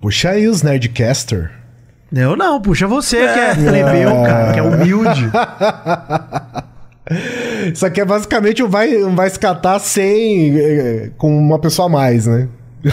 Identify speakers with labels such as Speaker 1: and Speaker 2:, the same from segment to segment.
Speaker 1: Puxa aí os Nerdcaster.
Speaker 2: Eu não, puxa você que é plebeu, cara, que é humilde.
Speaker 1: Isso aqui é basicamente um vai, um vai escatar sem. eh, com uma pessoa a mais, né?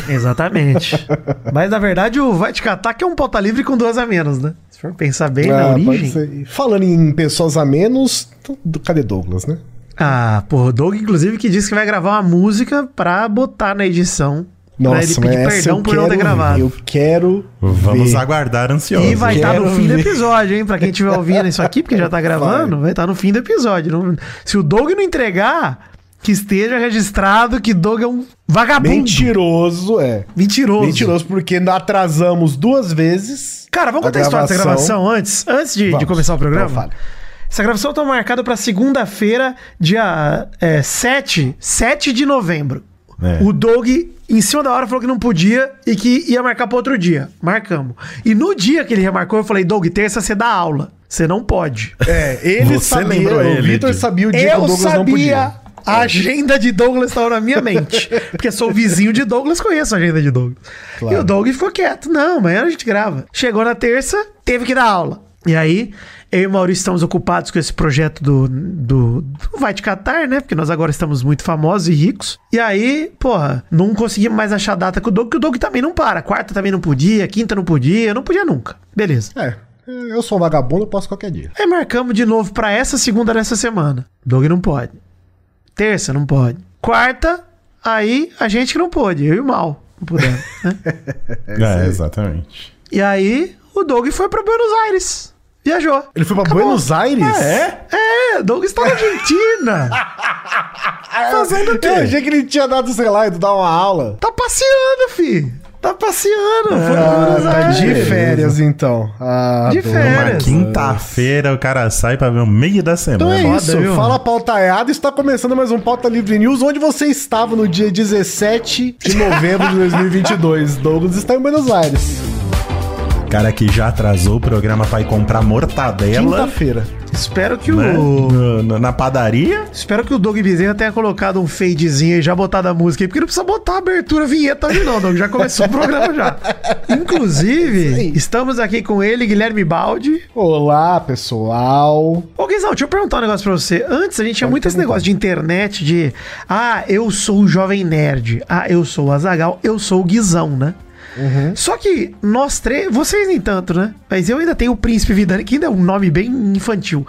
Speaker 2: Exatamente. Mas na verdade o Vai Te Catar que é um pauta livre com duas a menos, né? Se for pensar bem na
Speaker 1: Ah, pode
Speaker 2: origem.
Speaker 1: ser. E Falando em pessoas a menos, tu- cadê Douglas, né?
Speaker 2: Ah, porra, o Doug, inclusive, que disse que vai gravar uma música pra botar na edição. pra ele pedir
Speaker 1: essa
Speaker 2: perdão
Speaker 1: eu
Speaker 2: por não ter
Speaker 1: quero
Speaker 2: gravado.
Speaker 1: ver, Eu quero.
Speaker 3: Vamos
Speaker 1: ver.
Speaker 3: aguardar ansiosos.
Speaker 2: E vai estar
Speaker 1: Quero
Speaker 2: no fim do
Speaker 1: ver.
Speaker 2: episódio, hein? Pra quem estiver ouvindo isso aqui, porque já tá gravando, vai estar no fim do episódio. Não- Se o Doug não entregar, que esteja registrado que Doug é um vagabundo.
Speaker 1: Mentiroso, é.
Speaker 2: Mentiroso.
Speaker 1: Mentiroso, porque ainda atrasamos duas vezes.
Speaker 2: Cara, vamos contar a história dessa gravação antes? Antes de, de
Speaker 1: Vamos.
Speaker 2: começar o programa?
Speaker 1: Então fala.
Speaker 2: Essa gravação tá marcada pra segunda-feira, dia é, 7, 7 de novembro.
Speaker 3: É.
Speaker 2: O Doug, em cima da hora, falou que não podia e que ia marcar pra outro dia. Marcamos. E no dia que ele remarcou, eu falei, Doug, terça você dá aula. Você não pode.
Speaker 1: É, ele
Speaker 3: Você
Speaker 1: sabia,
Speaker 3: lembrou
Speaker 1: o
Speaker 3: ele,
Speaker 1: Vitor
Speaker 3: Edir.
Speaker 1: sabia o dia que o
Speaker 2: Eu
Speaker 1: Douglas não
Speaker 2: sabia.
Speaker 1: podia.
Speaker 2: A agenda de Douglas estava na minha mente. Porque sou vizinho de Douglas, conheço a agenda de Douglas. E o Douglas ficou quieto. Não, amanhã a gente grava. Chegou na terça, teve que dar aula. E aí, eu e o Maurício estamos ocupados com esse projeto do, do, do Vai Te Catar, né? Porque nós agora estamos muito famosos e ricos. E aí, porra, não conseguimos mais achar data com o Doug, que o Doug também não para. Quarta também não podia, quinta não podia, não podia nunca. Beleza.
Speaker 1: É, eu sou um vagabundo, eu posso qualquer dia.
Speaker 2: Aí marcamos de novo pra essa segunda dessa semana. Doug não pode. Terça não pode. Quarta, aí a gente que não pôde, eu e o Mal não pudemos. né?
Speaker 3: É, exatamente.
Speaker 2: e aí o Doug foi pra Buenos Aires. Viajou.
Speaker 1: Ele foi pra
Speaker 2: Acabou.
Speaker 1: Buenos Aires?
Speaker 2: É, Doug está na Argentina. Fazendo o quê?
Speaker 1: Eu achei que ele tinha dado, sei lá, ido dar uma aula.
Speaker 2: Tá passeando, fi. Tá passeando. Foi pra
Speaker 1: Ah,
Speaker 2: Buenos
Speaker 1: tá
Speaker 2: Aires.
Speaker 1: de férias, então. Ah,
Speaker 2: De
Speaker 1: Douglas.
Speaker 2: férias.
Speaker 3: Uma
Speaker 2: Beleza.
Speaker 3: quinta-feira o cara sai pra ver o meio da
Speaker 1: Então é
Speaker 3: semana.
Speaker 2: Foda,
Speaker 1: isso,
Speaker 2: viu?
Speaker 1: fala pautaiada, está começando mais um Pauta Livre News, onde você estava no dia 17 de novembro de 2022. Douglas está em Buenos Aires,
Speaker 3: O cara que já atrasou o programa vai comprar mortadela
Speaker 1: quinta-feira.
Speaker 2: Espero que
Speaker 3: né?
Speaker 2: o.
Speaker 3: No- no- na padaria.
Speaker 2: Espero que o Doug Bezerra tenha colocado um fadezinho e já botado a música aí, porque não precisa botar a abertura, a vinheta hoje não, Doug. Já começou o programa já. Inclusive, estamos aqui com ele, Guilherme Baldi.
Speaker 1: Olá, pessoal.
Speaker 2: Ô, Guizão, deixa eu perguntar um negócio pra você. Antes, a gente tinha muito esse negócio de internet, de... Ah, eu sou o Jovem Nerd. Ah, eu sou o Azagal. Eu sou o Guizão, né? Só que nós três, vocês nem tanto, né? Mas eu ainda tenho o Príncipe Vidani, que ainda é um nome bem infantil.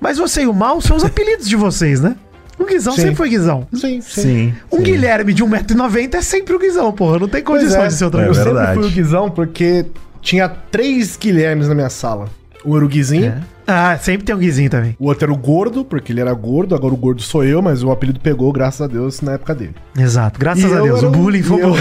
Speaker 2: Mas você e o Mal são os apelidos de vocês, né? O Guizão
Speaker 1: Sim.
Speaker 2: sempre foi Guizão.
Speaker 1: Sim,
Speaker 3: Sim.
Speaker 2: Um Guilherme de 1,90m é sempre o Guizão, porra. Não tem
Speaker 1: Pois
Speaker 2: condições
Speaker 1: é,
Speaker 2: de ser outra
Speaker 1: eu
Speaker 3: É
Speaker 2: coisa.
Speaker 1: sempre
Speaker 3: verdade.
Speaker 1: fui o Guizão porque tinha três Guilhermes na minha sala. Um era o Guizinho,
Speaker 2: Ah, sempre tem um Guizinho também.
Speaker 1: o outro era o Gordo, porque ele era gordo, agora o Gordo sou eu, mas o apelido pegou, graças a Deus, na época dele.
Speaker 2: Exato. Graças
Speaker 1: E
Speaker 2: a
Speaker 1: eu
Speaker 2: Deus.
Speaker 1: era um
Speaker 2: O bullying foi
Speaker 1: e eu-
Speaker 2: bom.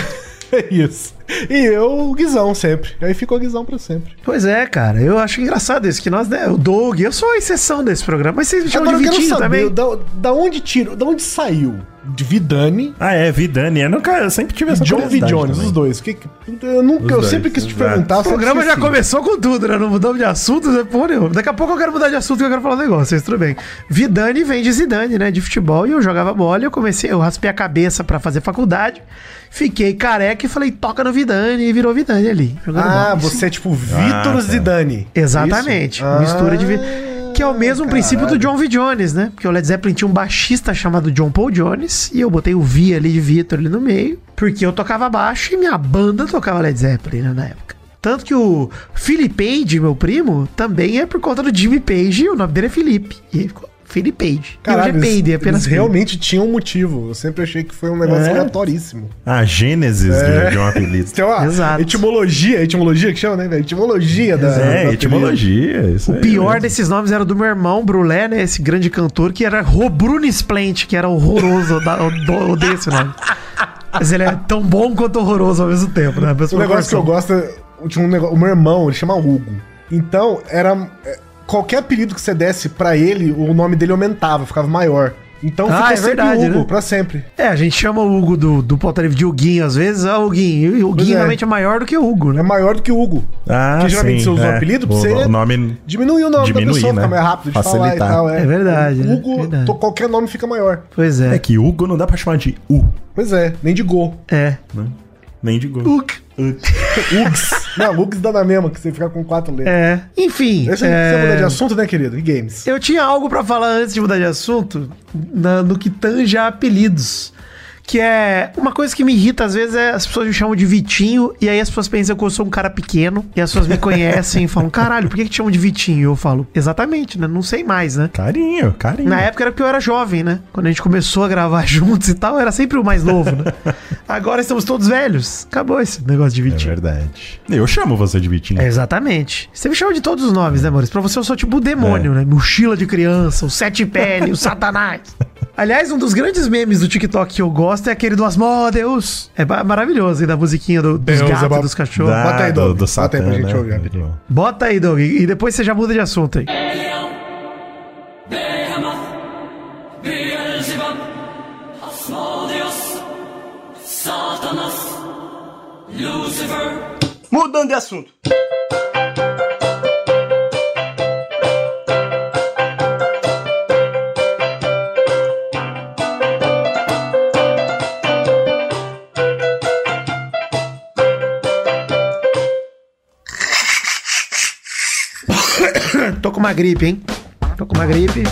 Speaker 1: É Isso. E eu, o Guizão sempre. Aí ficou Guizão pra sempre.
Speaker 2: Pois é, cara. Eu acho engraçado isso. Que nós, né? O Doug, eu sou a exceção desse programa. Mas vocês me chamam
Speaker 1: Agora eu
Speaker 2: de
Speaker 1: quero
Speaker 2: Vitinho
Speaker 1: saber
Speaker 2: um também.
Speaker 1: da, da onde tirou, da onde saiu de Vidani
Speaker 3: Ah, é, Vidani. Eu, nunca, eu sempre tive essa
Speaker 1: e John V.
Speaker 3: curiosidade
Speaker 1: Jones,
Speaker 3: também.
Speaker 1: os dois. Que, que- eu nunca,
Speaker 3: Os
Speaker 1: eu
Speaker 3: dois,
Speaker 1: sempre quis te
Speaker 3: exato.
Speaker 1: perguntar.
Speaker 2: O programa já começou com tudo, né? Não mudamos de assunto, né? Porra nenhuma. Daqui a pouco eu quero mudar de assunto que eu quero falar um negócio, vocês tudo bem. Vidani vem de Zidane, né? De futebol, e eu jogava bola, e eu comecei, eu raspei a cabeça pra fazer faculdade, fiquei careca e falei, toca no Vidani, e virou Vidani ali. jogando
Speaker 1: Ah,
Speaker 2: bola. Isso-
Speaker 1: você é tipo
Speaker 3: Ah,
Speaker 1: Vitor
Speaker 3: tá.
Speaker 1: Zidane.
Speaker 2: Exatamente.
Speaker 1: Isso?
Speaker 2: Mistura de. vi-
Speaker 1: Ah,
Speaker 2: Que é o mesmo princípio do John V. Jones, né? Porque o Led Zeppelin tinha um baixista chamado John Paul Jones, e eu botei o V ali de Vitor ali no meio, porque eu tocava baixo e minha banda tocava Led Zeppelin né, na época. Tanto que o Philip Page, meu primo, também é por conta do Jimmy Page, e o nome dele é Felipe. E aí ficou Philip Page. e
Speaker 1: Caralho,
Speaker 2: hoje é Payday,
Speaker 1: eles-
Speaker 2: apenas
Speaker 1: eles
Speaker 2: Payday.
Speaker 1: realmente tinha um motivo. Eu sempre achei que foi um negócio
Speaker 3: É?
Speaker 1: aleatoríssimo.
Speaker 3: A Gênesis de, de um
Speaker 1: É.
Speaker 3: apelido.
Speaker 1: Tem uma
Speaker 2: Exato.
Speaker 1: etimologia, etimologia que chama, né? velho? Etimologia da. do
Speaker 3: é,
Speaker 1: apelido.
Speaker 3: etimologia. Isso
Speaker 2: O pior desses nomes era do meu irmão, Brulé, né? Esse grande cantor que era Ro- Bruno Splent, que era horroroso. da- eu do- eu odeio esse nome. Mas ele é tão bom quanto horroroso ao mesmo tempo, né? A
Speaker 1: O
Speaker 2: mesma
Speaker 1: negócio que eu
Speaker 2: proporção.
Speaker 1: gosto é. Tinha um negócio, o meu irmão, ele chama Hugo. Então, era. é, Qualquer apelido que você desse pra ele, o nome dele aumentava, ficava maior. Então
Speaker 2: Ah,
Speaker 1: ficou
Speaker 2: é
Speaker 1: sempre
Speaker 2: verdade,
Speaker 1: Hugo,
Speaker 2: né?
Speaker 1: pra sempre.
Speaker 2: É, a gente chama o Hugo do, do Pauta Livre de Huguinho às vezes. Ah, Huguinho. E o
Speaker 1: Pois
Speaker 2: Huguinho
Speaker 1: é.
Speaker 2: realmente é maior do que o
Speaker 1: É
Speaker 2: Hugo, né?
Speaker 1: maior do que o Hugo.
Speaker 3: Ah,
Speaker 1: que geralmente
Speaker 3: sim,
Speaker 1: você usa um
Speaker 3: é.
Speaker 1: apelido pra
Speaker 3: O-
Speaker 1: você.
Speaker 3: O nome...
Speaker 1: Diminuir o nome da
Speaker 3: Diminuir,
Speaker 1: pessoa,
Speaker 3: né?
Speaker 1: fica mais rápido de falar e
Speaker 3: Facilitar.
Speaker 1: tal.
Speaker 2: É verdade, né?
Speaker 1: Hugo,
Speaker 2: Verdade.
Speaker 1: to- qualquer nome fica maior.
Speaker 2: Pois
Speaker 3: É
Speaker 2: é.
Speaker 3: que Hugo não dá pra chamar de U.
Speaker 1: Pois é, nem de Go.
Speaker 2: É.
Speaker 3: Mendigo.
Speaker 2: Uk.
Speaker 1: Ugs. Não, Ugs dá na mesma, que você fica com quatro letras.
Speaker 2: É. Enfim.
Speaker 1: Deixa
Speaker 2: é,
Speaker 1: você mudar de assunto, né, querido? E games?
Speaker 2: Eu tinha algo pra falar antes de mudar de assunto, na- no que tange a apelidos. Que é uma coisa que me irrita às vezes é as pessoas me chamam de Vitinho e aí as pessoas pensam que eu sou um cara pequeno e as pessoas me conhecem e falam: caralho, por que, que te chamam de Vitinho? Eu falo: exatamente, né? Não sei mais, né?
Speaker 3: Carinho, carinho.
Speaker 2: Na época era porque eu era jovem, né? Quando a gente começou a gravar juntos e tal, eu era sempre o mais novo, né? Agora estamos todos velhos. Acabou esse negócio de
Speaker 3: É
Speaker 2: Vitinho.
Speaker 3: verdade. Eu chamo você de né? Vitinho.
Speaker 2: É, Exatamente. Você me chama de todos os nomes, né, Maurício? Pra você eu sou tipo o
Speaker 1: É.
Speaker 2: demônio, né? Mochila de criança, o sete pele, o satanás. Aliás, um dos grandes memes do TikTok que eu gosto é aquele do Asmodeus. É ba- maravilhoso, aí da musiquinha do, dos
Speaker 1: Deus é
Speaker 2: gatos,
Speaker 1: ba-
Speaker 2: dos cachorros.
Speaker 3: Da-
Speaker 1: Bota aí,
Speaker 3: do,
Speaker 1: Doug.
Speaker 3: Ah, do
Speaker 1: Bota aí pra
Speaker 3: Satã,
Speaker 1: gente
Speaker 3: né?
Speaker 1: ouvir rapidinho.
Speaker 2: Bota aí, Doug, e depois você já muda de assunto aí.
Speaker 4: Beelzebub, Asmodeus, Satanas, Lucifer.
Speaker 5: Mudando de assunto.
Speaker 2: Tô com uma gripe, hein? Tô com uma gripe.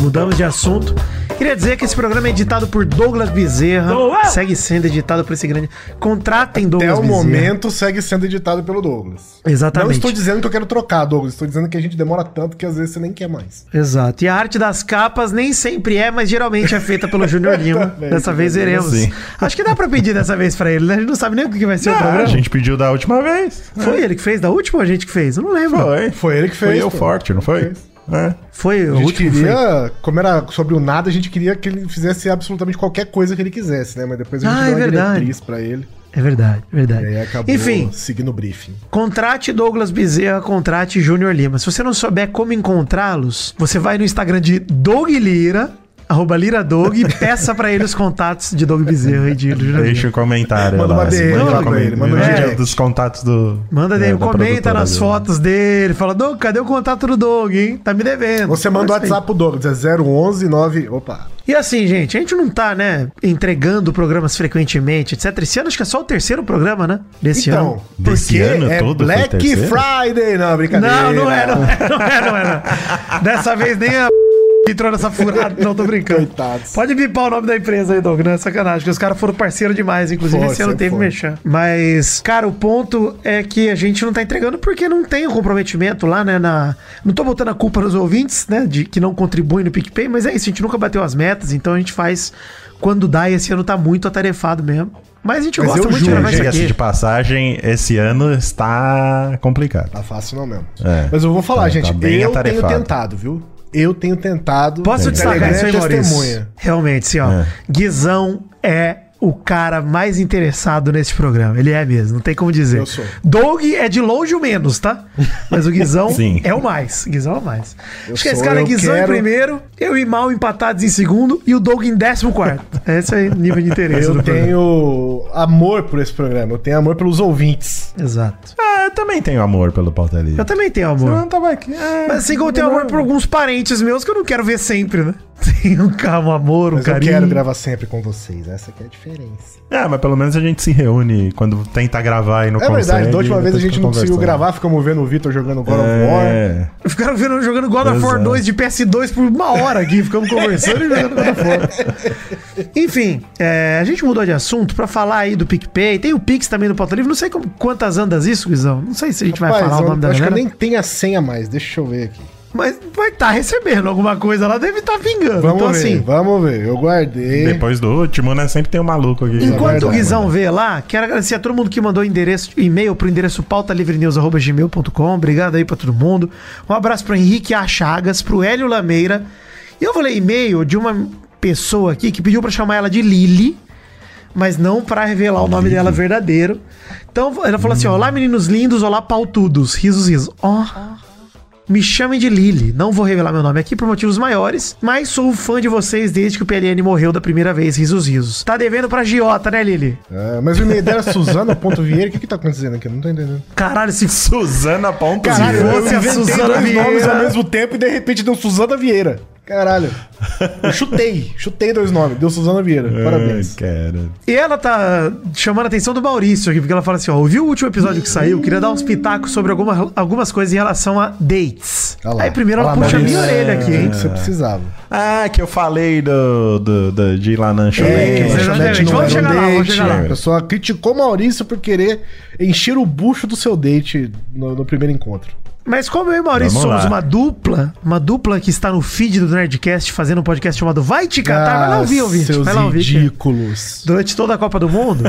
Speaker 2: Mudamos de assunto. Queria dizer que esse programa é editado por Douglas Bezerra. Segue sendo editado por esse grande. Contratem
Speaker 1: Até
Speaker 2: Douglas
Speaker 1: o
Speaker 2: Bezerra.
Speaker 1: momento segue sendo editado pelo Douglas.
Speaker 2: Exatamente.
Speaker 1: Não estou dizendo que eu quero trocar, Douglas. Estou dizendo que a gente demora tanto que às vezes você nem quer mais.
Speaker 2: Exato. E a arte das capas nem sempre é, mas geralmente é feita pelo Júnior Lima.
Speaker 1: Também,
Speaker 2: dessa
Speaker 1: Júnior
Speaker 2: vez veremos.
Speaker 3: Sim.
Speaker 2: Acho que dá pra pedir dessa vez pra ele, né? A gente não sabe nem o que que vai ser o
Speaker 3: Ah, a
Speaker 2: programa.
Speaker 3: gente pediu da última vez.
Speaker 2: Foi ele que fez da última ou a gente que fez? Eu não lembro. Foi,
Speaker 3: Foi.
Speaker 1: Foi ele que fez.
Speaker 3: Foi eu
Speaker 1: pô.
Speaker 3: forte, não foi?
Speaker 1: Fez.
Speaker 3: É.
Speaker 2: o
Speaker 1: A gente
Speaker 2: último. Foi.
Speaker 1: queria, como era sobre o nada, a gente queria que ele fizesse absolutamente qualquer coisa que ele quisesse, né? Mas depois a gente
Speaker 2: Ah,
Speaker 1: deu
Speaker 2: é
Speaker 1: uma
Speaker 2: verdade.
Speaker 1: diretriz pra ele.
Speaker 2: É verdade, verdade.
Speaker 1: E aí acabou
Speaker 2: Enfim,
Speaker 1: seguindo o briefing.
Speaker 2: Contrate Douglas Bezerra, contrate Júnior Lima. Se você não souber como encontrá-los, você vai no Instagram de Doug Lira, arroba Lira Doug, e peça pra ele os contatos de Doug Bezerra e de Júnior Lima.
Speaker 3: Deixa o comentário
Speaker 1: Manda
Speaker 3: lá.
Speaker 1: uma DM
Speaker 3: manda
Speaker 1: lá
Speaker 3: um
Speaker 1: pra
Speaker 3: comentário.
Speaker 1: ele, manda um
Speaker 3: É,
Speaker 1: direct.
Speaker 3: dos contatos do.
Speaker 2: Manda
Speaker 3: é,
Speaker 2: DM,
Speaker 3: da
Speaker 2: comenta
Speaker 3: produtora
Speaker 2: nas
Speaker 3: dele.
Speaker 2: fotos dele, fala, Doug, cadê o contato do Doug, hein? Tá me devendo.
Speaker 1: Você manda o
Speaker 2: Fala isso aí.
Speaker 1: WhatsApp pro Douglas, é 011 9. Opa.
Speaker 2: E assim, gente, a gente não tá, né, entregando programas frequentemente, etc. Esse ano acho que é só o terceiro programa, né? Desse ano.
Speaker 1: Então, porque
Speaker 3: Desse ano
Speaker 1: é
Speaker 3: todo foi
Speaker 1: Black
Speaker 3: terceiro?
Speaker 1: Friday. Não, brincadeira. né?
Speaker 2: Não, não é, não é, não é, não é. não. Dessa vez nem a entrou nessa furada. Não, tô brincando.
Speaker 1: Coitados.
Speaker 2: Pode bipar o nome da empresa aí, Doug, não é sacanagem, porque os caras foram parceiro demais, inclusive
Speaker 1: Foi,
Speaker 2: esse ano
Speaker 1: sempre
Speaker 2: teve
Speaker 1: foi.
Speaker 2: mexer. Mas, cara, o ponto é que a gente não tá entregando porque não tem o comprometimento lá, né, na... Não tô botando a culpa nos ouvintes, né, de que não contribuem no PicPay, mas é isso, a gente nunca bateu as metas, então a gente faz quando dá e esse ano tá muito atarefado mesmo. Mas a gente
Speaker 1: Mas
Speaker 2: gosta
Speaker 1: eu
Speaker 2: muito de
Speaker 1: juro,
Speaker 2: gravar isso
Speaker 3: Diga-se de
Speaker 2: aqui.
Speaker 3: passagem, esse ano está complicado.
Speaker 1: Tá fácil não mesmo.
Speaker 3: É.
Speaker 1: Mas eu vou falar,
Speaker 3: Tá-
Speaker 1: gente.
Speaker 3: tá bem
Speaker 1: eu
Speaker 3: atarefado.
Speaker 1: tenho tentado, viu? Eu tenho tentado.
Speaker 2: Posso
Speaker 1: O
Speaker 2: destacar
Speaker 1: Telegram
Speaker 2: isso aí,
Speaker 1: é
Speaker 2: Maurício? Realmente, sim, ó.
Speaker 3: É.
Speaker 2: Guizão é o cara mais interessado nesse programa. Ele é mesmo, não tem como dizer.
Speaker 1: Eu sou.
Speaker 2: Doug é de longe o menos, tá? Mas o Guizão
Speaker 3: Sim.
Speaker 2: é o mais. Guizão é o mais. Acho que
Speaker 1: sou,
Speaker 2: esse cara é
Speaker 1: eu
Speaker 2: Guizão em
Speaker 1: quero-
Speaker 2: primeiro, eu e Mal empatados em segundo e o Doug em décimo quarto. Esse é o nível de interesse
Speaker 1: Eu
Speaker 2: do programa.
Speaker 1: tenho amor por esse programa. Eu tenho amor pelos ouvintes.
Speaker 2: Exato.
Speaker 3: Ah, eu também tenho amor pelo pauta livre.
Speaker 2: Eu também tenho amor.
Speaker 3: Eu não tava aqui. É,
Speaker 2: Mas assim como eu tenho amor por alguns parentes meus que eu não quero ver sempre, né? Tem um calmo amor, um
Speaker 1: Mas
Speaker 2: carinho.
Speaker 1: eu quero gravar sempre com vocês. Essa que é a diferença.
Speaker 3: É, mas pelo menos a gente se reúne quando tenta gravar e não
Speaker 1: é
Speaker 3: consegue.
Speaker 1: verdade. Da última
Speaker 3: e
Speaker 1: vez a
Speaker 3: depois
Speaker 1: gente
Speaker 3: fica
Speaker 1: não conseguiu
Speaker 3: conversando.
Speaker 1: gravar. Ficamos vendo o Vitor jogando God of War.
Speaker 3: É.
Speaker 2: Ficaram vendo, jogando God of War
Speaker 3: Exato.
Speaker 2: 2 de PS2 por uma hora aqui. Ficamos conversando e jogando God of War. Enfim, é, a gente mudou de assunto pra falar aí do PicPay. Tem o Pix também no Pauta Livre. Não sei como- quantas andas isso, Guizão. Não sei se a gente vai
Speaker 1: Rapaz,
Speaker 2: falar o
Speaker 1: eu
Speaker 2: nome da
Speaker 1: acho que eu
Speaker 2: galera.
Speaker 1: nem tenho a senha mais. Deixa eu ver aqui.
Speaker 2: Mas vai estar recebendo alguma coisa lá. Deve estar vingando.
Speaker 1: Vamos
Speaker 2: então,
Speaker 1: ver,
Speaker 2: assim...
Speaker 1: vamos ver. Eu guardei.
Speaker 3: Depois do último, né? Sempre tem um maluco aqui.
Speaker 2: Enquanto o
Speaker 1: é verdade,
Speaker 2: Guizão vê lá, quero agradecer a todo mundo que mandou endereço, e-mail pro endereço pautalivrenews.gmail.com. Obrigado aí pra todo mundo. Um abraço pro Henrique Achagas, pro Hélio Lameira. E eu vou ler e-mail de uma pessoa aqui que pediu pra chamar ela de Lili, mas não pra revelar o nome dela verdadeiro. Então ela falou assim: Olá, meninos lindos, olá, pautudos. Risos, risos. Ó. Me chamem de Lily. Não vou revelar meu nome aqui por motivos maiores, mas sou fã de vocês desde que o PLN morreu da primeira vez. Risos, risos. Tá devendo pra Giota, né, Lily?
Speaker 1: Ah, mas o e-mail dela é Suzana.vieira. O que que tá acontecendo aqui? Eu não tô entendendo.
Speaker 2: Caralho, se f...
Speaker 3: Suzana Pontes.
Speaker 2: Caralho,
Speaker 3: Vieira.
Speaker 2: fosse a
Speaker 1: inventei
Speaker 2: Suzana
Speaker 1: dois nomes né?
Speaker 2: Vieira.
Speaker 1: ao mesmo tempo e de repente deu Suzana Vieira. Caralho. Eu chutei. Chutei dois nomes. Deu Suzana Vieira. Parabéns.
Speaker 3: Ai, cara.
Speaker 2: E ela tá chamando a atenção do Maurício aqui, porque ela fala assim: ó, ouviu o último episódio que saiu? Queria dar uns pitacos sobre alguma, algumas coisas em relação a dates.
Speaker 1: Ah lá. É.
Speaker 2: Aí primeiro ela
Speaker 3: Ah lá,
Speaker 2: puxa a minha
Speaker 3: Maurício.
Speaker 2: orelha aqui, hein?
Speaker 1: que você precisava.
Speaker 3: Ah, que eu falei do, do, do- de ir lá na
Speaker 1: É,
Speaker 3: lanchonete.
Speaker 2: exatamente.
Speaker 3: lanchonete não
Speaker 2: Vamos
Speaker 3: era um
Speaker 2: chegar lá, vamos
Speaker 3: date.
Speaker 2: chegar lá.
Speaker 1: A pessoa criticou Maurício por querer encher o bucho do seu date no, no primeiro encontro.
Speaker 2: Mas como eu e o Maurício
Speaker 3: Vamos
Speaker 2: somos
Speaker 3: lá.
Speaker 2: uma dupla, uma dupla que está no feed do Nerdcast fazendo um podcast chamado Vai Te Catar, tá, vai lá ouvir, ouvinte.
Speaker 1: Seus
Speaker 2: Vai lá ouvir. é. cara.
Speaker 1: ridículos.
Speaker 2: Durante toda a Copa do Mundo,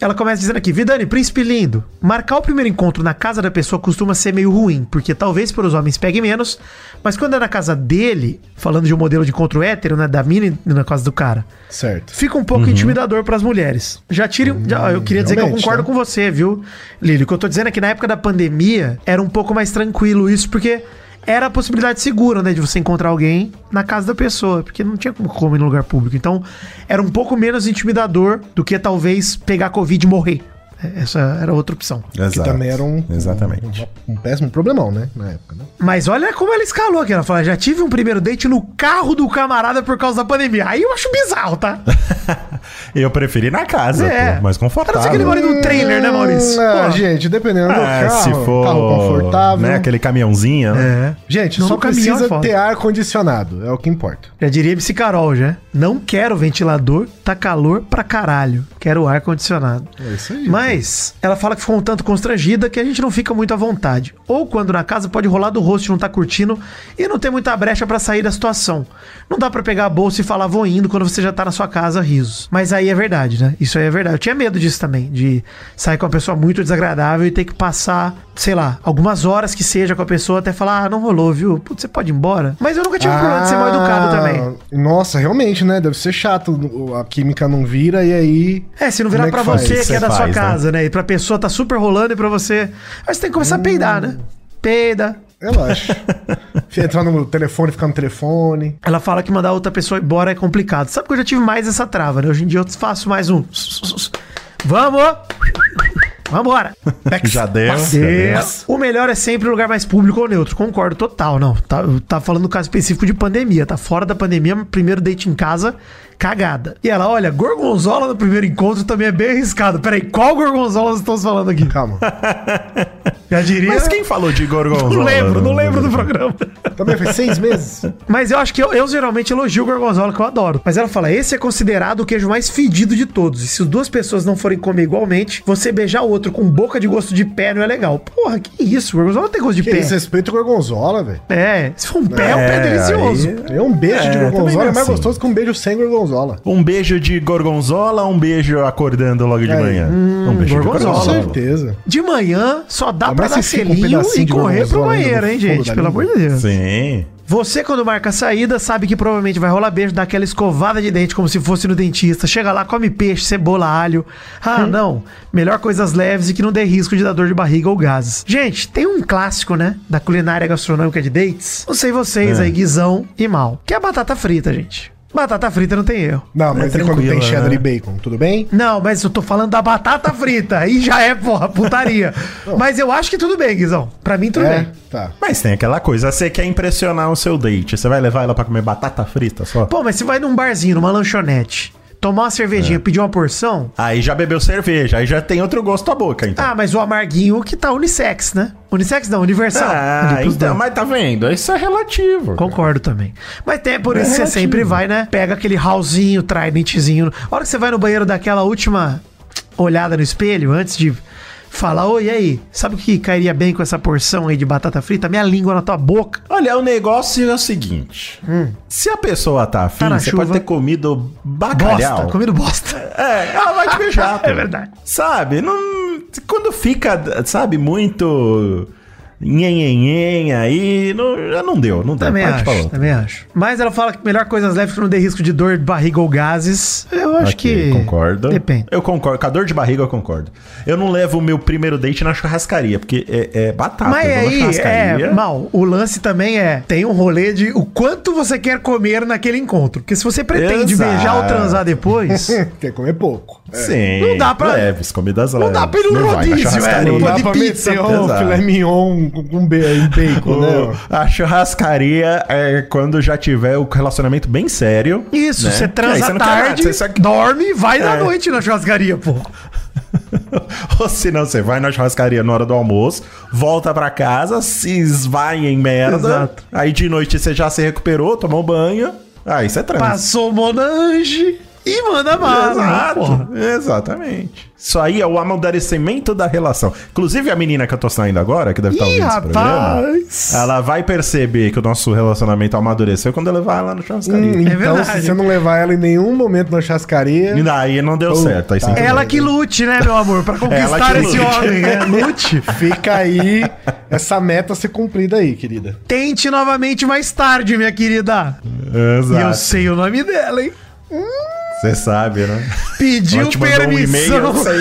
Speaker 2: ela começa dizendo aqui: Vidani, príncipe lindo, marcar o primeiro encontro na casa da pessoa costuma ser meio ruim, porque talvez para os homens pegue menos, mas quando é na casa dele, falando de um modelo de encontro hétero, né, da mina e na casa do cara,
Speaker 1: Certo.
Speaker 2: fica um pouco intimidador para as mulheres. Já tire. já- eu queria dizer que eu
Speaker 1: Uhum. Hum, realmente,
Speaker 2: concordo
Speaker 1: né?
Speaker 2: com você, viu, Lílio? O que eu tô dizendo é que na época da pandemia era um pouco mais tranquilo isso, porque. Era a possibilidade segura, né? De você encontrar alguém na casa da pessoa, porque não tinha como comer em lugar público. Então, era um pouco menos intimidador do que talvez pegar Covid e morrer. É, Essa era outra opção.
Speaker 1: Que
Speaker 3: Exato.
Speaker 1: também era um,
Speaker 3: Exatamente.
Speaker 1: um, um péssimo problemão, né? Na época, né?
Speaker 2: Mas olha como ela escalou aqui. Ela fala: já tive um primeiro date no carro do camarada por causa da pandemia. Aí eu acho bizarro, tá?
Speaker 3: Eu preferi na casa, pô, mais
Speaker 2: A não ser que ele
Speaker 3: confortável.
Speaker 2: mora num trailer, né, Maurício?
Speaker 1: Ah,
Speaker 2: Pô.
Speaker 1: gente, dependendo do
Speaker 3: Ah,
Speaker 1: carro,
Speaker 3: se for
Speaker 1: carro confortável.
Speaker 3: né, aquele caminhãozinho, né?
Speaker 2: É.
Speaker 1: Gente,
Speaker 2: Não,
Speaker 1: só
Speaker 2: no caminhão é
Speaker 1: precisa
Speaker 2: foda.
Speaker 1: ter ar-condicionado, é o que importa.
Speaker 2: Já diria MC Carol, já. Não quero ventilador, tá calor pra caralho. Quero ar-condicionado.
Speaker 1: É isso aí.
Speaker 2: Mas ela fala que ficou um tanto constrangida que a gente não fica muito à vontade. Ou quando na casa pode rolar do rosto não tá curtindo e não ter muita brecha pra sair da situação. Não dá pra pegar a bolsa e falar vou indo quando você já tá na sua casa, risos. Mas aí é verdade, né? Isso aí é verdade. Eu tinha medo disso também, de sair com uma pessoa muito desagradável e ter que passar, sei lá, algumas horas que seja com a pessoa até falar, ah, não rolou, viu? Putz, você pode ir embora. Mas eu nunca tive um problema de ser mal
Speaker 1: Ah,
Speaker 2: educado também.
Speaker 1: Nossa, realmente, né? Deve ser chato. A química não vira e aí.
Speaker 2: É, se não virar
Speaker 1: Como é
Speaker 2: pra
Speaker 1: que faz?
Speaker 2: você que,
Speaker 3: Você
Speaker 2: é da sua
Speaker 3: faz, né?
Speaker 2: casa, né? E pra pessoa tá super rolando e pra você. Aí você tem que começar
Speaker 1: Hum.
Speaker 2: a peidar, né? Peida.
Speaker 1: Relaxa. Entrar no telefone, ficar no telefone.
Speaker 2: Ela fala que mandar outra pessoa embora é complicado. Sabe que eu já tive mais essa trava, né? Hoje em dia eu faço mais um. Vamos! Vambora!
Speaker 3: Já deu. já deu.
Speaker 2: Deus. O melhor é sempre lugar mais público ou neutro. Concordo, total. Não, tá, eu tava falando do caso específico de pandemia. Tá fora da pandemia, mas primeiro date em casa, cagada. E ela, olha, gorgonzola no primeiro encontro também é bem arriscado. Peraí, qual gorgonzola nós estamos falando aqui?
Speaker 1: Calma.
Speaker 2: Já diria.
Speaker 3: Mas quem falou de gorgonzola?
Speaker 2: Não lembro, não lembro do programa.
Speaker 1: Também faz seis meses.
Speaker 2: Mas eu acho que eu, eu geralmente elogio o gorgonzola, que eu adoro. Mas ela fala: esse é considerado o queijo mais fedido de todos. E se as duas pessoas não forem comer igualmente, você beijar o outro com boca de gosto de pé não é legal. Porra, que isso? O gorgonzola não tem gosto de
Speaker 1: Que
Speaker 2: pé.
Speaker 1: isso, respeita o gorgonzola, velho.
Speaker 2: É, se for um pé, é, um pé
Speaker 3: É,
Speaker 2: delicioso.
Speaker 3: aí-
Speaker 1: É um beijo
Speaker 3: É,
Speaker 1: de
Speaker 3: também
Speaker 1: gorgonzola
Speaker 3: não
Speaker 1: é mais
Speaker 3: assim.
Speaker 1: gostoso que um beijo sem gorgonzola.
Speaker 3: Um beijo de gorgonzola, um beijo acordando logo de
Speaker 1: Aí.
Speaker 3: manhã. um beijo
Speaker 2: gorgonzola.
Speaker 1: Com
Speaker 3: de gorgonzola.
Speaker 1: certeza.
Speaker 2: De manhã, só dá
Speaker 1: Mas
Speaker 2: pra
Speaker 1: se
Speaker 2: dar
Speaker 1: fica um
Speaker 2: selinho
Speaker 1: pedacinho
Speaker 2: e
Speaker 1: de
Speaker 2: correr pro
Speaker 1: gorgonzola ainda no
Speaker 2: banheiro, hein,
Speaker 1: fundo da
Speaker 2: gente? Pelo
Speaker 1: língua.
Speaker 2: amor de Deus.
Speaker 3: Sim.
Speaker 2: Você, quando marca a saída, sabe que provavelmente vai rolar beijo, dá aquela escovada de dente como se fosse no dentista. Chega lá, come peixe, cebola, alho.
Speaker 3: Hum.
Speaker 2: Ah, não. Melhor coisas leves e que não dê risco de dar dor de barriga ou gases. Gente, tem um clássico, né? Da culinária gastronômica de dates. Não sei
Speaker 3: É.
Speaker 2: vocês aí, Guizão e Mal. Que é a batata frita, gente. Batata frita não tem erro.
Speaker 1: Não, mas e quando tem
Speaker 3: tranquila,
Speaker 1: cheddar
Speaker 3: né?
Speaker 1: e bacon, tudo bem?
Speaker 2: Não, mas eu tô falando da batata frita. Aí já é, porra, putaria. mas eu acho que tudo bem, Guizão. Pra mim, tudo
Speaker 1: É,
Speaker 2: bem.
Speaker 1: tá.
Speaker 3: Mas tem aquela coisa, você quer impressionar o seu date, você vai levar ela pra comer batata frita só?
Speaker 2: Pô, mas você vai num barzinho, numa lanchonete, tomar uma cervejinha,
Speaker 3: É.
Speaker 2: pedir uma porção.
Speaker 3: Aí já bebeu cerveja, aí já tem outro gosto à boca, então.
Speaker 2: Ah, mas o amarguinho que tá unissex, né? Unissex não, universal. Ali
Speaker 3: Ah,
Speaker 2: pros
Speaker 3: então,
Speaker 2: dois.
Speaker 3: mas tá vendo? Isso é relativo.
Speaker 2: Concordo também. Mas tem, por isso que você
Speaker 3: relativo.
Speaker 2: sempre vai, né? Pega aquele hallzinho, tridentzinho. A hora que você vai no banheiro daquela última olhada no espelho, antes de falar, oi, e aí? Sabe o que cairia bem com essa porção aí de batata frita? Minha língua na tua boca.
Speaker 3: Olha, o negócio é o seguinte: se a pessoa tá afim,
Speaker 2: Hum. Tá na
Speaker 3: você
Speaker 2: chuva.
Speaker 3: pode ter comido
Speaker 2: Bosta,
Speaker 3: bacalhau.
Speaker 2: comendo bosta.
Speaker 3: É, ela vai te beijar. pô.
Speaker 2: É verdade.
Speaker 3: Sabe? Não, quando fica, sabe, muito. Nhenhenhen aí. Não, já não deu, não deu.
Speaker 2: Também
Speaker 3: Parte
Speaker 2: acho,
Speaker 3: pra outra.
Speaker 2: também acho. Mas ela fala que melhor coisas leves que não dê risco de dor de barriga ou gases. Eu acho
Speaker 3: Ok,
Speaker 2: que.
Speaker 3: Concordo. Ah,
Speaker 2: Depende.
Speaker 3: Eu concordo. Com a dor de barriga, eu concordo. Eu não levo o meu primeiro date na churrascaria, porque é, é batata.
Speaker 2: Mas
Speaker 3: eu vou na
Speaker 2: aí,
Speaker 3: churrascaria.
Speaker 2: é, mal, o lance também é, tem um rolê de o quanto você quer comer naquele encontro. Porque se você pretende
Speaker 3: Exato.
Speaker 2: beijar ou transar depois,
Speaker 1: Quer comer pouco.
Speaker 3: Sim.
Speaker 2: Não dá pra-
Speaker 3: Leves, comidas leves.
Speaker 2: dá pra ir no
Speaker 3: Não vai pra
Speaker 2: rodízio, é,
Speaker 3: churrascaria.
Speaker 2: não
Speaker 1: Não
Speaker 2: Pô,
Speaker 1: dá
Speaker 2: de
Speaker 1: pra
Speaker 2: pizza,
Speaker 1: meter um
Speaker 3: exato.
Speaker 1: filé mignon com, com, com ba- bacon,
Speaker 3: O-
Speaker 1: né?
Speaker 3: Tipo, a churrascaria é quando já tiver o relacionamento bem sério.
Speaker 2: Isso,
Speaker 3: né?
Speaker 2: você
Speaker 3: Aí
Speaker 2: transa
Speaker 3: você não quer nada,
Speaker 2: tarde,
Speaker 3: você só-
Speaker 2: dorme e vai na
Speaker 3: É.
Speaker 2: noite na churrascaria, pô.
Speaker 3: Ou se não, você vai na churrascaria na hora do almoço, volta pra casa, se esvai em merda.
Speaker 2: Exato.
Speaker 3: Aí de noite você já se recuperou, tomou banho. Aí você transa.
Speaker 2: Passou Monange e manda bala.
Speaker 3: Exato,
Speaker 2: porra.
Speaker 3: exatamente. Isso aí é o amadurecimento da relação. Inclusive, a menina que eu tô saindo agora, que deve estar
Speaker 2: Ih,
Speaker 3: ouvindo esse programa,
Speaker 2: rapaz.
Speaker 3: ela vai perceber que o nosso relacionamento amadureceu quando ela vai lá no churrascaria.
Speaker 1: Hum, então,
Speaker 2: verdade.
Speaker 1: se você não levar ela em nenhum momento na chascaria.
Speaker 3: E daí não deu
Speaker 1: Puta.
Speaker 3: certo. Aí, sim,
Speaker 2: Ela que lute, né, meu amor, pra conquistar
Speaker 3: que
Speaker 2: esse
Speaker 3: lute.
Speaker 2: homem. É, lute.
Speaker 1: Fica aí essa meta a ser cumprida aí, querida.
Speaker 2: Tente novamente mais tarde, minha querida. E eu
Speaker 3: Exato.
Speaker 2: sei o nome dela, hein?
Speaker 3: Você sabe, né?
Speaker 2: Pediu
Speaker 3: Ela te mandou um e-mail,
Speaker 2: permissão.
Speaker 3: eu sei.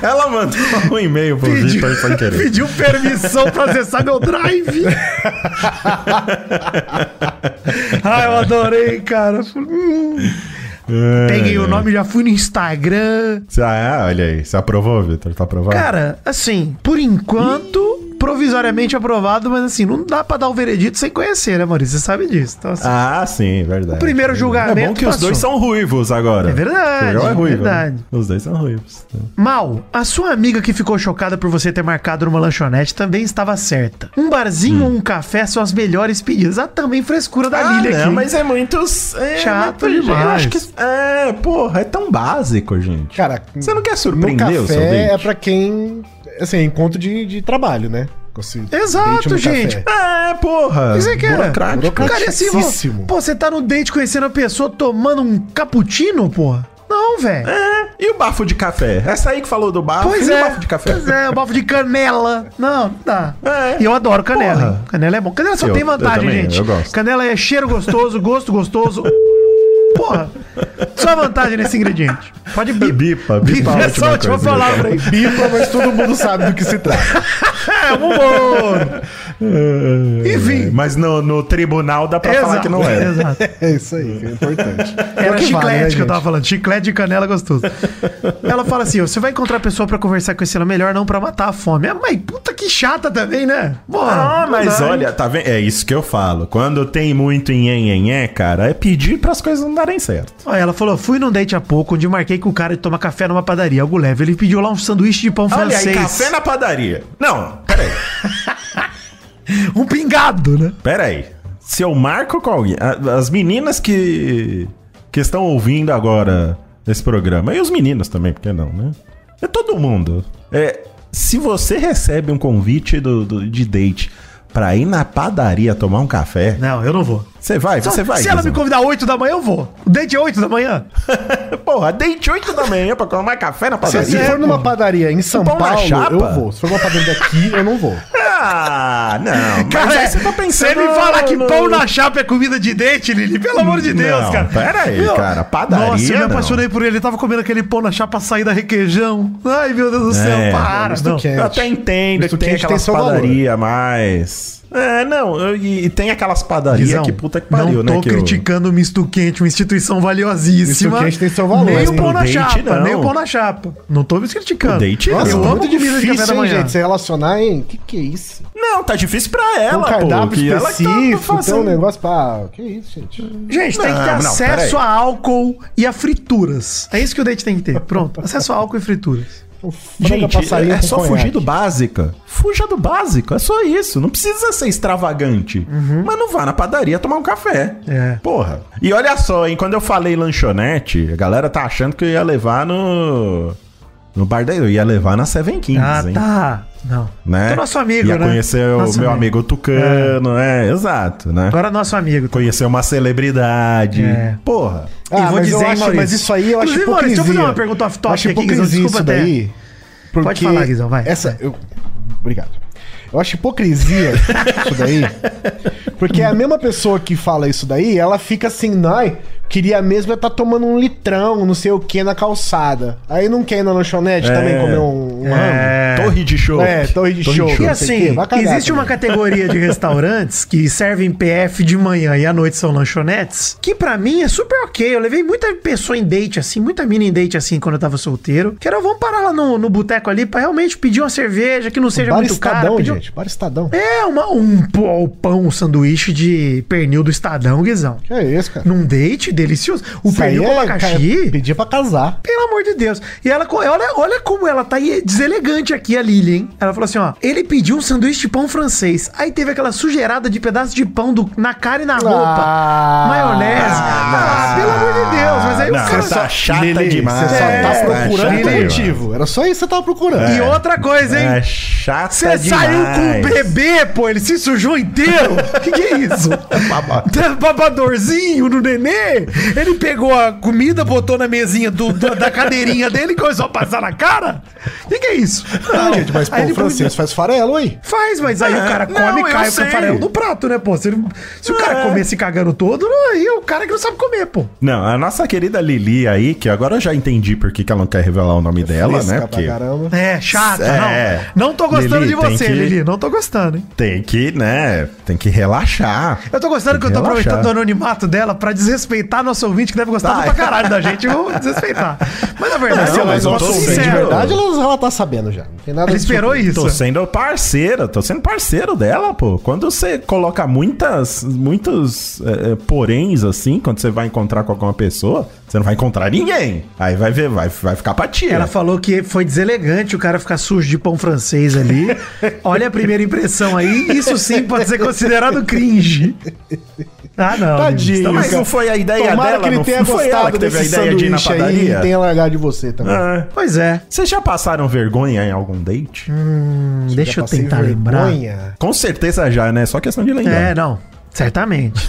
Speaker 3: Ela mandou um e-mail pro
Speaker 2: Pediu,
Speaker 3: Vitor sem querer.
Speaker 2: pediu permissão pra acessar meu drive. Ai, Ah, eu adorei, cara. Hum.
Speaker 3: É.
Speaker 2: Peguei o nome, já fui no Instagram.
Speaker 3: Ah, olha aí. Você aprovou, Vitor? Tá aprovado?
Speaker 2: Cara, assim, por enquanto, provisoriamente aprovado, mas assim, não dá pra dar o veredito sem conhecer, né, Maurício? Você sabe disso. Então, assim,
Speaker 3: Ah, sim, verdade.
Speaker 2: O primeiro julgamento
Speaker 3: É bom que os
Speaker 2: passou.
Speaker 3: dois são ruivos agora.
Speaker 2: É verdade,
Speaker 3: O Joel é ruivo.
Speaker 2: é verdade.
Speaker 3: né? Os dois são ruivos.
Speaker 2: Mal, a sua amiga que ficou chocada por você ter marcado numa lanchonete também estava certa. Um barzinho
Speaker 3: Hum.
Speaker 2: ou um café são as melhores pedidas. Ah, também frescura da Lili aqui.
Speaker 3: é muito. é
Speaker 2: Chato
Speaker 3: muito-
Speaker 2: demais.
Speaker 3: Eu acho que. É, porra, é tão básico, gente.
Speaker 1: Cara,
Speaker 3: Você não quer
Speaker 1: no
Speaker 3: surpreender o seu
Speaker 1: café é
Speaker 3: date?
Speaker 1: pra quem. Assim, é encontro de, de trabalho, né? Esse date
Speaker 2: Exato,
Speaker 1: no
Speaker 2: gente.
Speaker 1: café.
Speaker 3: É, porra.
Speaker 2: Isso é que era.
Speaker 3: Burocrático.
Speaker 2: Cara, e assim, você,
Speaker 1: Chatíssimo.
Speaker 2: pô, você tá no date conhecendo a pessoa tomando um cappuccino, porra? Não, velho.
Speaker 3: É, e o bafo de café? Essa aí que falou do bafo
Speaker 2: Pois
Speaker 3: e
Speaker 2: é.
Speaker 3: o bafo de café.
Speaker 2: Pois é, o bafo de canela. Não, não dá.
Speaker 3: É.
Speaker 2: E eu adoro canela.
Speaker 3: Porra.
Speaker 2: hein? Canela é bom. Canela só
Speaker 3: Eu-
Speaker 2: tem vantagem,
Speaker 3: eu também,
Speaker 2: gente.
Speaker 3: eu gosto.
Speaker 2: Canela é cheiro gostoso, gosto gostoso. Porra. Só vantagem nesse ingrediente. Pode bipa.
Speaker 3: Bipa, bipa a
Speaker 2: Bipa essa última
Speaker 3: última coisa. né,
Speaker 2: palavra aí.
Speaker 1: Pipa, mas todo mundo sabe do que se trata.
Speaker 2: É, vambora. Enfim.
Speaker 3: É, Mas no, no tribunal dá pra falar que não é.
Speaker 2: Exato.
Speaker 1: É isso aí, que é importante. É o
Speaker 2: Era
Speaker 1: que
Speaker 2: chiclete
Speaker 1: vale, né,
Speaker 2: que eu tava
Speaker 1: gente?
Speaker 2: falando, chiclete de canela gostoso. Ela fala assim: ó, você vai encontrar a pessoa pra conversar com esse ela melhor, não pra matar a fome. Ah, mas puta que chata também, né? Porra,
Speaker 3: Ah,
Speaker 2: não
Speaker 3: mas
Speaker 2: dá, hein?
Speaker 3: olha, tá vendo? É isso que eu falo. Quando tem muito nhenhenhé, cara, é pedir pras coisas não darem certo.
Speaker 2: Ó, ela falou: fui num date há pouco, onde marquei com o cara de tomar café numa padaria, algo leve. Ele pediu lá um sanduíche de pão
Speaker 3: Olha aí,
Speaker 2: francês.
Speaker 3: café na padaria. Não, peraí,
Speaker 2: Um pingado, né?
Speaker 3: peraí. Se eu marco com alguém... a- As meninas que, que estão ouvindo agora esse programa, e os meninos também, porque não, né? É todo mundo. É, se você recebe um convite do, do- de date pra ir na padaria tomar um café,
Speaker 2: Não, eu não vou.
Speaker 3: você vai, você vai.
Speaker 2: Se ela me
Speaker 3: Guizão.
Speaker 2: convidar 8 da manhã, eu vou. O date é 8 da manhã?
Speaker 3: Porra, date 8 da manhã pra tomar café na
Speaker 1: Se,
Speaker 3: padaria.
Speaker 1: se for numa padaria em São
Speaker 3: Pão na
Speaker 1: Paulo,
Speaker 3: chapa?
Speaker 1: eu vou. Se for numa padaria daqui, eu não vou.
Speaker 3: Ah, não.
Speaker 2: Cara,
Speaker 3: aí tá
Speaker 2: você tá me fala que pão na chapa é comida de dente, Lili? Pelo amor de Deus,
Speaker 3: Não,
Speaker 2: cara.
Speaker 3: pera aí, cara, padaria,
Speaker 2: Nossa, eu me
Speaker 3: não.
Speaker 2: apaixonei por ele. Ele tava comendo aquele pão na chapa saída requeijão. Ai, meu Deus do céu,
Speaker 3: É,
Speaker 2: para.
Speaker 1: Misto
Speaker 2: Não.
Speaker 1: quente.
Speaker 3: Eu até entendo
Speaker 1: Misto
Speaker 3: que tem
Speaker 1: quente tem
Speaker 3: aquelas
Speaker 1: seu valor.
Speaker 3: padarias a mais. É, não, eu- e, e tem aquelas padarias
Speaker 2: Guizão,
Speaker 3: que puta que pariu,
Speaker 2: não
Speaker 3: né?
Speaker 2: tô
Speaker 3: que eu-
Speaker 2: criticando o misto quente, uma instituição valiosíssima.
Speaker 1: Misto quente tem seu valor,
Speaker 2: Nem
Speaker 1: mas
Speaker 2: né? o pão
Speaker 1: pro
Speaker 2: na
Speaker 3: date,
Speaker 2: chapa,
Speaker 3: não.
Speaker 2: nem o pão na chapa. Não tô me criticando.
Speaker 3: O date,
Speaker 2: Nossa,
Speaker 3: não.
Speaker 2: eu amo
Speaker 1: é muito
Speaker 2: comida
Speaker 1: difícil,
Speaker 2: de café da
Speaker 1: hein,
Speaker 2: manhã.
Speaker 1: gente? Se relacionar, hein? Que que é isso?
Speaker 3: Não, tá difícil pra
Speaker 1: Um
Speaker 3: ela, pô.
Speaker 1: cardápio
Speaker 3: que ela que tá- tá
Speaker 1: específico,
Speaker 3: fazendo-
Speaker 1: tem um negócio pra... Que isso, gente?
Speaker 2: Gente, tem que ter
Speaker 3: Não, não,
Speaker 2: acesso
Speaker 3: peraí.
Speaker 2: a álcool e a frituras. É isso que o date tem que ter. Pronto, acesso a álcool e frituras.
Speaker 1: Um frango a
Speaker 3: Gente,
Speaker 1: passarinho
Speaker 3: é
Speaker 1: com
Speaker 3: só
Speaker 1: um conhaque.
Speaker 3: fugir do básico. Fuja do básico, é só isso. Não precisa ser extravagante.
Speaker 1: Uhum.
Speaker 3: Mas não vá na padaria tomar um café.
Speaker 2: É.
Speaker 3: Porra. E olha só, hein? Quando eu falei lanchonete, a galera tá achando que eu ia levar no. No bar da. Eu ia levar na Seven Kings,
Speaker 2: Ah,
Speaker 3: hein?
Speaker 2: tá. Não.
Speaker 3: Né?
Speaker 2: Então, nosso amigo,
Speaker 3: ia
Speaker 2: né?
Speaker 3: conhecer o
Speaker 2: Nosso
Speaker 3: meu amigo, Tucano, é. exato, né?
Speaker 2: Agora nosso amigo.
Speaker 3: Conhecer uma celebridade.
Speaker 2: É.
Speaker 3: Porra.
Speaker 2: E
Speaker 1: Ah, mas,
Speaker 2: vou
Speaker 1: eu
Speaker 2: dizer, hein,
Speaker 1: acho-
Speaker 2: Maurício?
Speaker 1: mas isso aí eu acho
Speaker 2: Inclusive, Maurício,
Speaker 1: hipocrisia.
Speaker 2: deixa eu fazer uma pergunta off-topic
Speaker 1: acho
Speaker 2: aqui, Guizão,
Speaker 1: hipocrisia
Speaker 2: desculpa
Speaker 1: isso
Speaker 2: até.
Speaker 1: daí. porque
Speaker 2: falar, Guizão, vai.
Speaker 1: Essa, eu... Obrigado. Eu acho hipocrisia é isso daí. Porque a mesma pessoa que fala isso daí, ela fica assim, ai, Queria mesmo estar tomando um litrão, não sei o que, na calçada. Aí não quer ir na lanchonete
Speaker 3: É.
Speaker 1: também comer um, um
Speaker 2: É.
Speaker 3: Torre de show.
Speaker 1: É, torre de chope.
Speaker 2: E
Speaker 1: Não sei o
Speaker 2: assim,
Speaker 1: quê, vai né? cagar
Speaker 2: existe
Speaker 1: também.
Speaker 2: uma categoria de restaurantes que servem PF de manhã e à noite são lanchonetes, que pra mim é super ok. Eu levei muita pessoa em date assim, muita mina em date assim quando eu tava solteiro. Que era, vamos parar lá no, no boteco ali pra realmente pedir uma cerveja que não seja
Speaker 1: Bar
Speaker 2: muito cara.
Speaker 1: Estadão,
Speaker 2: pedir um-
Speaker 1: gente. Bar Estadão.
Speaker 2: É, uma, um, pô- pão, um sanduíche de pernil do Estadão, Guizão.
Speaker 1: Que é isso, cara?
Speaker 2: Num date delicioso. O
Speaker 1: Isso aí
Speaker 2: pernil com
Speaker 1: é,
Speaker 2: abacaxi.
Speaker 1: cara, pedia pra casar.
Speaker 2: Pelo amor de Deus. E ela, co- olha, olha como ela tá deselegante aqui, a Lily, hein? Ela falou assim, ó. Ele pediu um sanduíche de pão francês. Aí teve aquela sujeirada de pedaço de pão do- na cara e na roupa. Maionese. Ah, pelo amor de Deus. Mas aí
Speaker 3: Não,
Speaker 2: o cara
Speaker 3: você
Speaker 2: só...
Speaker 3: tá chata demais. né?
Speaker 1: Você só
Speaker 2: É,
Speaker 1: tá
Speaker 2: tá
Speaker 1: procurando
Speaker 2: chato
Speaker 1: pelo
Speaker 2: demais.
Speaker 1: motivo. Era só isso que você tava procurando.
Speaker 2: E outra coisa, hein?
Speaker 3: É chata
Speaker 2: Você saiu com o bebê, pô, ele se sujou inteiro. que que é isso? Tá Babadorzinho no nenê. Ele pegou a comida, botou na mesinha do- do- da cadeirinha dele e começou a passar na cara. Que que é isso?
Speaker 1: Ah,
Speaker 2: Não.
Speaker 1: gente, mas pô,
Speaker 2: Aí
Speaker 1: o
Speaker 2: ele-
Speaker 1: francês faz farelo, hein?
Speaker 2: Faz, mas aí o cara
Speaker 3: Não,
Speaker 2: come
Speaker 3: eu
Speaker 2: e cai com
Speaker 3: sei.
Speaker 2: o farelo no prato, né, pô? Se, ele- se o cara
Speaker 3: É.
Speaker 2: comer se cagando todo, não- aí é o cara que não sabe comer, pô.
Speaker 3: Não, a nossa querida Lili aí, que agora eu já entendi por que que ela não quer revelar o nome dela,
Speaker 1: Fresca
Speaker 3: né?
Speaker 1: pra
Speaker 3: Porque
Speaker 1: caramba.
Speaker 2: É, chata,
Speaker 3: É.
Speaker 2: não. Não tô gostando
Speaker 3: Lili,
Speaker 2: de
Speaker 3: tem
Speaker 2: você,
Speaker 3: que-
Speaker 2: Lili. Não tô gostando, hein?
Speaker 3: tem que, né? Tem que relaxar.
Speaker 2: Eu tô gostando que eu tô
Speaker 3: Relaxar.
Speaker 2: aproveitando o anonimato dela pra desrespeitar nosso ouvinte que deve gostar
Speaker 3: Tá.
Speaker 2: pra caralho da gente. Eu vou desrespeitar. Mas na verdade,
Speaker 3: Não,
Speaker 2: eu
Speaker 3: mas é
Speaker 2: vou
Speaker 3: eu tô
Speaker 2: ser
Speaker 3: bem,
Speaker 1: De
Speaker 2: sincero.
Speaker 1: verdade, ela, ela tá sabendo já. Não tem nada
Speaker 2: Ela
Speaker 1: de tipo,
Speaker 2: esperou
Speaker 1: surpresa.
Speaker 2: isso.
Speaker 3: Tô sendo parceira, tô sendo parceiro dela, pô. Quando você coloca muitas, muitos é, é, poréns, assim, quando você vai encontrar com alguma pessoa, você não vai encontrar ninguém. Aí vai ver, vai, vai ficar pra tia.
Speaker 2: Ela falou que foi deselegante o cara ficar sujo de pão francês ali. Olha a primeira impressão aí. Isso sim pode ser considerado cringe. Ah, não.
Speaker 1: Tadinho,
Speaker 2: Então,
Speaker 3: Mas
Speaker 2: mas-
Speaker 3: não foi a ideia
Speaker 1: Tomara
Speaker 3: dela,
Speaker 1: que ele
Speaker 3: não,
Speaker 1: tenha
Speaker 3: não foi ela
Speaker 1: gostado
Speaker 3: que teve
Speaker 1: desse
Speaker 3: a ideia de ir na
Speaker 1: sanduíche aí
Speaker 3: padaria.
Speaker 1: e tenha largado de você também.
Speaker 3: Ah.
Speaker 2: Pois é.
Speaker 3: Vocês já passaram vergonha em algum date?
Speaker 1: É.
Speaker 2: Deixa
Speaker 1: Já
Speaker 2: eu
Speaker 1: passei
Speaker 2: tentar lembrar.
Speaker 1: vergonha.
Speaker 3: Com certeza já, né? Só questão de lembrar.
Speaker 2: É, não. Certamente.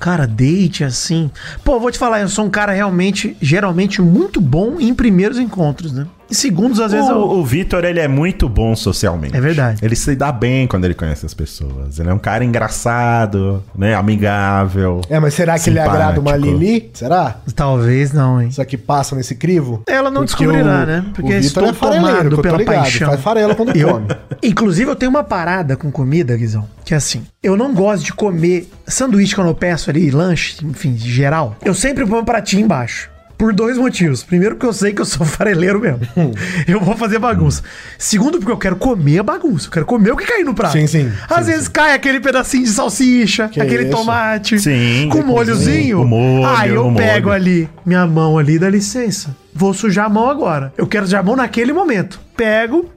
Speaker 2: cara, date assim. Pô, vou te falar, eu sou um cara realmente, geralmente, muito bom em primeiros encontros, né? Em segundos, às vezes,
Speaker 3: O,
Speaker 2: eu.
Speaker 3: o Vitor, ele é muito bom socialmente.
Speaker 2: É verdade.
Speaker 3: Ele se dá bem quando ele conhece as pessoas. Ele é um cara engraçado, né? Amigável.
Speaker 1: É, mas será que ele
Speaker 3: Simpático.
Speaker 1: agrada uma Lili? Será?
Speaker 2: Talvez não, hein?
Speaker 1: Será que passa nesse crivo?
Speaker 2: Ela não descobrirá, né? Porque
Speaker 1: Porque o Vitor
Speaker 2: estou
Speaker 1: é fareleiro,
Speaker 2: tomado
Speaker 1: que eu tô
Speaker 2: pela
Speaker 1: ligado,
Speaker 2: paixão.
Speaker 1: Faz farelo quando
Speaker 2: Eu,
Speaker 1: come.
Speaker 2: inclusive, eu tenho uma parada com comida, Guizão, que é assim, eu não gosto de comer sanduíche quando eu peço ali, lanche, enfim, de geral. Eu sempre ponho um pratinho embaixo. Por dois motivos. Primeiro, porque eu sei que eu sou fareleiro mesmo.
Speaker 1: Hum.
Speaker 2: eu vou fazer bagunça. Segundo, porque eu quero comer a bagunça. Eu quero comer o que cair no prato.
Speaker 1: Sim, sim.
Speaker 2: Às
Speaker 1: Sim,
Speaker 2: vezes cai aquele pedacinho de salsicha, aquele
Speaker 1: isso?
Speaker 2: tomate.
Speaker 3: Sim,
Speaker 2: Com
Speaker 3: com
Speaker 2: molhozinho.
Speaker 3: o molho,
Speaker 2: Aí eu
Speaker 3: o molho.
Speaker 2: pego ali, minha mão ali, dá licença. Vou sujar a mão agora. Eu quero sujar a mão naquele momento. Pego,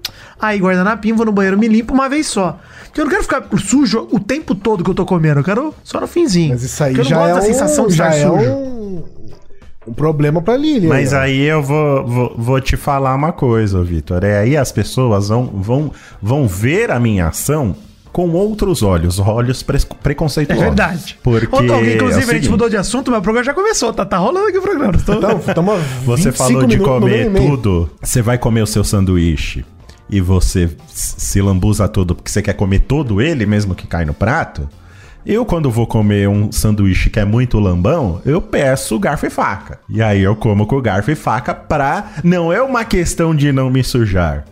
Speaker 2: aí guarda na pimba, vou no banheiro, me limpo uma vez só. Porque eu não quero ficar sujo o tempo todo que eu tô comendo. Eu quero só no finzinho.
Speaker 1: Mas isso aí
Speaker 2: Porque eu não
Speaker 1: já
Speaker 2: gosto
Speaker 1: é
Speaker 2: da
Speaker 1: um,
Speaker 2: sensação de
Speaker 1: já
Speaker 2: estar
Speaker 1: é
Speaker 2: sujo.
Speaker 1: um, um problema pra Lili.
Speaker 3: Mas
Speaker 1: né?
Speaker 3: aí eu vou, vou, vou te falar uma coisa, Vitor. É aí as pessoas vão, vão, vão ver a minha ação com outros olhos, olhos pre-
Speaker 2: É
Speaker 3: preconceituosos.
Speaker 2: verdade.
Speaker 3: Porque
Speaker 2: Ô, Doug, inclusive,
Speaker 3: é o
Speaker 2: a gente
Speaker 3: seguinte,
Speaker 2: mudou de assunto, mas o programa já começou. Tá, tá rolando aqui o programa. Tô-
Speaker 1: Então, tamo a
Speaker 3: Você
Speaker 1: 25
Speaker 3: falou de
Speaker 1: minutos,
Speaker 3: comer
Speaker 1: minuto e meio.
Speaker 3: tudo. Você vai comer o seu sanduíche e você s- se lambuza todo porque você quer comer todo ele mesmo que cai no prato. Eu, quando vou comer um sanduíche que é muito lambão, eu peço garfo e faca. E aí eu como com garfo e faca pra. Não é uma questão de não me sujar.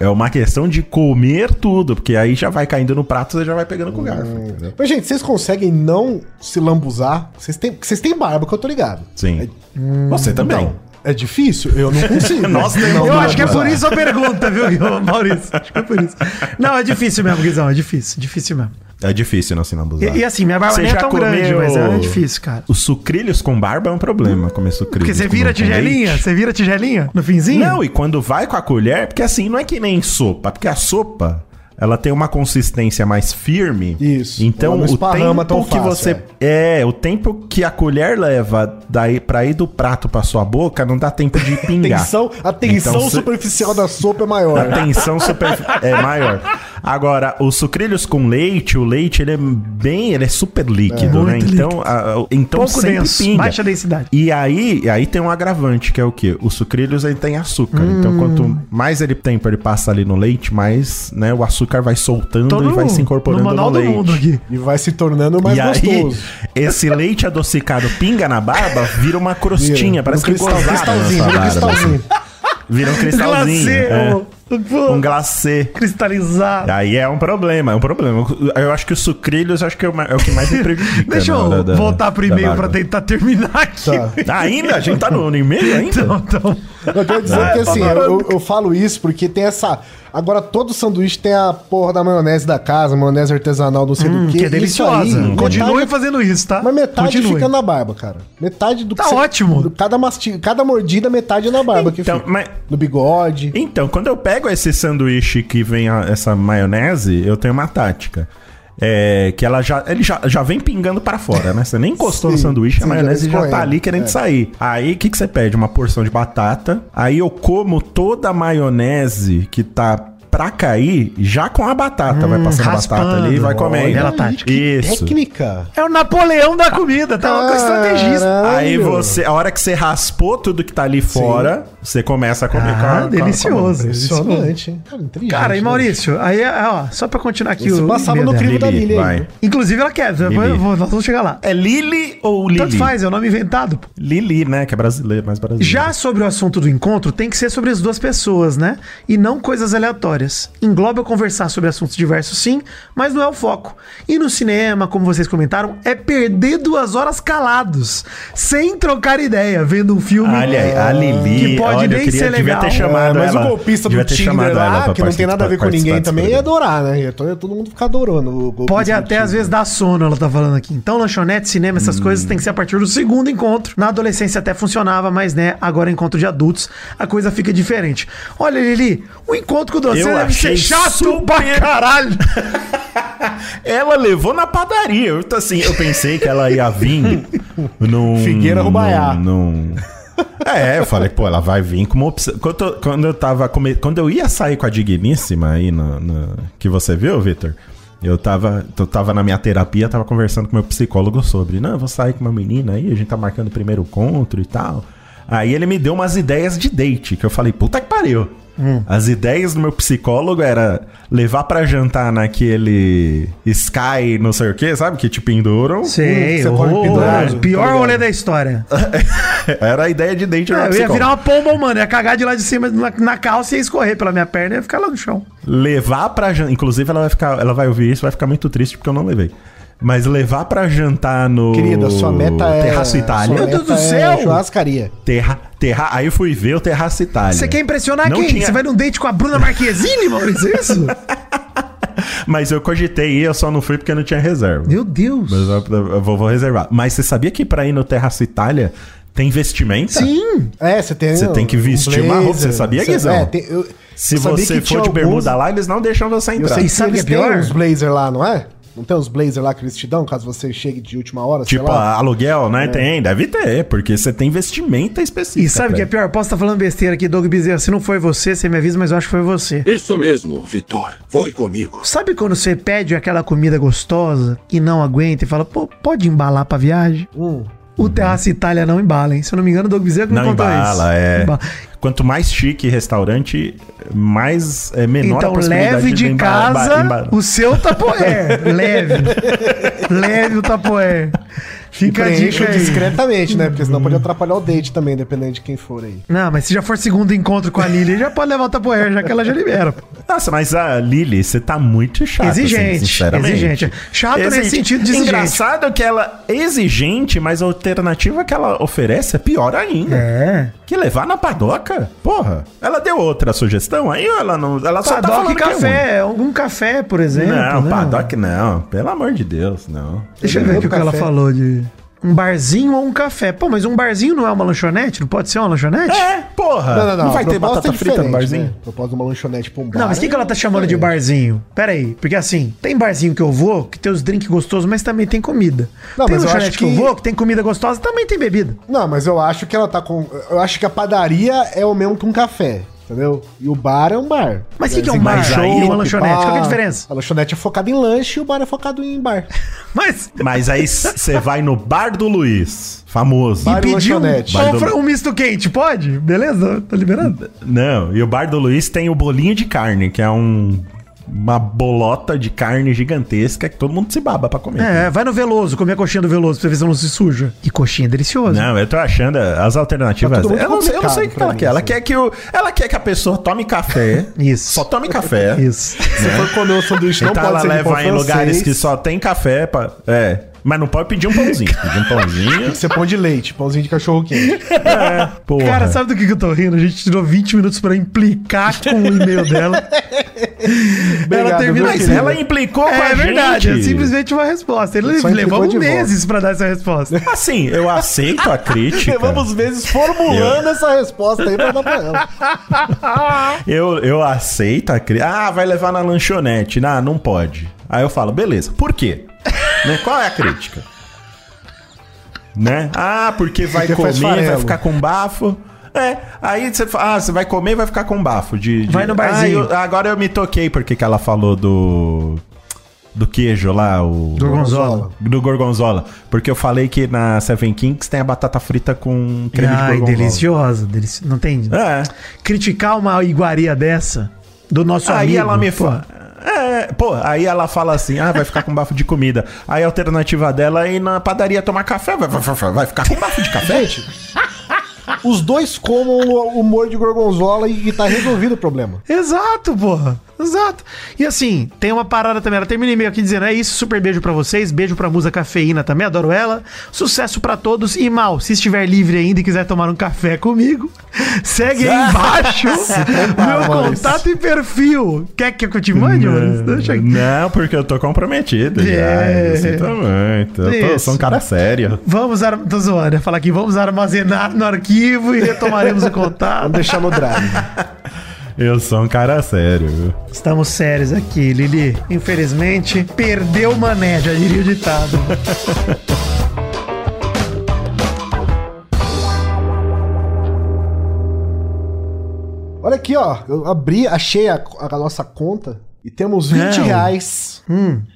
Speaker 3: É uma questão de comer tudo, porque aí já vai caindo no prato, você já vai pegando com o garfo. entendeu?
Speaker 1: Mas, gente, vocês conseguem não se lambuzar? Vocês têm, porque vocês têm barba, que eu tô ligado.
Speaker 3: Sim.
Speaker 1: hum,
Speaker 3: Você também.
Speaker 1: É difícil? Eu não consigo.
Speaker 3: Nós temos
Speaker 1: Não,
Speaker 2: Eu
Speaker 1: não
Speaker 2: acho que é por
Speaker 1: lambuzar.
Speaker 2: isso a pergunta, viu, Guilherme? Maurício? Acho que é por isso. Não, é difícil mesmo, Guizão. É difícil, difícil mesmo.
Speaker 3: É difícil não se lambuzar.
Speaker 2: E, e assim, minha barba
Speaker 3: Você
Speaker 2: nem é
Speaker 3: já
Speaker 2: tão grande,
Speaker 3: comeu-
Speaker 2: mas é difícil, cara.
Speaker 3: Os sucrilhos com barba é um problema comer sucrilhos.
Speaker 2: Porque você
Speaker 3: com-
Speaker 2: vira
Speaker 3: com
Speaker 2: tigelinha?
Speaker 3: leite.
Speaker 2: Você vira tigelinha no finzinho?
Speaker 3: Não, e quando vai com a colher, porque assim, não é que nem sopa, porque a sopa, ela tem uma consistência mais firme.
Speaker 1: Isso.
Speaker 3: Então,
Speaker 1: Ela não
Speaker 3: o
Speaker 1: esparrama
Speaker 3: tempo
Speaker 1: tão
Speaker 3: que
Speaker 1: fácil,
Speaker 3: você é. o tempo que a colher leva daí para ir do prato pra sua boca, não dá tempo de pingar.
Speaker 1: Tensão, a tensão
Speaker 3: Então, cê-
Speaker 1: superficial da sopa é maior.
Speaker 3: A tensão super... é maior. Agora, os sucrilhos com leite, o leite, ele é bem, ele é super líquido, né?
Speaker 2: Muito
Speaker 3: Então, a- a- então
Speaker 2: Pouco
Speaker 3: sempre
Speaker 2: denso,
Speaker 3: pinga.
Speaker 2: baixa densidade.
Speaker 3: E aí, e aí tem um agravante, que é o quê? Os sucrilhos aí tem açúcar.
Speaker 2: Hum.
Speaker 3: Então, quanto mais ele tempo ele passa ali no leite, mais, né, o açúcar vai soltando
Speaker 2: Tô
Speaker 3: e
Speaker 2: no-
Speaker 3: vai se incorporando
Speaker 2: Então no
Speaker 3: no,
Speaker 2: manual do
Speaker 3: leite.
Speaker 2: mundo aqui.
Speaker 1: E vai se tornando mais
Speaker 3: e
Speaker 1: gostoso.
Speaker 3: aí, esse leite adocicado pinga na barba, vira uma crostinha,
Speaker 1: Vira.
Speaker 3: parece
Speaker 1: Um
Speaker 3: que é
Speaker 1: cristal-
Speaker 3: gozaram
Speaker 1: cristalzinho,
Speaker 3: essa
Speaker 1: vira um
Speaker 3: barba.
Speaker 1: cristalzinho.
Speaker 3: Vira um cristalzinho. é.
Speaker 2: Glacê, ô, pô,
Speaker 3: Um glacê.
Speaker 2: cristalizado.
Speaker 3: Aí é um problema, é um problema. Eu acho que os sucrilhos acho que é o ma- é o que mais me prejudica.
Speaker 2: Deixa
Speaker 3: né,
Speaker 2: eu
Speaker 3: da- da-
Speaker 2: voltar pro
Speaker 3: da
Speaker 2: e-mail pra
Speaker 3: barba.
Speaker 2: tentar terminar aqui.
Speaker 1: Tá.
Speaker 3: Ainda? A gente tá no, no e-mail ainda?
Speaker 2: Então, então.
Speaker 1: Eu quero dizer
Speaker 3: É,
Speaker 1: que
Speaker 3: tá
Speaker 1: assim, eu, eu- eu falo isso porque tem essa. Agora todo sanduíche tem a porra da maionese da casa, maionese artesanal, não
Speaker 3: Hum,
Speaker 1: sei do
Speaker 2: Que,
Speaker 1: que.
Speaker 2: é deliciosa. Continue
Speaker 1: Continue
Speaker 2: fazendo isso, tá?
Speaker 1: Mas metade
Speaker 2: Continue.
Speaker 1: fica na barba, cara. Metade do
Speaker 2: Tá
Speaker 1: você-
Speaker 2: ótimo.
Speaker 1: do- cada, masti- cada mordida, metade é na barba que
Speaker 3: Então,
Speaker 1: fica.
Speaker 3: mas-
Speaker 1: No bigode.
Speaker 3: Então, quando eu pego esse sanduíche que vem a- essa maionese, eu tenho uma tática. É, que ela já, ele já, já vem pingando para fora, né? Você nem encostou no
Speaker 1: Sim,
Speaker 3: sanduíche, a
Speaker 1: sim, já
Speaker 3: maionese
Speaker 1: vem
Speaker 3: já, tá
Speaker 1: escorrendo,
Speaker 3: ali querendo
Speaker 1: é.
Speaker 3: sair. Aí, o que, que você pede? Uma porção de batata. Aí eu como toda a maionese que tá pra cair, já com a batata.
Speaker 1: Hum,
Speaker 3: vai passando a batata
Speaker 2: raspando.
Speaker 3: ali e vai comendo.
Speaker 2: Olha a
Speaker 1: Ai,
Speaker 2: tática.
Speaker 1: que
Speaker 3: Isso. é
Speaker 1: Técnica.
Speaker 2: É o Napoleão da comida, tá? Uma estrategista.
Speaker 1: Caralho.
Speaker 3: Aí você, a hora que você raspou tudo que tá ali fora, você começa a comer com a-
Speaker 2: Ah,
Speaker 3: com a-
Speaker 2: delicioso.
Speaker 1: Impressionante, hein? Cara, inteligente.
Speaker 2: Cara, e
Speaker 1: né?
Speaker 2: Maurício, aí, ó, só pra continuar aqui
Speaker 1: Isso
Speaker 2: o
Speaker 1: passava
Speaker 2: e-mail
Speaker 1: no
Speaker 2: dela.
Speaker 1: crivo da
Speaker 3: Lili,
Speaker 1: Lili
Speaker 3: vai.
Speaker 1: aí.
Speaker 2: Inclusive ela quer, depois
Speaker 3: Lili.
Speaker 2: eu vou- nós vamos chegar lá.
Speaker 3: É Lili ou Lili?
Speaker 2: Tanto faz, é o nome inventado. pô.
Speaker 3: Lili, né? Que é brasileiro, mais brasileiro.
Speaker 2: Já sobre o assunto do encontro, tem que ser sobre as duas pessoas, né? E não coisas aleatórias. Engloba conversar sobre assuntos diversos, sim, mas não é o foco. E no cinema, como vocês comentaram, é perder duas horas calados, sem trocar ideia, vendo um filme.
Speaker 3: Olha aí, a Lili.
Speaker 2: Que pode
Speaker 3: olha, eu
Speaker 2: nem
Speaker 3: queria-
Speaker 2: ser
Speaker 3: devia
Speaker 2: legal.
Speaker 3: ter chamado
Speaker 1: É, mas
Speaker 3: ela.
Speaker 1: o golpista
Speaker 3: devia
Speaker 1: do
Speaker 3: ter
Speaker 1: Tinder
Speaker 3: chamado ela
Speaker 1: lá,
Speaker 3: pra
Speaker 1: que não tem nada a ver com
Speaker 3: participar
Speaker 1: ninguém
Speaker 3: desse
Speaker 1: também, ia
Speaker 3: programa.
Speaker 1: adorar, né? Ia to- Todo mundo fica adorando o golpista
Speaker 2: Pode
Speaker 1: do
Speaker 2: até
Speaker 1: Tinder.
Speaker 2: às vezes dar sono, ela tá falando aqui. Então, lanchonete, cinema,
Speaker 3: Hum.
Speaker 2: essas coisas tem que ser a partir do segundo encontro. Na adolescência até funcionava, mas né, agora é encontro de adultos, a coisa fica diferente. Olha, Lili, o encontro com você
Speaker 3: Eu
Speaker 2: deve ser
Speaker 3: achei
Speaker 2: chato
Speaker 3: super-
Speaker 2: pra caralho.
Speaker 3: Ela levou na padaria. Eu, tô assim, eu pensei que ela ia vir num.
Speaker 1: Figueira Rubaiá.
Speaker 3: Num, num- É, eu falei, pô, ela vai vir como opção. Quando, eu- quando eu tava. come- Quando eu ia sair com a Digníssima aí, na- na- que você viu, Vitor, eu tava, eu tava na minha terapia, tava conversando com meu psicólogo sobre, não, eu vou sair com uma menina aí, a gente tá marcando o primeiro encontro e tal. Aí ele me deu umas ideias de date, que eu falei, puta que pariu.
Speaker 2: Hum.
Speaker 3: As ideias do meu psicólogo era levar pra jantar naquele Sky, não sei o que, sabe? Que tipo, te penduram.
Speaker 2: Sei,
Speaker 1: Você pode
Speaker 2: horroroso.
Speaker 1: pendurar,
Speaker 2: pior
Speaker 1: tá ligado?
Speaker 2: rolê da história.
Speaker 3: Era a ideia de date do
Speaker 2: É,
Speaker 3: meu
Speaker 2: eu ia
Speaker 3: psicólogo.
Speaker 2: virar uma pomba humana, ia cagar de lá de cima na, na calça e ia escorrer pela minha perna e ia ficar lá no chão.
Speaker 3: levar pra jantar. Inclusive, ela vai ficar, ela vai ouvir isso, vai ficar muito triste porque eu não levei. Mas levar pra jantar no
Speaker 1: Querida, sua meta é.
Speaker 3: Terraço Itália.
Speaker 1: sua
Speaker 2: Meu Deus
Speaker 1: meta
Speaker 2: do
Speaker 1: é
Speaker 2: céu!
Speaker 1: Churrascaria.
Speaker 3: Terra, terra, aí eu fui ver o Terraço Itália.
Speaker 2: Você quer impressionar
Speaker 3: Não
Speaker 2: quem?
Speaker 3: tinha-
Speaker 2: Você vai num date com a Bruna Marquezine, Maurício? É Isso?
Speaker 3: Mas eu cogitei ir, eu só não fui porque não tinha reserva.
Speaker 2: Meu Deus.
Speaker 3: Mas eu, eu vou, vou reservar. Mas você sabia que pra ir no Terraço Itália tem vestimenta?
Speaker 2: Sim.
Speaker 1: É, você tem.
Speaker 3: Você
Speaker 1: um-
Speaker 3: tem que
Speaker 1: um
Speaker 3: vestir uma roupa,
Speaker 1: blazer.
Speaker 3: você sabia,
Speaker 1: Você-
Speaker 3: Guizão?
Speaker 1: É, tem- eu-
Speaker 3: Se
Speaker 1: eu sabia
Speaker 3: você
Speaker 1: que
Speaker 3: for
Speaker 1: tinha
Speaker 3: de bermuda
Speaker 1: alguns-
Speaker 3: lá, eles não deixam você
Speaker 1: Eu
Speaker 3: entrar.
Speaker 1: sei que
Speaker 2: sabe o que
Speaker 1: eles
Speaker 2: é pior?
Speaker 1: têm uns blazer lá, não é? Não tem uns blazer lá que eles te dão, caso você chegue de última hora, sei
Speaker 3: Tipo,
Speaker 1: lá. É.
Speaker 3: aluguel, né? Tem, deve ter, porque você tem vestimenta específica.
Speaker 2: E sabe o
Speaker 3: pra
Speaker 2: que é
Speaker 3: ir.
Speaker 2: pior? Posso estar falando besteira aqui, Doug Bezerra. Se não foi você, você me avisa, mas eu acho que foi você.
Speaker 5: Isso mesmo, Vitor. Foi comigo.
Speaker 2: Sabe quando você pede aquela comida gostosa e não aguenta e fala, pô, pode embalar pra viagem?
Speaker 1: Hum.
Speaker 2: O Terraça Itália não embala, hein? Se eu não me engano, o Doug Bezerra que me
Speaker 3: Não
Speaker 2: contou isso.
Speaker 3: embala, é.
Speaker 2: Embala.
Speaker 3: Quanto mais chique restaurante, mais é menor
Speaker 2: Então,
Speaker 3: a possibilidade
Speaker 2: leve de
Speaker 3: embalar-
Speaker 2: casa
Speaker 3: embalar.
Speaker 2: o seu tapoé. leve. leve o tapoé. Fica a
Speaker 1: Preenche
Speaker 2: dica aí.
Speaker 1: discretamente, né? Porque senão pode atrapalhar o date também, dependendo de quem for aí.
Speaker 2: Não, mas se já for segundo encontro com a Lili, já pode levar o tapoé, já que ela já libera. pô.
Speaker 3: Nossa, mas a Lily, você tá muito chata. assim,
Speaker 2: Exigente,
Speaker 3: sinceramente.
Speaker 2: exigente. Chato nesse sentido de exigente.
Speaker 3: Engraçado que ela é exigente, mas a alternativa que ela oferece é pior ainda.
Speaker 2: É.
Speaker 3: Que levar na padoca? Porra. Ela deu outra sugestão aí ou ela não. Ela só tá
Speaker 2: Padoc
Speaker 3: falando
Speaker 2: e
Speaker 3: que é ruim?
Speaker 2: café, algum café, por exemplo.
Speaker 3: Não, é
Speaker 2: né?
Speaker 3: Padoc não. Pelo amor de Deus, não.
Speaker 2: Deixa eu ver aqui o que
Speaker 1: Café.
Speaker 2: ela falou de. Um barzinho ou um café. Pô, mas um barzinho não é uma lanchonete? Não pode ser uma lanchonete?
Speaker 3: É, porra. Não, vai ter
Speaker 1: proposta
Speaker 3: batata
Speaker 1: é
Speaker 3: frita no
Speaker 1: diferente,
Speaker 3: barzinho?
Speaker 1: Né? Proposta de uma lanchonete pra um bar.
Speaker 2: Não, mas o que, que ela tá chamando de barzinho? Pera aí, porque assim, tem barzinho que eu vou, que tem os drinks gostosos, mas também tem comida.
Speaker 1: Não,
Speaker 2: tem
Speaker 1: mas eu
Speaker 2: lanchonete
Speaker 1: acho
Speaker 2: que... eu
Speaker 1: que-
Speaker 2: vou, que tem comida gostosa, também tem bebida.
Speaker 1: Não, mas eu acho que ela tá com. Eu acho que a padaria é o mesmo que um café. Entendeu? E o bar é um bar.
Speaker 2: Mas o que, que é um bar
Speaker 3: Mas
Speaker 2: show
Speaker 3: aí-
Speaker 2: e uma lanchonete? Qual que é a diferença?
Speaker 1: A lanchonete é focada em lanche e o bar é focado em bar.
Speaker 2: Mas
Speaker 3: Mas aí você vai no Bar do Luiz, famoso.
Speaker 1: Bar- e
Speaker 2: pediu um,
Speaker 1: lanchonete.
Speaker 3: Vai do-
Speaker 2: fran- um misto quente, pode? Beleza? Tá liberado?
Speaker 3: Não, e o Bar do Luiz tem o bolinho de carne, que é um uma bolota de carne gigantesca que todo mundo se baba pra comer.
Speaker 2: É, vai no Veloso, comer a coxinha do Veloso pra você ver se ela não se suja. E coxinha é deliciosa.
Speaker 3: Não, eu tô achando as alternativas. é,
Speaker 1: Tá tudo muito
Speaker 3: eu, não sei, eu não sei o
Speaker 1: complicado
Speaker 3: que
Speaker 1: pra
Speaker 3: ela
Speaker 1: mim,
Speaker 3: quer. Ela
Speaker 1: assim.
Speaker 3: quer, que o, ela quer que a pessoa tome café.
Speaker 2: Isso.
Speaker 3: Só tome café.
Speaker 2: Isso.
Speaker 1: Se for comer o sanduíche, não
Speaker 2: tá
Speaker 3: então
Speaker 1: pode
Speaker 3: ela
Speaker 1: ser de pão
Speaker 3: leva em
Speaker 1: francês.
Speaker 3: lugares que só tem café. Pra, é. Mas não pode pedir um pãozinho. pedir um pãozinho.
Speaker 1: Tem que ser pão de leite, pãozinho de cachorro quente.
Speaker 3: é, porra.
Speaker 2: Cara, sabe do que que eu tô rindo? A gente tirou 20 minutos pra implicar com o e-mail dela. ela
Speaker 1: Obrigado,
Speaker 2: termina
Speaker 1: viu,
Speaker 3: Mas
Speaker 2: assim.
Speaker 1: querida?
Speaker 3: ela implicou com a
Speaker 2: É verdade,
Speaker 3: gente.
Speaker 2: é simplesmente uma resposta. Ele
Speaker 1: Só
Speaker 2: levou
Speaker 1: implicou de
Speaker 2: meses pra dar essa resposta.
Speaker 3: Assim, eu aceito a crítica.
Speaker 1: Levamos meses formulando essa resposta aí pra dar pra ela.
Speaker 3: Eu, eu aceito a crítica. Ah, vai levar na lanchonete. Ah, não pode. Aí eu falo, beleza, por quê? Né, Qual é a crítica? Né? Ah, porque vai
Speaker 1: Porque faz
Speaker 3: comer, vai
Speaker 1: farelo.
Speaker 3: ficar com bafo. É, aí você fala, ah, você vai comer vai ficar com bafo. De, de-
Speaker 2: Vai no barzinho.
Speaker 3: Ah, eu- agora eu me toquei porque que ela falou do. Do queijo lá, o.
Speaker 2: Gorgonzola.
Speaker 3: Do gorgonzola. Porque eu falei que na Seven Kings tem a batata frita com creme de
Speaker 2: Ai,
Speaker 3: gorgonzola.
Speaker 2: deliciosa. delici- Não tem.
Speaker 3: É.
Speaker 2: Criticar uma iguaria dessa do nosso
Speaker 3: aí
Speaker 2: amigo.
Speaker 3: ela me
Speaker 2: pô.
Speaker 3: fala. É, pô, aí ela fala assim: ah, vai ficar com bafo de comida. Aí a alternativa dela é ir na padaria tomar café. Vai, vai, vai, vai ficar com bafo de café?
Speaker 1: Gente, os dois comam o humor de gorgonzola e tá resolvido o problema.
Speaker 2: Exato, porra. Exato. E assim, tem uma parada também. Ela termina o e-mail aqui dizendo: é isso, super beijo pra vocês. Beijo pra Musa Cafeína também, adoro ela. Sucesso pra todos. E mal, se estiver livre ainda e quiser tomar um café comigo, segue aí embaixo meu
Speaker 1: mano.
Speaker 2: contato e perfil. Quer que eu te mande, mano? É, Deixa aqui.
Speaker 3: Não, porque eu tô comprometido. já,
Speaker 2: É.
Speaker 3: eu sinto muito. Eu tô,
Speaker 2: Isso.
Speaker 3: sou um cara sério.
Speaker 2: Vamos, ar... tô zoando, ia falar aqui, vamos armazenar no arquivo e retomaremos o
Speaker 1: Vamos
Speaker 2: contato.
Speaker 1: deixar no drive.
Speaker 3: Eu sou um cara sério. viu?
Speaker 2: Estamos sérios aqui, Lili. Infelizmente, perdeu o mané, já diria o ditado.
Speaker 1: Olha aqui, ó. Eu abri, achei a, a nossa conta e temos 20
Speaker 2: Não. Hum.
Speaker 1: reais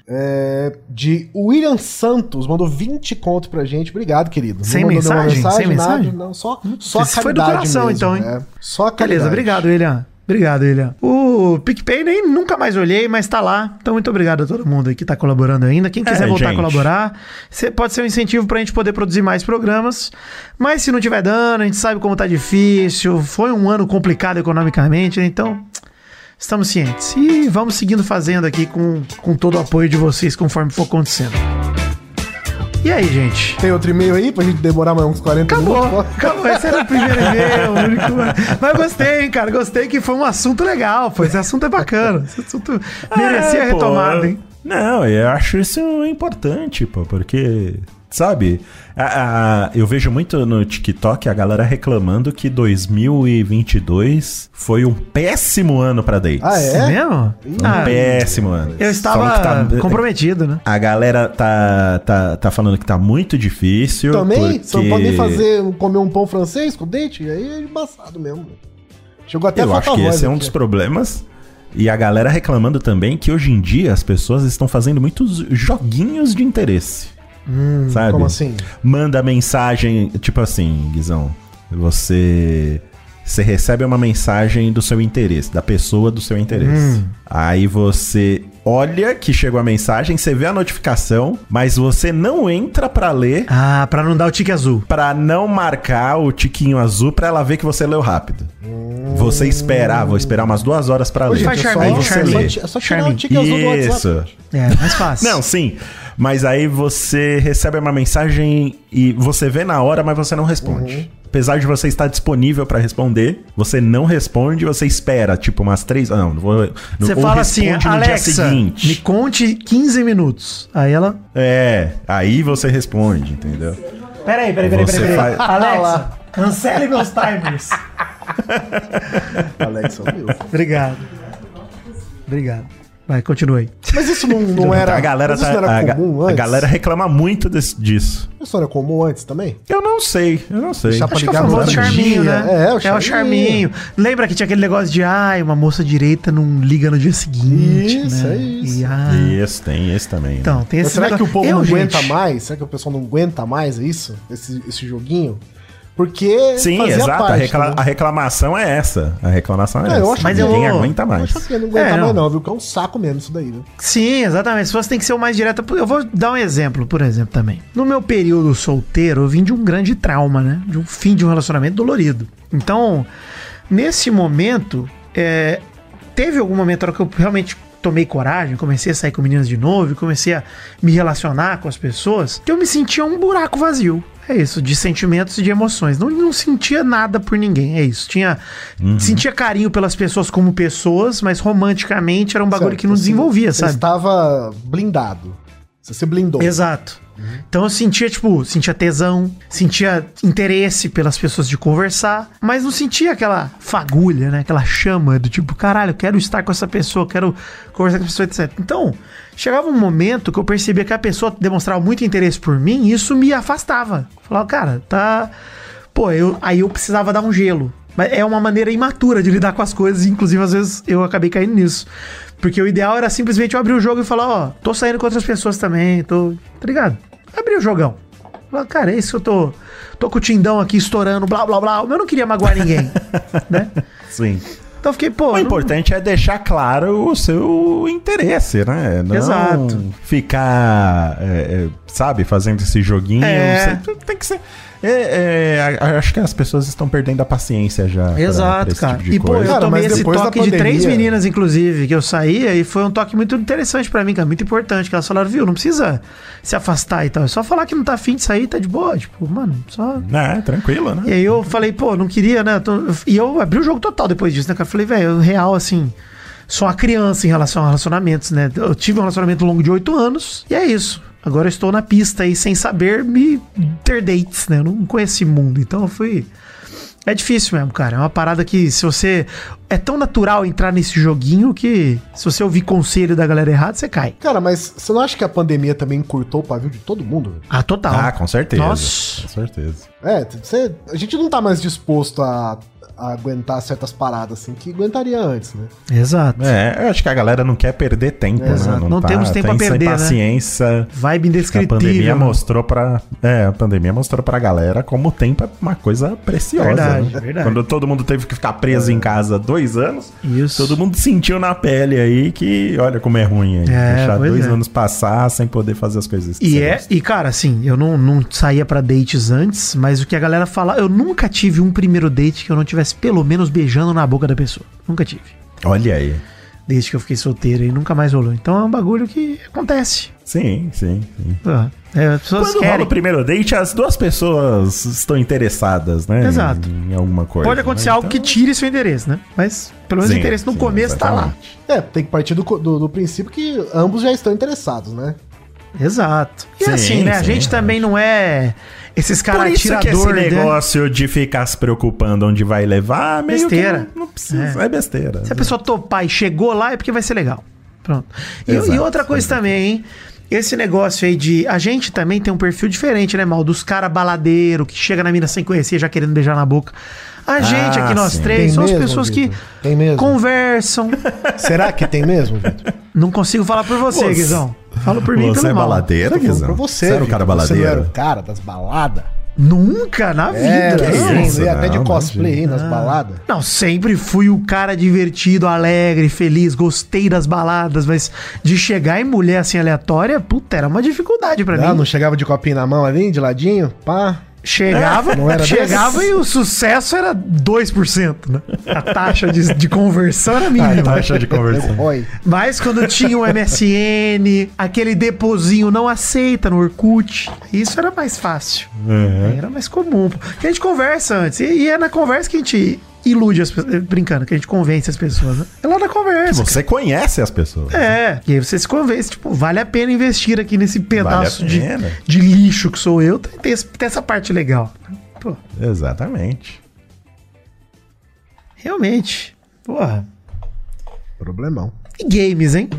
Speaker 1: é, de William Santos. Mandou 20 conto pra gente. Obrigado, querido. Não
Speaker 2: Sem
Speaker 1: mandou nenhuma
Speaker 2: mensagem? Sem
Speaker 1: nada,
Speaker 2: mensagem?
Speaker 1: Não, só, só a
Speaker 2: Isso foi do
Speaker 1: caridade
Speaker 2: coração, então, hein?
Speaker 1: é. só a caridade.
Speaker 2: Beleza, obrigado, William. Obrigado, William. O PicPay nem nunca mais olhei, mas tá lá. Então, muito obrigado a todo mundo aí que tá colaborando ainda. Quem quiser
Speaker 3: É,
Speaker 2: voltar a
Speaker 3: gente.
Speaker 2: colaborar, cê- pode ser um incentivo pra gente poder produzir mais programas. Mas se não tiver dando, a gente sabe como tá difícil. Foi um ano complicado economicamente, né? então. Estamos cientes. E vamos seguindo fazendo aqui com, com todo o apoio de vocês conforme for acontecendo. E aí, gente?
Speaker 1: Tem outro e-mail aí pra gente demorar mais uns 40
Speaker 2: Acabou,
Speaker 1: minutos?
Speaker 2: acabou. Esse era o primeiro e-mail. o único... Mas gostei, hein, cara. Gostei que foi um assunto legal. Pô. Esse assunto é bacana. Esse assunto merecia
Speaker 3: É, pô,
Speaker 2: retomada, hein?
Speaker 3: Não, eu acho isso importante, pô, porque, sabe, a- a- eu vejo muito no TikTok a galera reclamando que 2022 foi um péssimo ano pra dates.
Speaker 1: Ah, é?
Speaker 2: É mesmo? Ah,
Speaker 3: um Péssimo ano.
Speaker 2: eu estava
Speaker 3: Falam que tá-
Speaker 2: comprometido, né?
Speaker 3: A galera tá, tá, tá falando que tá muito difícil.
Speaker 1: Também?
Speaker 3: porque-
Speaker 1: Você não pode nem fazer, comer um pão francês com dente? Aí é embaçado mesmo. Chegou até a
Speaker 3: Eu
Speaker 1: faltar
Speaker 3: acho que
Speaker 1: voz
Speaker 3: esse é um
Speaker 1: aqui.
Speaker 3: dos problemas. E a galera reclamando também que hoje em dia as pessoas estão fazendo muitos joguinhos de interesse. sabe?
Speaker 1: Como assim?
Speaker 3: Manda mensagem, tipo assim, Guizão, você você recebe uma mensagem do seu interesse, da pessoa do seu interesse. Aí você olha que chegou a mensagem, você vê a notificação, mas você não entra pra ler
Speaker 2: Ah, pra não dar o tique azul.
Speaker 3: Pra não marcar o tiquinho azul pra ela ver que você leu rápido. Você esperar, vou esperar umas duas horas pra ler.
Speaker 1: Hoje
Speaker 2: faz
Speaker 1: é só-
Speaker 2: charminho,
Speaker 1: é só-
Speaker 2: charminho.
Speaker 1: é só- É só tirar o
Speaker 2: Charminho.
Speaker 1: tique azul do WhatsApp.
Speaker 3: Isso.
Speaker 2: É, mais fácil.
Speaker 3: Não, sim. Mas aí você recebe uma mensagem e você vê na hora, mas você não responde.
Speaker 1: Uhum.
Speaker 3: Apesar de você estar disponível pra responder, você não responde, você espera, tipo, umas três. ah, Não, não vou. não-
Speaker 2: Você
Speaker 3: ou
Speaker 2: fala assim,
Speaker 3: responde no dia
Speaker 2: Alexa,
Speaker 3: seguinte.
Speaker 2: me conte 15 minutos. Aí ela...
Speaker 3: É, aí você responde, entendeu?
Speaker 2: Peraí, peraí,
Speaker 3: peraí, Você peraí, peraí. faz-
Speaker 2: Alexa, cancele meus timers.
Speaker 1: Alex, é meu.
Speaker 2: Obrigado. Obrigado. Vai, continua aí.
Speaker 1: Mas isso não, não era.
Speaker 3: a galera,
Speaker 1: mas isso
Speaker 3: tá,
Speaker 1: não
Speaker 3: a,
Speaker 1: era
Speaker 3: ga-
Speaker 1: comum
Speaker 3: a
Speaker 1: antes?
Speaker 3: galera reclama muito desse- disso.
Speaker 1: Isso não era comum antes também?
Speaker 3: Eu não sei, eu não sei.
Speaker 1: Chapa-
Speaker 2: Acho que é o
Speaker 1: ligar
Speaker 2: famoso
Speaker 1: no
Speaker 2: charminho,
Speaker 1: dia.
Speaker 2: né?
Speaker 1: É, é o
Speaker 2: charminho.
Speaker 1: charminho.
Speaker 2: Lembra que tinha aquele negócio de, ai, uma moça direita não liga no dia seguinte,
Speaker 1: Isso,
Speaker 2: né?
Speaker 1: é isso.
Speaker 2: E, ah,
Speaker 3: Esse tem, esse também. né?
Speaker 2: Então, tem
Speaker 1: Mas
Speaker 2: esse
Speaker 1: será
Speaker 2: negócio.
Speaker 1: que o povo
Speaker 2: Eu,
Speaker 1: não aguenta
Speaker 2: gente,
Speaker 1: mais? Será que o pessoal não aguenta mais isso? Esse, esse joguinho? Porque.
Speaker 3: Sim,
Speaker 1: fazia
Speaker 3: exato. a,
Speaker 1: parte,
Speaker 3: recla-
Speaker 1: né?
Speaker 3: a reclamação é essa. A reclamação é
Speaker 1: Ah,
Speaker 3: essa.
Speaker 1: eu acho
Speaker 2: Mas que-
Speaker 3: Ninguém
Speaker 2: eu-
Speaker 3: aguenta
Speaker 1: Eu
Speaker 3: tá mais.
Speaker 1: acho que não aguenta
Speaker 2: É,
Speaker 1: mais,
Speaker 2: não.
Speaker 1: não, viu? Porque é um saco mesmo isso daí, né?
Speaker 2: Sim, exatamente. Se você tem que ser o mais direto. Eu vou dar um exemplo, por exemplo, também. No meu período solteiro, eu vim de um grande trauma, né? De um fim de um relacionamento dolorido. Então, nesse momento, é, teve algum momento na hora que eu realmente tomei coragem, comecei a sair com meninas de novo, e comecei a me relacionar com as pessoas, que eu me sentia um buraco vazio. É isso, de sentimentos e de emoções. Não, não sentia nada por ninguém, é isso. Tinha, Sentia carinho pelas pessoas como pessoas, mas romanticamente era um bagulho
Speaker 1: Certo,
Speaker 2: que não
Speaker 1: você-
Speaker 2: desenvolvia,
Speaker 1: você
Speaker 2: sabe?
Speaker 1: estava blindado. Você se blindou.
Speaker 2: Exato. Então eu sentia, tipo, sentia tesão, sentia interesse pelas pessoas de conversar, mas não sentia aquela fagulha, né? Aquela chama do tipo, caralho, eu quero estar com essa pessoa, quero conversar com essa pessoa, etc. Então, chegava um momento que eu percebia que a pessoa demonstrava muito interesse por mim e isso me afastava. Eu Falava, cara, tá. Pô, eu... aí eu precisava dar um gelo. Mas é uma maneira imatura de lidar com as coisas, e, inclusive às vezes eu acabei caindo nisso. Porque o ideal era simplesmente eu abrir o jogo e falar, ó, tô saindo com outras pessoas também, tô. Tá ligado? Abrir o jogão. Falar, cara, é isso que eu tô. Tô com o Tindão aqui estourando, blá blá blá. Eu não queria magoar ninguém. né?
Speaker 3: Sim.
Speaker 2: Então eu fiquei, pô.
Speaker 3: O
Speaker 2: não-
Speaker 3: importante é deixar claro o seu interesse, né? Não
Speaker 2: Exato.
Speaker 3: ficar, é, é, sabe, fazendo esse joguinho.
Speaker 2: É.
Speaker 3: Você- Tem que ser. é, é, a- acho que as pessoas estão perdendo a paciência já. pra- pra
Speaker 2: Exato,
Speaker 3: esse
Speaker 2: cara.
Speaker 3: tipo de
Speaker 2: e pô,
Speaker 3: coisa.
Speaker 2: eu
Speaker 1: Cara,
Speaker 2: tomei
Speaker 1: mas
Speaker 2: esse
Speaker 1: depois da
Speaker 2: toque de três
Speaker 1: pandemia-
Speaker 2: meninas, inclusive, que eu saía, e foi um toque muito interessante pra mim, cara, muito importante. Que elas falaram, viu, não precisa se afastar e tal. É só falar que não tá afim de sair, tá de boa. Tipo, mano, só.
Speaker 3: É, tranquilo, né?
Speaker 2: E aí eu falei, pô, não queria, né? Tô- E eu abri o jogo total depois disso, né, cara? Falei, velho, eu, real, assim, sou uma criança em relação a relacionamentos, né? Eu tive um relacionamento longo de oito anos, e é isso. Agora eu estou na pista aí, sem saber me ter dates, né? Eu não conheci mundo, então eu fui... É difícil mesmo, cara. É uma parada que se você... É tão natural entrar nesse joguinho que se você ouvir conselho da galera errada, você cai.
Speaker 1: Cara, mas você não acha que a pandemia também encurtou o pavio de todo mundo? velho?
Speaker 2: Ah, total.
Speaker 3: Ah, com certeza.
Speaker 2: Nossa.
Speaker 3: Com certeza.
Speaker 1: É, você, a gente não tá mais disposto a, a aguentar certas paradas assim que aguentaria antes, né?
Speaker 2: Exato.
Speaker 3: É, eu acho que a galera não quer perder tempo, né?
Speaker 2: Exato. Não temos tempo a
Speaker 3: tem sem
Speaker 2: perder, né?
Speaker 3: paciência.
Speaker 2: Vibe
Speaker 3: Acho que A
Speaker 2: indescritível.
Speaker 3: pandemia
Speaker 2: mano.
Speaker 3: mostrou pra. É, a pandemia mostrou pra galera como o tempo é uma coisa preciosa.
Speaker 2: Verdade,
Speaker 3: né?
Speaker 2: verdade.
Speaker 3: Quando todo mundo teve que ficar preso em casa dois anos,
Speaker 2: Isso.
Speaker 3: todo mundo sentiu na pele aí que, olha como é ruim aí.
Speaker 2: É,
Speaker 3: deixar
Speaker 2: pois
Speaker 3: dois
Speaker 2: é.
Speaker 3: anos passar sem poder fazer as coisas que
Speaker 2: E
Speaker 3: você
Speaker 2: é,
Speaker 3: gosta.
Speaker 2: e cara, assim, eu não, não saía pra dates antes, mas o que a galera fala, eu nunca tive um primeiro date que eu não tivesse pelo menos beijando na boca da pessoa. Nunca tive.
Speaker 3: Olha aí.
Speaker 2: Desde que eu fiquei solteiro e nunca mais rolou. Então é um bagulho que acontece.
Speaker 3: Sim, sim, sim.
Speaker 2: Ah, É, as pessoas
Speaker 3: Quando rola
Speaker 2: querem.
Speaker 3: o primeiro date, as duas pessoas estão interessadas, né? em-
Speaker 2: Exato.
Speaker 3: Em, alguma coisa.
Speaker 2: Pode acontecer
Speaker 3: né? Então,
Speaker 2: algo que tire seu endereço, né? Mas pelo menos
Speaker 3: Sim,
Speaker 2: o interesse no
Speaker 3: sim,
Speaker 2: começo tá lá.
Speaker 3: exatamente.
Speaker 1: É, tem que partir do, co- do, do princípio que ambos já estão interessados, né?
Speaker 2: Exato. E
Speaker 3: Sim,
Speaker 2: assim, né? a
Speaker 3: sim,
Speaker 2: gente
Speaker 3: eu
Speaker 2: também não é esses
Speaker 3: Por
Speaker 2: caras
Speaker 3: isso que esse
Speaker 2: atiradores, né?
Speaker 3: negócio de ficar se preocupando onde vai levar, meio
Speaker 2: Besteira.
Speaker 3: que não, não precisa, é, besteira.
Speaker 2: Se a pessoa topar e chegou lá, é porque vai ser legal. Pronto. E,
Speaker 3: Exato.
Speaker 2: e outra coisa também, hein? Esse negócio aí de. A gente também tem um perfil diferente, né, Mal? Dos cara baladeiro que chega na mina sem conhecer, já querendo beijar na boca. A gente aqui, nós
Speaker 3: sim.
Speaker 2: três,
Speaker 1: Tem
Speaker 2: são as
Speaker 1: mesmo,
Speaker 2: pessoas
Speaker 1: Vitor?
Speaker 2: que
Speaker 1: Tem mesmo.
Speaker 2: conversam.
Speaker 1: Será que tem mesmo, Vitor?
Speaker 2: Não consigo falar por você,
Speaker 3: Você-
Speaker 2: Guizão. Falo por mim
Speaker 3: você
Speaker 2: pelo
Speaker 3: é
Speaker 2: mal.
Speaker 3: baladeira,
Speaker 1: Tô falando
Speaker 3: Guizão?
Speaker 1: pra você.
Speaker 3: Você era o
Speaker 1: Vitor.
Speaker 3: cara
Speaker 1: Você não era o
Speaker 3: baladeiro?
Speaker 1: cara das baladas? É,
Speaker 2: Nunca na vida.
Speaker 1: Era,
Speaker 2: não.
Speaker 1: sim,
Speaker 3: isso,
Speaker 1: eu ia até
Speaker 3: não,
Speaker 1: de cosplay aí nas baladas.
Speaker 2: Não, sempre fui o cara divertido, alegre, feliz, gostei das baladas, mas de chegar em mulher assim aleatória, puta, era uma dificuldade pra
Speaker 1: Não,
Speaker 2: mim.
Speaker 1: Ah, não chegava de copinho na mão ali, de ladinho, pá.
Speaker 2: Chegava,
Speaker 3: É.
Speaker 1: Não era
Speaker 2: chegava
Speaker 1: desse?
Speaker 2: e o sucesso era 2%, né? A taxa de, de conversão
Speaker 3: Ah,
Speaker 2: era mínima.
Speaker 3: Taxa de
Speaker 1: Deu
Speaker 3: conversa.
Speaker 1: Oi.
Speaker 2: Mas quando tinha o MSN, aquele depozinho não aceita no Orkut, isso era mais fácil.
Speaker 3: É. Né?
Speaker 2: Aí Era mais comum. pô. Porque a gente conversa antes. E, e é na conversa que a gente ilude as pessoas. Brincando, que a gente convence as pessoas, né? É lá na conversa.
Speaker 3: Tipo, Você conhece as pessoas.
Speaker 2: É, e aí você se convence, tipo, vale a pena investir aqui nesse pedaço de,
Speaker 3: pena.
Speaker 2: de lixo que sou eu. Tem, tem esse- tem essa parte legal. Pô,
Speaker 3: Exatamente.
Speaker 2: realmente. Porra.
Speaker 1: Problemão.
Speaker 2: E games, hein?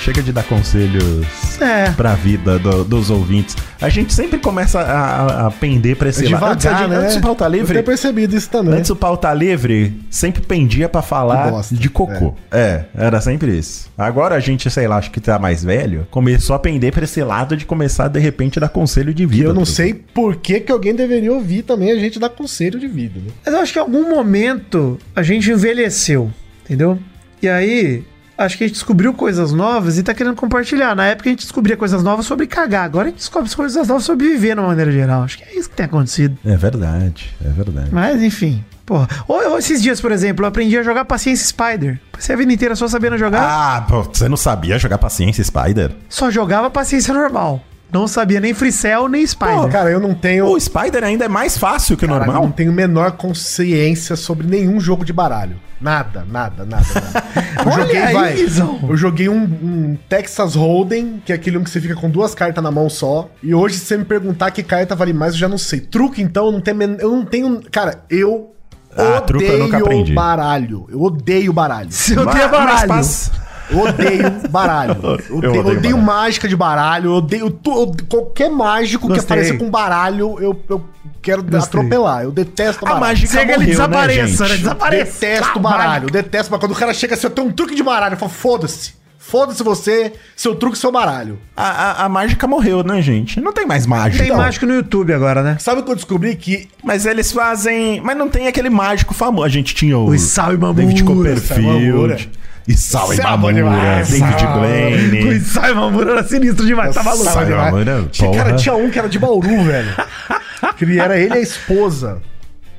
Speaker 3: Chega de dar conselhos
Speaker 2: É.
Speaker 3: pra vida do- dos ouvintes. A gente sempre começa a, a- a pender pra
Speaker 2: É
Speaker 3: esse lado. Antes, a gente-
Speaker 2: né?
Speaker 3: antes do
Speaker 1: né?
Speaker 3: pauta
Speaker 1: Eu
Speaker 3: livre.
Speaker 1: tenho percebido isso também.
Speaker 3: Antes o pauta livre sempre pendia pra
Speaker 1: Né? Que
Speaker 3: falar
Speaker 1: bosta,
Speaker 3: de cocô. É. era sempre isso. Agora a gente, sei lá, acho que tá mais velho, começou a pender pra esse lado de começar de repente a dar conselho de vida.
Speaker 1: eu não
Speaker 3: pros
Speaker 1: sei por que, que alguém deveria ouvir também a gente dar conselho de vida, né?
Speaker 2: Mas eu acho que em algum momento a gente envelheceu, entendeu? E aí, acho que a gente descobriu coisas novas e tá querendo compartilhar. Na época a gente descobria coisas novas sobre cagar, agora a gente descobre coisas novas sobre viver de uma maneira geral. Acho que é isso que tem acontecido.
Speaker 3: É verdade, é verdade.
Speaker 2: Mas enfim. Porra. Ou, ou esses dias, por exemplo, eu aprendi a jogar paciência Spider. Passei a vida inteira só sabendo jogar,
Speaker 3: Ah, pô, você não sabia jogar paciência, Spider?
Speaker 2: só jogava paciência normal. Não sabia nem Free Cell, nem Spider.
Speaker 1: Cara, eu não tenho.
Speaker 3: O Spider ainda é mais fácil que o
Speaker 1: Caralho, Não
Speaker 3: né? normal.
Speaker 1: tenho menor consciência sobre nenhum jogo de baralho. Nada, nada, nada, nada. Eu
Speaker 2: Olha
Speaker 1: joguei,
Speaker 2: aí,
Speaker 1: vai.
Speaker 2: Guizão.
Speaker 1: Eu joguei um, um Texas Hold'em, que é aquele um que você fica com duas cartas na mão só. E hoje, se você me perguntar que carta vale mais, eu já não sei. Truque, então, eu não tenho. men- Eu não tenho. Cara, eu.
Speaker 3: Ah, truque eu nunca aprendi.
Speaker 1: baralho. Eu odeio baralho.
Speaker 2: Se eu
Speaker 3: Mas-
Speaker 2: tenho baralho.
Speaker 3: mas passa-
Speaker 1: Eu odeio baralho. Eu odeio,
Speaker 3: Eu odeio
Speaker 1: eu odeio
Speaker 3: baralho.
Speaker 1: mágica de baralho. Eu odeio tu- eu- qualquer mágico que
Speaker 2: Gostei.
Speaker 1: apareça com baralho, eu, eu quero
Speaker 2: Gostei.
Speaker 1: atropelar. Eu detesto
Speaker 3: A
Speaker 1: baralho.
Speaker 3: mágica
Speaker 2: Chega, ele
Speaker 3: morreu,
Speaker 2: desapareça, né?
Speaker 3: né, gente?
Speaker 2: Desapareça.
Speaker 1: Detesto
Speaker 2: Ah,
Speaker 1: baralho, detesto, mas quando o cara chega assim, eu tenho um truque de baralho, eu falo, foda-se. Foda-se você, seu truque, seu baralho.
Speaker 3: A, a- a mágica morreu, né, gente? Não tem mais mágica.
Speaker 1: Então,
Speaker 2: Tem mágico no YouTube agora, né?
Speaker 1: Sabe o que eu descobri? Que
Speaker 3: Mas eles fazem. Mas não tem aquele mágico famoso. A gente tinha o.
Speaker 2: O Isao Imamura,
Speaker 3: David
Speaker 1: Isao Imamura.
Speaker 3: Copperfield. Isao
Speaker 1: Isao
Speaker 3: Imamura.
Speaker 1: demais,
Speaker 3: David
Speaker 1: Isao.
Speaker 2: O
Speaker 3: Blaine.
Speaker 2: Isai Mamura era sinistro demais, tá maluco.
Speaker 1: Nossa,
Speaker 3: Isao Imamura,
Speaker 1: né? Tinha- Cara,
Speaker 3: porra.
Speaker 1: tinha um que era de Bauru, velho. Que ele era ele e a esposa.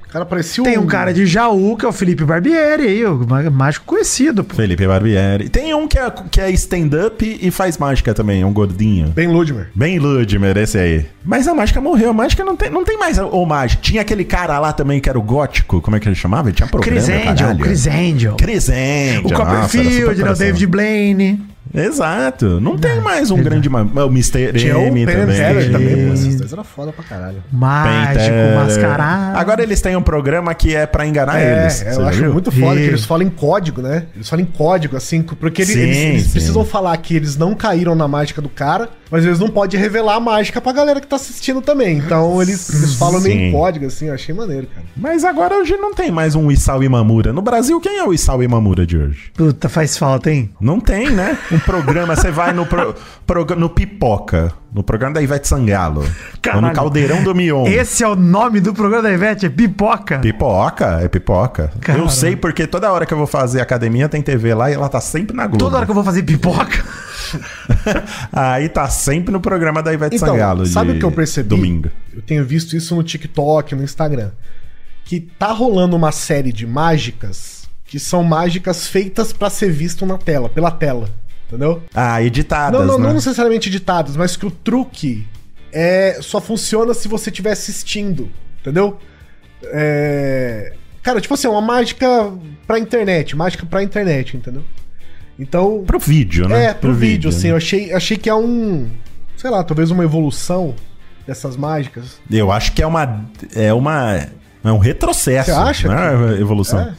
Speaker 1: O cara parecia
Speaker 2: Tem um cara de Jaú, que é o Felipe Barbieri aí, o má- mágico conhecido, pô.
Speaker 3: Felipe Barbieri. Tem um que é, que é stand-up e faz mágica também, um gordinho.
Speaker 1: Ben Ludmer.
Speaker 3: Bem Ludmer, esse aí. Mas a mágica morreu. A mágica não tem, não tem mais o mágico. Tinha aquele cara lá também que era o gótico. Como é que ele chamava? Ele tinha problema,
Speaker 2: Chris Angel,
Speaker 3: caralho.
Speaker 2: Chris Angel.
Speaker 3: Chris
Speaker 2: O
Speaker 3: Angel.
Speaker 2: Copperfield, né, o David É. Blaine.
Speaker 3: Exato. Não tem mais um grande... ma- O Mr.
Speaker 1: Tinha o
Speaker 3: M
Speaker 1: Ben Teller
Speaker 3: também.
Speaker 1: também, pô. Esses dois eram foda pra caralho.
Speaker 2: Mágico,
Speaker 3: Pantera.
Speaker 2: mascarado.
Speaker 3: Agora eles têm um programa que é pra enganar
Speaker 1: É,
Speaker 3: eles. você
Speaker 1: eu
Speaker 3: já
Speaker 1: acho
Speaker 3: viu?
Speaker 1: muito foda
Speaker 2: Vi.
Speaker 1: que eles falam em código, né? Eles falam em código, assim, porque eles,
Speaker 3: Sim,
Speaker 1: eles- eles
Speaker 3: sim.
Speaker 1: precisam falar que eles não caíram na mágica do cara, mas eles não podem revelar a mágica pra galera que tá assistindo também. Então eles, eles falam meio em
Speaker 3: Sim.
Speaker 1: código, assim, eu achei maneiro, cara.
Speaker 3: Mas agora hoje não tem mais um Isao Imamura. No Brasil, quem é o Isao Imamura de hoje?
Speaker 2: Puta, faz falta, hein?
Speaker 3: Não tem, né? Um programa, você vai no, pro- proga- no Pipoca, no programa da Ivete Sangalo, ou no
Speaker 2: Caralho.
Speaker 3: Caldeirão do Mion.
Speaker 2: Esse é o nome do programa da Ivete, é Pipoca.
Speaker 3: Pipoca, é pipoca.
Speaker 2: Caralho.
Speaker 3: Eu sei porque toda hora que eu vou fazer academia tem TV lá e ela tá sempre na Globo.
Speaker 2: Toda hora que eu vou fazer pipoca.
Speaker 3: Aí tá sempre no programa da Ivete
Speaker 1: Então,
Speaker 3: Sangalo.
Speaker 1: sabe
Speaker 3: de
Speaker 1: o que eu percebi?
Speaker 3: Domingo.
Speaker 1: Eu tenho visto isso no TikTok, no Instagram. Que tá rolando uma série de mágicas que são mágicas feitas pra ser visto na tela, pela tela. Entendeu?
Speaker 3: Ah, editadas,
Speaker 1: Não, não,
Speaker 3: né?
Speaker 1: não necessariamente editados, mas que o truque é só funciona se você estiver assistindo, entendeu? É... Cara, tipo assim, é uma mágica pra internet, mágica pra internet, entendeu? Então,
Speaker 3: Pro vídeo, né?
Speaker 1: é, pro, vídeo, assim,
Speaker 3: né?
Speaker 1: eu achei, achei que é um, sei lá, talvez uma evolução dessas mágicas.
Speaker 3: Eu acho que é uma. É uma. É um retrocesso.
Speaker 1: Você acha
Speaker 3: Não é uma evolução.
Speaker 1: É.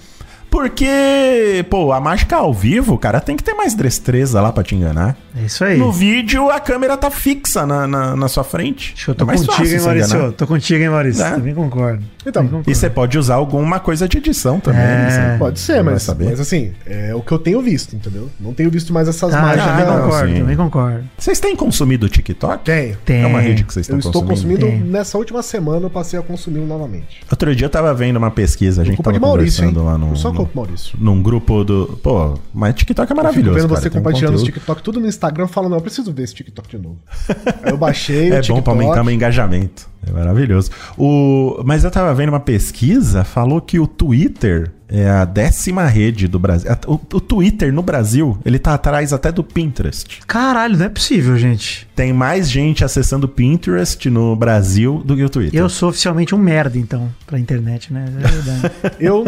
Speaker 3: Porque, pô, a mágica ao vivo, cara, tem que ter mais destreza lá pra te enganar.
Speaker 2: É isso aí.
Speaker 3: No vídeo, a câmera tá fixa na, na, na sua frente.
Speaker 2: Eu tô
Speaker 3: É mais
Speaker 2: contigo,
Speaker 3: fácil
Speaker 2: hein,
Speaker 3: se
Speaker 2: Maurício?
Speaker 3: enganar.
Speaker 2: Tô contigo, hein, Maurício?
Speaker 3: Né?
Speaker 2: Também concordo.
Speaker 1: Então,
Speaker 2: Também concordo.
Speaker 3: E você pode usar alguma coisa de edição Uhum. também.
Speaker 2: É.
Speaker 3: você
Speaker 1: Pode ser,
Speaker 3: vai
Speaker 1: mas,
Speaker 3: saber.
Speaker 1: mas assim, é o que eu tenho visto, entendeu? Não tenho visto mais essas
Speaker 2: Ah,
Speaker 1: mágicas.
Speaker 2: também
Speaker 3: não,
Speaker 2: concordo,
Speaker 3: sim.
Speaker 2: também concordo.
Speaker 3: Vocês têm consumido o TikTok?
Speaker 1: Tenho.
Speaker 2: Tem.
Speaker 3: É uma rede que vocês
Speaker 1: Eu
Speaker 3: estão
Speaker 1: estou
Speaker 3: consumindo.
Speaker 1: consumindo,
Speaker 2: Tem.
Speaker 1: nessa última semana eu passei a consumir novamente.
Speaker 3: Outro dia eu tava vendo uma pesquisa, a gente
Speaker 1: culpa
Speaker 3: tava
Speaker 1: de Maurício, hein?
Speaker 3: conversando lá num,
Speaker 1: Só
Speaker 3: num,
Speaker 1: culpa do Maurício.
Speaker 3: num grupo do... Pô, mas TikTok é
Speaker 1: Fico
Speaker 3: maravilhoso,
Speaker 1: vendo
Speaker 3: cara,
Speaker 1: você
Speaker 3: tem um
Speaker 1: compartilhando os
Speaker 3: conteúdo-
Speaker 1: TikTok tudo no Instagram, eu falo, não, eu preciso ver esse TikTok de novo. Aí eu baixei
Speaker 3: É
Speaker 1: o TikTok.
Speaker 3: bom pra aumentar meu engajamento. É maravilhoso. O... Mas eu tava vendo uma pesquisa, falou que o Twitter é a décima rede do Brasil. A- O, o Twitter no Brasil, ele tá atrás até do Pinterest.
Speaker 2: Caralho, não é possível, gente.
Speaker 3: Tem mais gente acessando o Pinterest no Brasil do que o Twitter.
Speaker 2: Eu sou oficialmente um merda, então, pra internet, né? É verdade.
Speaker 1: Eu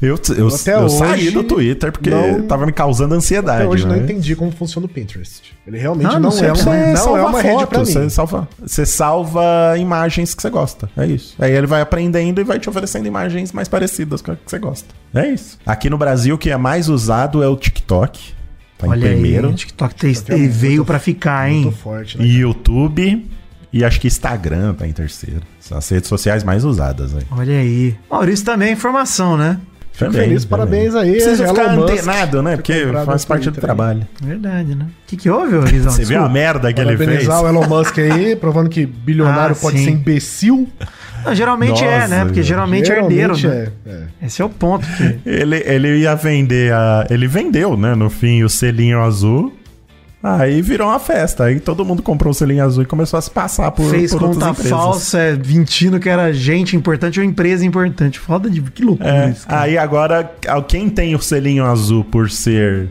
Speaker 3: eu, eu,
Speaker 1: Até
Speaker 3: eu
Speaker 1: hoje,
Speaker 3: saí do Twitter porque
Speaker 1: não-
Speaker 3: tava me causando ansiedade.
Speaker 1: até hoje não
Speaker 3: né? Ah,
Speaker 1: entendi como funciona o Pinterest. Ele realmente
Speaker 2: Não,
Speaker 1: não,
Speaker 2: não sei
Speaker 1: é
Speaker 2: pra
Speaker 1: uma,
Speaker 2: você
Speaker 1: não é
Speaker 3: salva
Speaker 1: uma rede pra mim.
Speaker 3: Você salva, você salva imagens que você gosta. É isso. Aí ele vai aprendendo e vai te oferecendo imagens mais parecidas com a que você gosta. É isso. Aqui no Brasil, o que é mais usado é o TikTok. Tá
Speaker 2: Olha
Speaker 3: em primeiro.
Speaker 2: aí, o TikTok tem- veio pra ficar,
Speaker 1: Muito
Speaker 2: hein?
Speaker 1: forte, né?
Speaker 3: E YouTube. E acho que Instagram tá em terceiro. São as redes sociais mais usadas aí.
Speaker 2: Olha aí. Maurício também é informação, né?
Speaker 3: Também,
Speaker 1: Feliz,
Speaker 3: também.
Speaker 1: parabéns aí.
Speaker 3: Precisa
Speaker 1: Elon
Speaker 3: ficar
Speaker 1: Musk.
Speaker 3: antenado, né? Porque
Speaker 1: comprado
Speaker 3: faz
Speaker 1: no
Speaker 3: parte do
Speaker 1: Twitter,
Speaker 3: trabalho.
Speaker 2: Verdade, né? O que, que houve, Guizão?
Speaker 3: Você viu a
Speaker 2: Desculpa.
Speaker 3: merda que ele fez?
Speaker 1: Parabenizar o Elon Musk aí, provando que bilionário
Speaker 2: Ah,
Speaker 1: pode
Speaker 2: sim.
Speaker 1: ser imbecil.
Speaker 2: Não, geralmente é, né?
Speaker 3: Nossa,
Speaker 2: Porque
Speaker 3: velho.
Speaker 2: geralmente, herdeiro,
Speaker 1: Geralmente
Speaker 2: né?
Speaker 1: é, é.
Speaker 2: Esse é o ponto. Que...
Speaker 3: Ele, ele ia vender a. Ele vendeu, né? No fim, o selinho azul. Aí virou uma festa. Aí todo mundo comprou o selinho azul e começou a se passar por,
Speaker 2: Fez
Speaker 3: por
Speaker 2: conta falsa, é, mentindo que era gente importante ou empresa importante. Foda de que loucura
Speaker 3: É,
Speaker 2: isso. Cara.
Speaker 3: aí agora, ao- quem tem o selinho azul por ser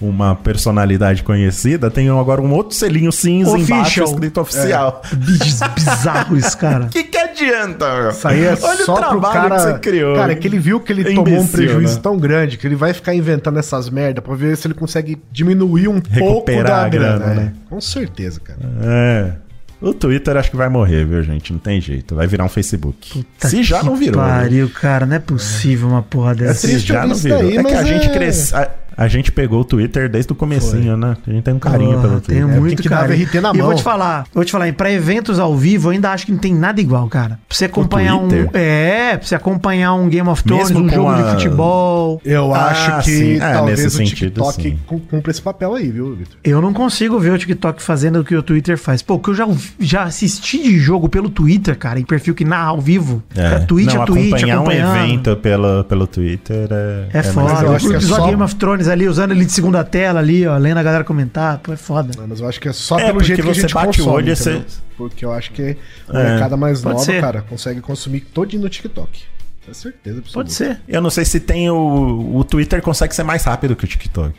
Speaker 3: uma personalidade conhecida, tem agora um outro selinho cinza embaixo
Speaker 2: Official. É.
Speaker 3: escrito oficial.
Speaker 2: Biz- Bizarro isso, cara.
Speaker 3: O que, que adianta, meu?
Speaker 1: Isso aí é só pro cara.
Speaker 3: que você criou.
Speaker 1: Cara, é que ele viu que ele
Speaker 3: É
Speaker 1: tomou um
Speaker 3: imbecil,
Speaker 1: prejuízo
Speaker 3: né?
Speaker 1: tão grande que ele vai ficar inventando essas merda pra ver se ele consegue diminuir um pouco
Speaker 3: Recuperar
Speaker 1: da
Speaker 3: a
Speaker 1: grana.
Speaker 3: grana,
Speaker 1: né?
Speaker 3: né?
Speaker 1: Com certeza, cara.
Speaker 3: É. O Twitter acho que vai morrer, viu, gente? Não tem jeito. Vai virar um Facebook.
Speaker 2: Puta
Speaker 3: Se já
Speaker 2: que
Speaker 3: não virou. né?
Speaker 2: Pariu, cara, não é possível uma porra
Speaker 3: É
Speaker 2: dessa.
Speaker 1: triste
Speaker 3: triste já
Speaker 1: ouvir
Speaker 3: não
Speaker 1: isso
Speaker 3: virou.
Speaker 1: daí,
Speaker 3: é que
Speaker 1: mas
Speaker 3: a gente
Speaker 1: é-
Speaker 3: cresce. A, a gente pegou o Twitter desde o comecinho, né? A gente tem um carinho
Speaker 2: Porra, Tenho
Speaker 3: pelo Twitter.
Speaker 1: porque
Speaker 2: Ah, muito
Speaker 1: que dava
Speaker 2: carinho.
Speaker 1: RT na
Speaker 2: E eu vou
Speaker 1: mão.
Speaker 2: te falar, vou te falar, hein, pra eventos ao vivo, eu ainda acho que não tem nada igual, cara. Pra você acompanhar um.
Speaker 3: Twitter?
Speaker 2: É, pra você acompanhar um Game of Thrones,
Speaker 3: Mesmo
Speaker 2: um
Speaker 3: com
Speaker 2: jogo de
Speaker 3: a-
Speaker 2: futebol.
Speaker 1: Eu
Speaker 3: Ah,
Speaker 1: acho que
Speaker 3: sim. Ah,
Speaker 1: talvez
Speaker 3: nesse
Speaker 1: o
Speaker 3: sentido,
Speaker 1: TikTok
Speaker 3: sim.
Speaker 1: cum- cumpra esse papel aí, viu, Vitor?
Speaker 2: Eu não consigo ver o TikTok fazendo o que o Twitter faz. Pô, o que eu já, ouvi- já assisti de jogo pelo Twitter, cara, em perfil que narra ao vivo. É, Twitch
Speaker 3: não,
Speaker 2: a Twitch,
Speaker 3: acompanhar um
Speaker 2: acompanhando.
Speaker 3: evento pelo, pelo Twitter é.
Speaker 2: É,
Speaker 1: mas
Speaker 2: foda.
Speaker 1: eu
Speaker 2: O
Speaker 1: acho que é
Speaker 2: episódio
Speaker 1: só-
Speaker 2: Game of Thrones ali, usando ele de segunda tela ali, ó, lendo a galera comentar. Pô, é foda.
Speaker 1: Mas eu acho que é só
Speaker 3: É,
Speaker 1: pelo
Speaker 3: porque
Speaker 1: jeito que a
Speaker 3: você
Speaker 1: gente
Speaker 3: bate o
Speaker 1: consome,
Speaker 3: olho e
Speaker 1: entendeu?
Speaker 3: você- É.
Speaker 1: Porque eu acho que a molecada mais
Speaker 2: Pode
Speaker 1: nova,
Speaker 2: ser.
Speaker 1: cara, consegue consumir todo no TikTok. Com certeza, absoluta.
Speaker 2: Pode ser.
Speaker 3: Eu não sei se tem o. O Twitter consegue ser mais rápido que o TikTok.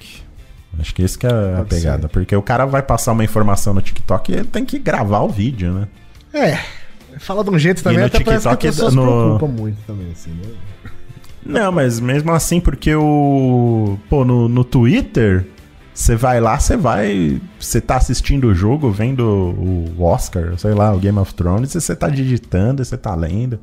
Speaker 3: Acho que isso que é a
Speaker 1: Pode
Speaker 3: pegada.
Speaker 1: ser.
Speaker 3: Porque o cara vai passar uma informação no TikTok e ele tem que gravar o vídeo, né?
Speaker 1: É. Fala de um jeito
Speaker 3: E
Speaker 1: também,
Speaker 3: no
Speaker 1: até parece que as
Speaker 3: TikTok,
Speaker 1: pessoas
Speaker 3: no-
Speaker 1: se preocupam muito também, assim, né?
Speaker 3: Não, mas mesmo assim, porque o. Pô, no, no Twitter, você vai lá, você vai. Você tá assistindo o jogo, vendo o Oscar, sei lá, o Game of Thrones, e você tá digitando, e você tá lendo.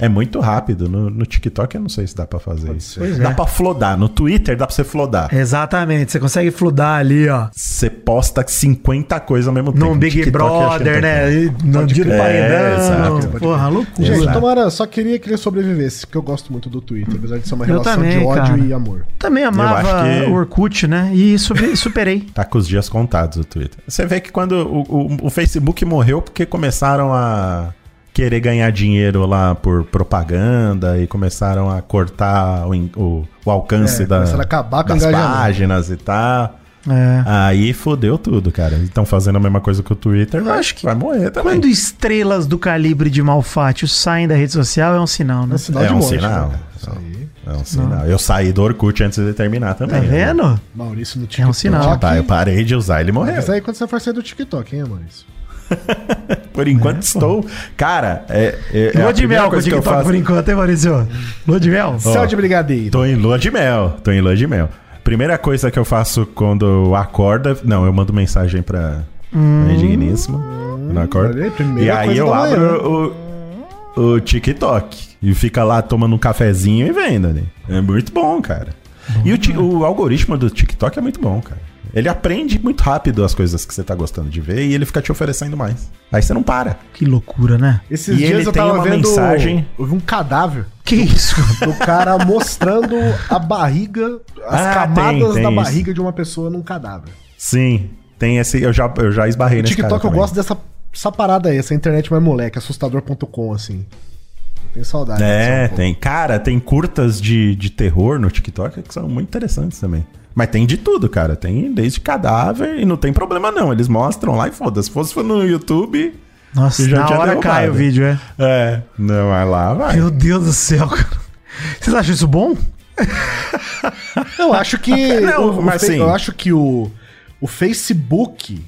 Speaker 3: É muito rápido. No, no TikTok eu não sei se dá pra fazer isso.
Speaker 2: Pois
Speaker 3: Dá
Speaker 2: é.
Speaker 3: pra flodar. No Twitter dá pra você flodar.
Speaker 2: Exatamente. Você consegue fludar ali, ó.
Speaker 3: Você posta 50 coisas ao mesmo tempo.
Speaker 2: Num
Speaker 3: No
Speaker 2: Big
Speaker 3: um TikTok, eu acho que
Speaker 2: Brother,
Speaker 3: não tem
Speaker 2: né?
Speaker 3: como.
Speaker 2: E No dia do
Speaker 3: crer. É,
Speaker 2: paredão.
Speaker 3: exato.
Speaker 2: Porra, loucura.
Speaker 1: Gente,
Speaker 3: Exato.
Speaker 1: tomara, só queria que ele sobrevivesse, porque eu gosto muito do Twitter, apesar de ser uma
Speaker 2: Eu
Speaker 1: relação
Speaker 2: também,
Speaker 1: de ódio
Speaker 2: cara.
Speaker 1: e amor.
Speaker 2: Também amava
Speaker 3: acho que-
Speaker 2: o Orkut, né? E super- superei.
Speaker 3: Tá com os dias contados o Twitter. Você vê que quando o, o- o Facebook morreu porque começaram a querer ganhar dinheiro lá por propaganda e começaram a cortar o, en- o- o alcance
Speaker 1: É,
Speaker 3: da,
Speaker 1: começaram a acabar com o
Speaker 3: das
Speaker 1: engajamento.
Speaker 3: páginas e tal.
Speaker 2: É.
Speaker 3: Aí fodeu tudo, cara. Estão fazendo a mesma coisa que o Twitter.
Speaker 2: Eu acho que
Speaker 3: vai morrer também.
Speaker 2: Quando estrelas do calibre de Malfátio saem da rede social, é um sinal, né?
Speaker 1: É um sinal
Speaker 3: É
Speaker 1: de
Speaker 3: um
Speaker 1: morte.
Speaker 3: sinal.
Speaker 1: né? Isso aí.
Speaker 3: É um sinal. Eu saí do Orkut antes de terminar
Speaker 2: Tá
Speaker 3: também. né?
Speaker 2: vendo?
Speaker 1: Maurício no TikTok.
Speaker 2: É um sinal.
Speaker 3: Ah, tá, eu parei de usar, ele morreu.
Speaker 1: Mas aí quando você for sair do TikTok, hein, Maurício?
Speaker 3: Por enquanto
Speaker 1: é.
Speaker 3: estou. Cara, é. é- é a
Speaker 2: Lua de mel
Speaker 3: primeira
Speaker 2: com o
Speaker 3: coisa que
Speaker 1: tá
Speaker 3: eu
Speaker 2: TikTok
Speaker 3: faço.
Speaker 2: por enquanto, hein, Maurício? Lua de mel?
Speaker 1: Céu de brigadeiro.
Speaker 3: Tô em lua de mel, tô em lua de mel. Primeira coisa que eu faço quando eu acordo, é- não, eu mando mensagem pra minha digníssima, não acorda.
Speaker 1: Hum. olha aí, primeira
Speaker 3: E aí
Speaker 1: coisa né?
Speaker 3: eu
Speaker 1: da manhã.
Speaker 3: abro o, o TikTok e fica lá tomando um cafezinho e vendo, né? É muito bom, cara. E o, ti- o algoritmo do TikTok é muito bom, cara. Ele aprende muito rápido as coisas que você tá gostando de ver e ele fica te oferecendo mais. Aí você não para.
Speaker 2: Que loucura, né?
Speaker 1: Esses
Speaker 3: E
Speaker 1: dias
Speaker 3: ele
Speaker 1: eu
Speaker 3: tem
Speaker 1: tava
Speaker 3: uma
Speaker 1: vendo.
Speaker 3: mensagem.
Speaker 1: Eu vi um cadáver
Speaker 2: Que isso?
Speaker 1: do cara mostrando a barriga, as
Speaker 3: Ah,
Speaker 1: camadas
Speaker 3: tem, tem
Speaker 1: da
Speaker 3: isso.
Speaker 1: barriga de uma pessoa num cadáver.
Speaker 3: Sim, tem esse. Eu já, eu já
Speaker 1: No
Speaker 3: esbarrei nesse cara
Speaker 1: TikTok eu
Speaker 3: também.
Speaker 1: gosto dessa essa parada aí, essa internet mais moleque, assustador.com, assim. Eu tenho saudade.
Speaker 3: É,
Speaker 1: dessa um
Speaker 3: tem. Cara, tem curtas de, de terror no TikTok que são muito interessantes também. Mas tem de tudo, cara. Tem desde cadáver e não tem problema não. Eles mostram lá e foda-se. Se fosse no YouTube...
Speaker 2: Nossa,
Speaker 3: eu já
Speaker 2: na
Speaker 3: tinha
Speaker 2: hora
Speaker 3: derrubado.
Speaker 2: cai o vídeo, é.
Speaker 3: É. Não, vai lá, vai.
Speaker 2: Meu Deus do céu, cara. Vocês acham isso bom?
Speaker 1: pouco. Eu acho que.
Speaker 3: Não,
Speaker 1: o, o
Speaker 3: mas
Speaker 1: fe-
Speaker 3: sim.
Speaker 1: Eu acho que o, o Facebook.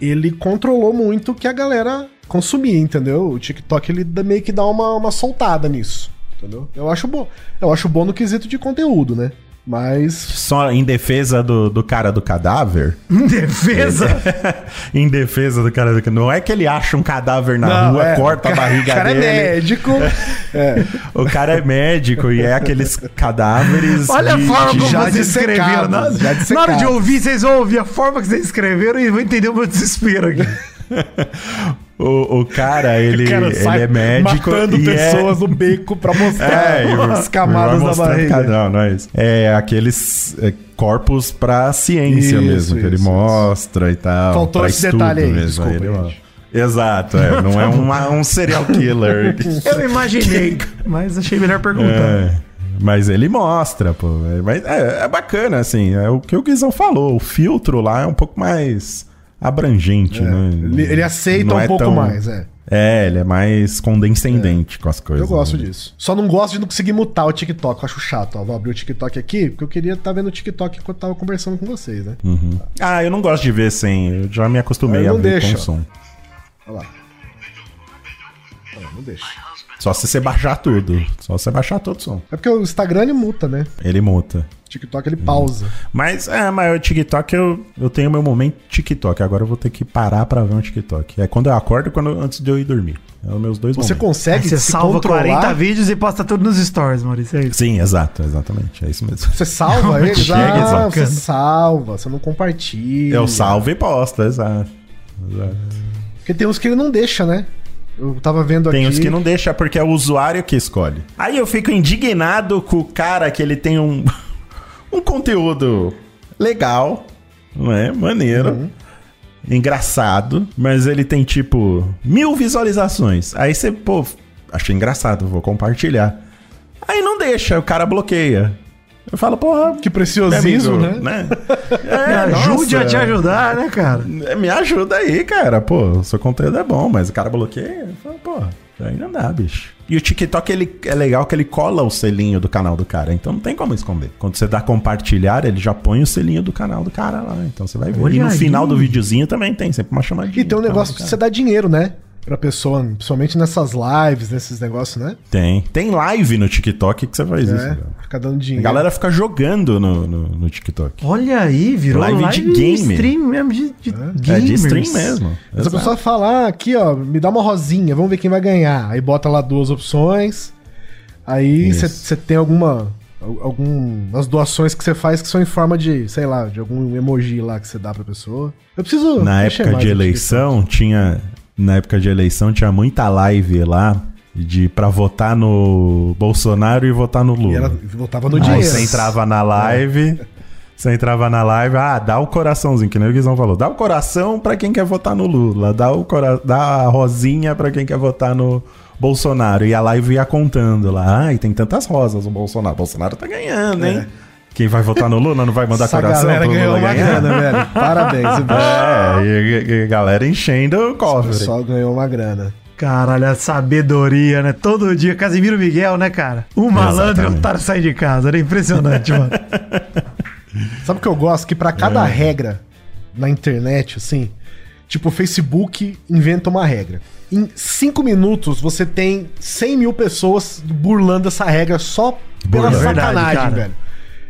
Speaker 1: Ele controlou muito o que a galera consumia, entendeu? O TikTok ele dá- meio que dá uma, uma soltada nisso. Entendeu? Eu acho bom. Eu acho bom no quesito de conteúdo, né? Mas.
Speaker 3: Só em defesa do, do cara do cadáver?
Speaker 2: Em defesa.
Speaker 3: é em defesa do cara do cadáver. Não é que ele acha um cadáver na
Speaker 1: Não,
Speaker 3: rua,
Speaker 1: é,
Speaker 3: corta a barriga
Speaker 1: O cara
Speaker 3: dele.
Speaker 1: é médico. é.
Speaker 3: O cara é médico e é aqueles cadáveres.
Speaker 2: Olha a forma como
Speaker 1: já
Speaker 2: vocês
Speaker 1: dissecados,
Speaker 2: escreveram. né? Na,
Speaker 1: já
Speaker 2: na hora
Speaker 1: dissecados.
Speaker 2: de ouvir, vocês vão ouvir a forma que vocês escreveram e vão entender o meu desespero aqui.
Speaker 3: O, o cara, ele,
Speaker 1: O cara
Speaker 3: ele é médico.
Speaker 1: matando
Speaker 3: e é-
Speaker 1: pessoas no beco pra mostrar
Speaker 3: É, e
Speaker 1: as
Speaker 3: vai
Speaker 1: camadas da
Speaker 3: mostrando
Speaker 1: barriga.
Speaker 3: cada- Não, não é isso. É aqueles é, corpos pra ciência
Speaker 1: Isso,
Speaker 3: mesmo, que ele
Speaker 1: isso,
Speaker 3: mostra e tal.
Speaker 1: Faltou
Speaker 3: pra
Speaker 1: esse
Speaker 3: estudo
Speaker 1: detalhe aí,
Speaker 3: mesmo,
Speaker 1: desculpa,
Speaker 3: ele-
Speaker 1: gente.
Speaker 3: Exato, é, não é uma- um serial killer.
Speaker 2: Eu imaginei, mas achei melhor perguntar.
Speaker 3: É, mas ele mostra, pô. É, mas é, é bacana, assim. É o que o Guizão falou. O filtro lá é um pouco mais abrangente, né?
Speaker 1: É, Ele, ele aceita
Speaker 3: Não
Speaker 1: um
Speaker 3: é
Speaker 1: pouco
Speaker 3: tão-
Speaker 1: mais, é.
Speaker 3: É, ele é mais condescendente com as coisas.
Speaker 1: Eu gosto
Speaker 3: né?
Speaker 1: disso. Só não gosto de não conseguir mutar o TikTok. Eu acho chato. Ó, vou abrir o TikTok aqui, porque eu queria estar vendo o TikTok enquanto tava conversando com vocês, né?
Speaker 3: Ah, eu não gosto de ver sem. Eu já me acostumei
Speaker 1: Ah,
Speaker 3: a
Speaker 1: eu não
Speaker 3: ver
Speaker 1: deixo.
Speaker 3: com o som.
Speaker 1: Olha lá. Olha, não deixa.
Speaker 3: Só se você baixar tudo. Só se você baixar todo o som.
Speaker 1: É porque o Instagram ele muta, né?
Speaker 3: Ele muta.
Speaker 1: O TikTok ele pausa.
Speaker 3: Mas, é, mas o TikTok, eu, eu tenho meu momento TikTok. Agora eu vou ter que parar pra ver um TikTok. É quando eu acordo e quando, antes de eu ir dormir. É os meus dois
Speaker 1: Você
Speaker 3: momentos.
Speaker 1: consegue
Speaker 2: É Você
Speaker 1: se
Speaker 2: salva
Speaker 1: controlar?
Speaker 2: 40 vídeos e posta tudo nos stories, Maurício. É isso.
Speaker 3: Sim, exato, exatamente. É isso mesmo.
Speaker 1: Você salva
Speaker 2: Não,
Speaker 1: eles?
Speaker 2: chega,
Speaker 1: Ah, você
Speaker 2: bacana.
Speaker 1: salva, você não compartilha.
Speaker 3: Eu salvo e posto, exato. exato.
Speaker 1: Porque tem uns que ele não deixa, né? Eu tava vendo
Speaker 3: Tem
Speaker 1: aqui.
Speaker 3: uns que não deixa porque é o usuário que escolhe. Aí eu fico indignado com o cara que ele tem um, um conteúdo legal, né? Maneiro.
Speaker 2: Uhum.
Speaker 3: Engraçado, mas ele tem tipo mil visualizações. Aí você, pô, achei engraçado, vou compartilhar. Aí não deixa, o cara bloqueia. Eu falo, porra,
Speaker 1: Que
Speaker 3: meu
Speaker 1: preciosismo,
Speaker 3: amigo,
Speaker 1: né?
Speaker 3: É,
Speaker 2: Me ajude
Speaker 3: nossa.
Speaker 2: a te ajudar, né, cara?
Speaker 3: É, Me ajuda aí, cara. Pô, seu conteúdo é bom, mas o cara bloqueia. Eu falo, Pô, aí não dá, bicho. E o TikTok ele, é legal que ele cola o selinho do canal do cara. Então não tem como esconder. Quando você dá compartilhar, ele já põe o selinho do canal do cara lá. Então você vai ver.
Speaker 2: Olha
Speaker 3: e no
Speaker 2: aí.
Speaker 3: final do videozinho também tem, sempre uma chamadinha.
Speaker 1: E tem um
Speaker 3: do canal
Speaker 1: negócio
Speaker 3: do
Speaker 1: que
Speaker 3: Tá cara.
Speaker 1: você dá dinheiro, né? Pra pessoa, principalmente nessas lives, nesses negócios, né?
Speaker 3: Tem. Tem live no TikTok que você faz isso.
Speaker 1: É,
Speaker 3: cara.
Speaker 1: fica dando
Speaker 3: A
Speaker 1: dinheiro.
Speaker 3: galera fica jogando no, no, no TikTok.
Speaker 2: Olha aí, virou
Speaker 3: Live
Speaker 2: live,
Speaker 3: de game.
Speaker 2: stream mesmo, de, de
Speaker 3: É
Speaker 2: gamers.
Speaker 3: de stream mesmo.
Speaker 1: Mas a
Speaker 3: Exato.
Speaker 1: pessoa fala, ah, aqui, ó, me dá uma rosinha, vamos ver quem vai ganhar. Aí bota lá duas opções. Aí
Speaker 3: Isso.
Speaker 1: você tem alguma. Algumas doações que você faz que são em forma de, sei lá, de algum emoji lá que você dá pra pessoa. Eu preciso.
Speaker 3: Na
Speaker 1: mexer
Speaker 3: época
Speaker 1: mais
Speaker 3: de
Speaker 1: no
Speaker 3: eleição tinha, na época de eleição tinha muita live lá de para votar no Bolsonaro e votar no
Speaker 1: TikTok. E
Speaker 3: Lula.
Speaker 1: ela voltava no
Speaker 3: Aí
Speaker 1: dinheiro.
Speaker 3: você entrava na live, você entrava na live, ah, dá o coraçãozinho, que nem o Guizão falou, dá o coração pra quem quer votar no Lula, dá o cora dá a rosinha pra quem quer votar no Bolsonaro e a live ia contando lá, ai, tem tantas rosas o Bolsonaro, Bolsonaro tá ganhando, hein? Quem vai votar no Lula não vai mandar
Speaker 1: É. Essa
Speaker 3: coração
Speaker 1: galera
Speaker 3: pro
Speaker 1: ganhou
Speaker 3: Lula
Speaker 1: uma
Speaker 3: ganhar?
Speaker 1: grana, velho. Parabéns, o
Speaker 3: É, e, e- e a galera enchendo o cofre.
Speaker 1: pessoal ganhou uma grana.
Speaker 2: Caralho, a sabedoria, né? Todo dia. Casimiro Miguel, né, cara? Um malandro e um
Speaker 3: Exatamente.
Speaker 2: otário sai de casa. Era impressionante, mano.
Speaker 1: Sabe o que eu gosto? Que pra cada regra na internet, assim, tipo, o Facebook inventa uma regra. Em cinco minutos, você tem 100 mil pessoas burlando essa regra só pela
Speaker 2: Burlando.
Speaker 1: sacanagem,
Speaker 2: Verdade, cara.
Speaker 1: velho.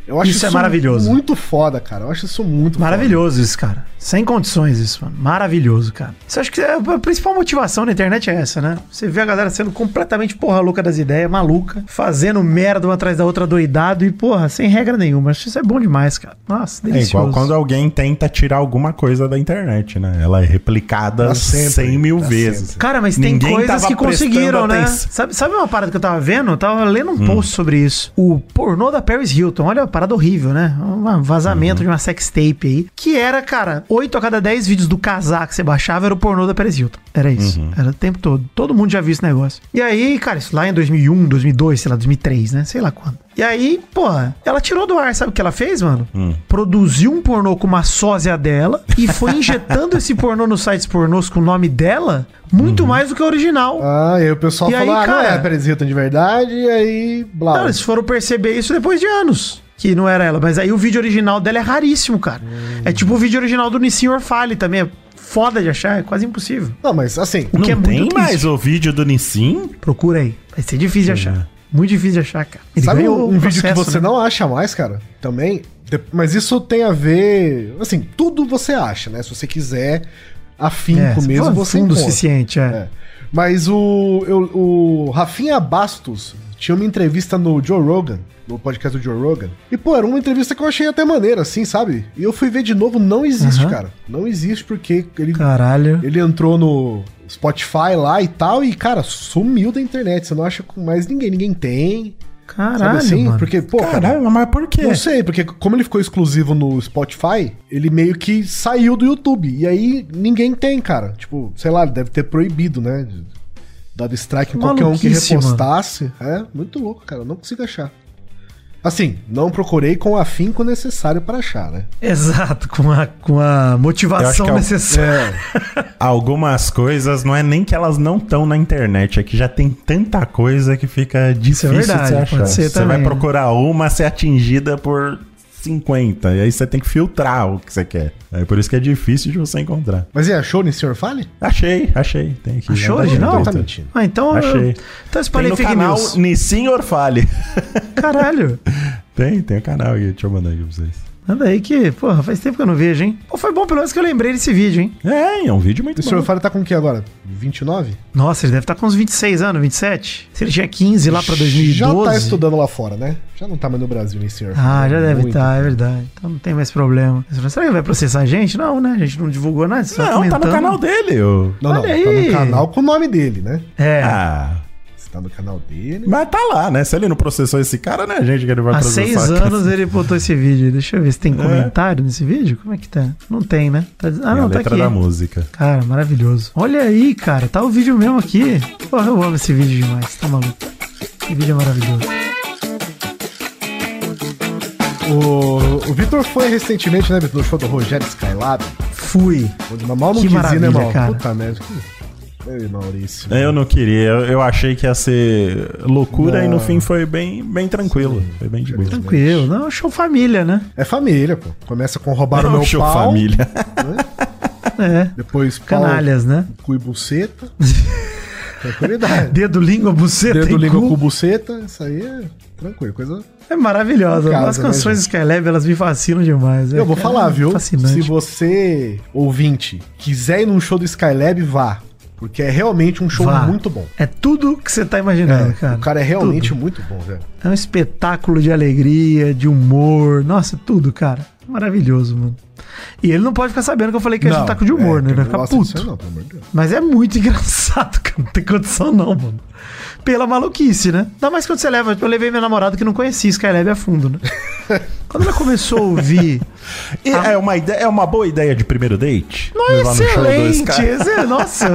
Speaker 1: Eu acho
Speaker 2: Isso é maravilhoso.
Speaker 1: muito foda, cara. Eu acho isso muito foda.
Speaker 2: Maravilhoso isso, cara. Sem condições isso, mano. Maravilhoso, cara. Isso acho que é a principal motivação na internet é essa, né? Você vê a galera sendo completamente porra louca das ideias, maluca, fazendo merda uma atrás da outra doidado e, porra, sem regra nenhuma. Acho que isso é bom demais, cara. Nossa,
Speaker 3: É
Speaker 2: delicioso.
Speaker 3: igual quando alguém tenta tirar alguma coisa da internet, né? Ela é replicada
Speaker 1: Tá sempre,
Speaker 3: 100 mil
Speaker 1: tá
Speaker 3: vezes.
Speaker 2: Cara, mas tem
Speaker 3: Ninguém
Speaker 2: coisas
Speaker 3: tava
Speaker 2: que conseguiram,
Speaker 3: prestando
Speaker 2: né?
Speaker 3: atenção.
Speaker 2: Sabe, sabe uma parada que eu tava vendo? Eu tava lendo um post sobre isso. O pornô da Paris Hilton. Olha, uma parada horrível, né? Um vazamento de uma sextape aí. Que era, cara, 8 a cada 10 vídeos do casaco que você baixava era o pornô da Paris Hilton. Era isso. Era o tempo todo. Todo mundo já viu esse negócio. E aí, cara, isso lá em 2001, 2002, sei lá, 2003, né? Sei lá quando. E aí, porra, ela tirou do ar, sabe o que ela fez, mano? Produziu um pornô com uma sósia dela e foi injetando esse pornô nos sites pornôs com o nome dela muito mais do que o original.
Speaker 1: Ah, e aí o pessoal
Speaker 2: E
Speaker 1: falou,
Speaker 2: aí,
Speaker 1: ah, não é
Speaker 2: cara?
Speaker 1: a Paris Hilton de verdade, e aí, blá.
Speaker 2: Não, eles foram perceber isso depois de anos. Que não era ela. Mas aí o vídeo original dela é raríssimo, cara. É tipo o vídeo original do Nissin Orfale também. É foda de achar, é quase impossível.
Speaker 1: Não, mas assim,
Speaker 2: O que é
Speaker 3: Não tem
Speaker 2: muito
Speaker 3: mais
Speaker 2: triste.
Speaker 3: o vídeo do Nissin?
Speaker 2: Procura aí. Vai ser difícil de achar. Muito difícil de achar, cara. É. Ele
Speaker 1: Sabe
Speaker 2: ganhou
Speaker 1: um,
Speaker 2: o
Speaker 1: um vídeo que
Speaker 2: processo,
Speaker 1: você
Speaker 2: né?
Speaker 1: não acha mais, cara? Também. De- Mas isso tem a ver. Assim, tudo você acha, né? Se você quiser afinco
Speaker 2: É, se
Speaker 1: mesmo,
Speaker 2: for
Speaker 1: você
Speaker 2: fundo o
Speaker 1: encontra.
Speaker 2: suficiente, é.
Speaker 1: É. Mas o, eu- o Rafinha Bastos tinha uma entrevista no Joe Rogan, no podcast do Joe Rogan. E, pô, era uma entrevista que eu achei até maneira, assim, sabe? E eu fui ver de novo, não existe,
Speaker 2: Aham.
Speaker 1: cara. Não existe porque ele,
Speaker 2: Caralho.
Speaker 1: ele entrou no Spotify lá e tal, e, cara, sumiu da internet. Você não acha com mais ninguém. Ninguém tem.
Speaker 2: Caralho, mano.
Speaker 1: assim?
Speaker 2: é.
Speaker 1: Porque, pô, cara,
Speaker 3: Caralho, mas por quê?
Speaker 1: não sei, porque como ele ficou exclusivo no Spotify, ele meio que saiu do YouTube. E aí ninguém tem, cara. Tipo, sei lá, deve ter proibido, né? de- Dado strike em qualquer um que
Speaker 2: Maluquice, mano.
Speaker 1: repostasse. É, muito louco, cara. Não consigo achar. Assim, não procurei com o afinco necessário para achar, né?
Speaker 2: Exato, com a, com a
Speaker 3: Eu acho
Speaker 2: motivação
Speaker 3: que é o-
Speaker 2: necessária.
Speaker 3: Algumas coisas não é nem que elas não estão na internet, é que já tem tanta coisa que fica difícil
Speaker 2: é verdade,
Speaker 3: de você
Speaker 2: pode
Speaker 3: achar.
Speaker 2: ser
Speaker 3: você
Speaker 2: também,
Speaker 3: vai
Speaker 2: né?
Speaker 3: procurar uma ser atingida por 50, e aí você tem que filtrar o que você quer. É por isso que é difícil de você encontrar.
Speaker 1: Mas e achou nesse senhor Fale?
Speaker 3: Achei, achei. Tem aqui.
Speaker 2: Achou
Speaker 3: Ainda
Speaker 2: original?
Speaker 3: tem,
Speaker 1: Tá
Speaker 3: tá?
Speaker 1: mentindo.
Speaker 2: Ah, então.
Speaker 3: Achei.
Speaker 2: Eu, então eu
Speaker 3: Tem
Speaker 2: espalhei
Speaker 3: no
Speaker 2: fake
Speaker 3: canal
Speaker 2: news.
Speaker 3: Nissin Orfale.
Speaker 2: Caralho.
Speaker 3: tem, tem o canal aqui. Deixa eu mandar aqui pra vocês.
Speaker 2: Anda aí que, porra, faz tempo que eu não vejo, hein? Pô, foi bom pelo menos que eu lembrei desse vídeo, hein?
Speaker 3: É, é um vídeo muito
Speaker 1: O senhor
Speaker 3: bom.
Speaker 1: Fale tá com o que agora? 29?
Speaker 2: Nossa, ele deve estar com uns 26 anos, 27. Se ele tinha 15 lá pra 2012.
Speaker 1: Já tá estudando lá fora, né? Já não tá mais no Brasil, hein, senhor?
Speaker 2: Ah, já deve
Speaker 1: Muito.
Speaker 2: estar, é verdade. Então não tem mais problema. Será que vai processar a gente? Não, né? A gente não divulgou nada. Só
Speaker 3: Não, tá no
Speaker 2: comentando.
Speaker 3: canal dele. ô.
Speaker 1: Não, não,
Speaker 2: Olha
Speaker 1: tá
Speaker 2: aí.
Speaker 1: no canal com o nome dele, né?
Speaker 2: É.
Speaker 3: Ah,
Speaker 1: Você tá no canal dele.
Speaker 3: mas tá lá, né? Se ele não processou esse cara, né, gente, que ele vai
Speaker 2: Há
Speaker 3: processar.
Speaker 2: seis anos né? ele botou esse vídeo. Deixa eu ver se tem comentário nesse vídeo. Como é que tá? Não tem, né? Tá diz- Ah,
Speaker 3: É a
Speaker 2: não, tá
Speaker 3: letra
Speaker 2: aqui.
Speaker 3: da música.
Speaker 2: Cara, maravilhoso. Olha aí, cara. Tá o vídeo mesmo aqui. Porra, eu amo esse vídeo demais. Tá maluco? Esse vídeo é maravilhoso.
Speaker 1: O, o Vitor foi recentemente, né, Vitor, no show do Rogério Skylab.
Speaker 2: Fui.
Speaker 1: Onde uma mal não
Speaker 2: Que
Speaker 1: quis ir, né,
Speaker 2: maravilha,
Speaker 1: mal?
Speaker 2: cara.
Speaker 1: Puta merda. que- Ei, Maurício.
Speaker 3: É, Eu não queria, eu, eu achei que ia ser loucura e no fim foi bem, bem tranquilo. Foi bem de boa.
Speaker 2: Tranquilo. Não, show família, né?
Speaker 1: É família, pô. Começa com roubar o
Speaker 3: Não,
Speaker 1: meu
Speaker 3: É um show
Speaker 1: pau.
Speaker 3: família.
Speaker 2: É.
Speaker 1: Depois pau,
Speaker 2: Canalhas, né?
Speaker 1: cu e buceta. Tranquilidade.
Speaker 2: Dedo, língua, buceta
Speaker 1: Dedo,
Speaker 2: e
Speaker 1: língua,
Speaker 2: cu.
Speaker 1: cu, buceta. Isso aí é tranquilo. Coisa...
Speaker 2: É maravilhosa.
Speaker 1: Em casa,
Speaker 2: As
Speaker 1: né,
Speaker 2: canções do Skylab, elas me fascinam demais.
Speaker 1: Eu vou
Speaker 2: É, Cara,
Speaker 1: falar, viu?
Speaker 2: Fascinante.
Speaker 1: Se você, ouvinte, quiser ir num show do Skylab, vá. Porque é realmente um show
Speaker 2: Vá.
Speaker 1: muito bom.
Speaker 2: É tudo que você tá imaginando, cara.
Speaker 1: O cara é realmente
Speaker 2: Tudo.
Speaker 1: muito bom, velho.
Speaker 2: É um espetáculo de alegria, de humor. Nossa, tudo, cara. Maravilhoso, mano. E ele não pode ficar sabendo que eu falei que é espetáculo de humor,
Speaker 1: é,
Speaker 2: né? Ele
Speaker 1: não
Speaker 2: vai ficar
Speaker 1: gosta disso aí
Speaker 2: puto.
Speaker 1: Não, pelo amor de Deus.
Speaker 2: Mas é muito engraçado, cara. Não tem condição, não, mano. Pela maluquice, né? Ainda mais quando você leva. Eu levei meu namorado que não conhecia Skylab a fundo, né? quando ela começou a ouvir.
Speaker 3: E é, uma ideia, é uma boa ideia de primeiro date?
Speaker 2: Não, é
Speaker 3: Levar no show dois
Speaker 2: excelente!
Speaker 3: caras.
Speaker 2: excelente. Nossa,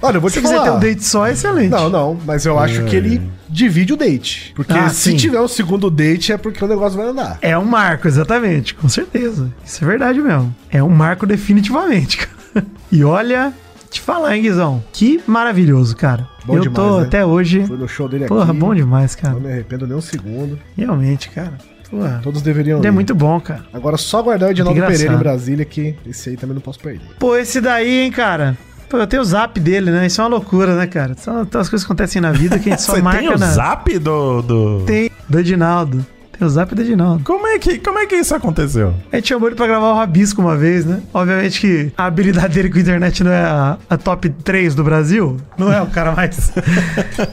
Speaker 1: Olha, eu vou
Speaker 2: se
Speaker 1: te
Speaker 2: quiser
Speaker 1: falar.
Speaker 2: ter um date só, é excelente.
Speaker 1: Não, não, mas eu acho que ele divide o date. Porque
Speaker 2: Ah,
Speaker 1: se
Speaker 2: sim.
Speaker 1: tiver um segundo date é porque o negócio vai andar.
Speaker 2: É um marco, exatamente, com certeza. Isso é verdade mesmo. É um marco definitivamente, cara. E olha, te falar, hein, Guizão? Que maravilhoso, cara.
Speaker 1: Bom
Speaker 2: Eu
Speaker 1: demais,
Speaker 2: tô
Speaker 1: né?
Speaker 2: até hoje.
Speaker 1: Foi no show dele
Speaker 2: Porra,
Speaker 1: aqui.
Speaker 2: bom demais, cara.
Speaker 1: Não me arrependo nem um segundo.
Speaker 2: Realmente, cara. Porra.
Speaker 1: Todos deveriam
Speaker 2: Ele é
Speaker 1: ir.
Speaker 2: muito bom, cara.
Speaker 1: Agora só aguardar o Edinaldo
Speaker 2: Engraçado.
Speaker 1: Pereira em Brasília, que esse aí também não posso perder.
Speaker 2: Pô, esse daí, hein, cara. Pô, eu tenho o zap dele, né? Isso é uma loucura, né, cara? São são as coisas que acontecem na vida que a gente só
Speaker 3: Você
Speaker 2: marca
Speaker 3: tem o
Speaker 2: na.
Speaker 3: zap do. do...
Speaker 2: Tem. Do Edinaldo. Tem o zap do Edinaldo.
Speaker 3: Como, é que, como é que isso aconteceu?
Speaker 2: A gente chamou ele pra gravar o Rabisco uma vez, né? Obviamente que a habilidade dele com a internet não é a, a top 3 do Brasil. Não é o cara mais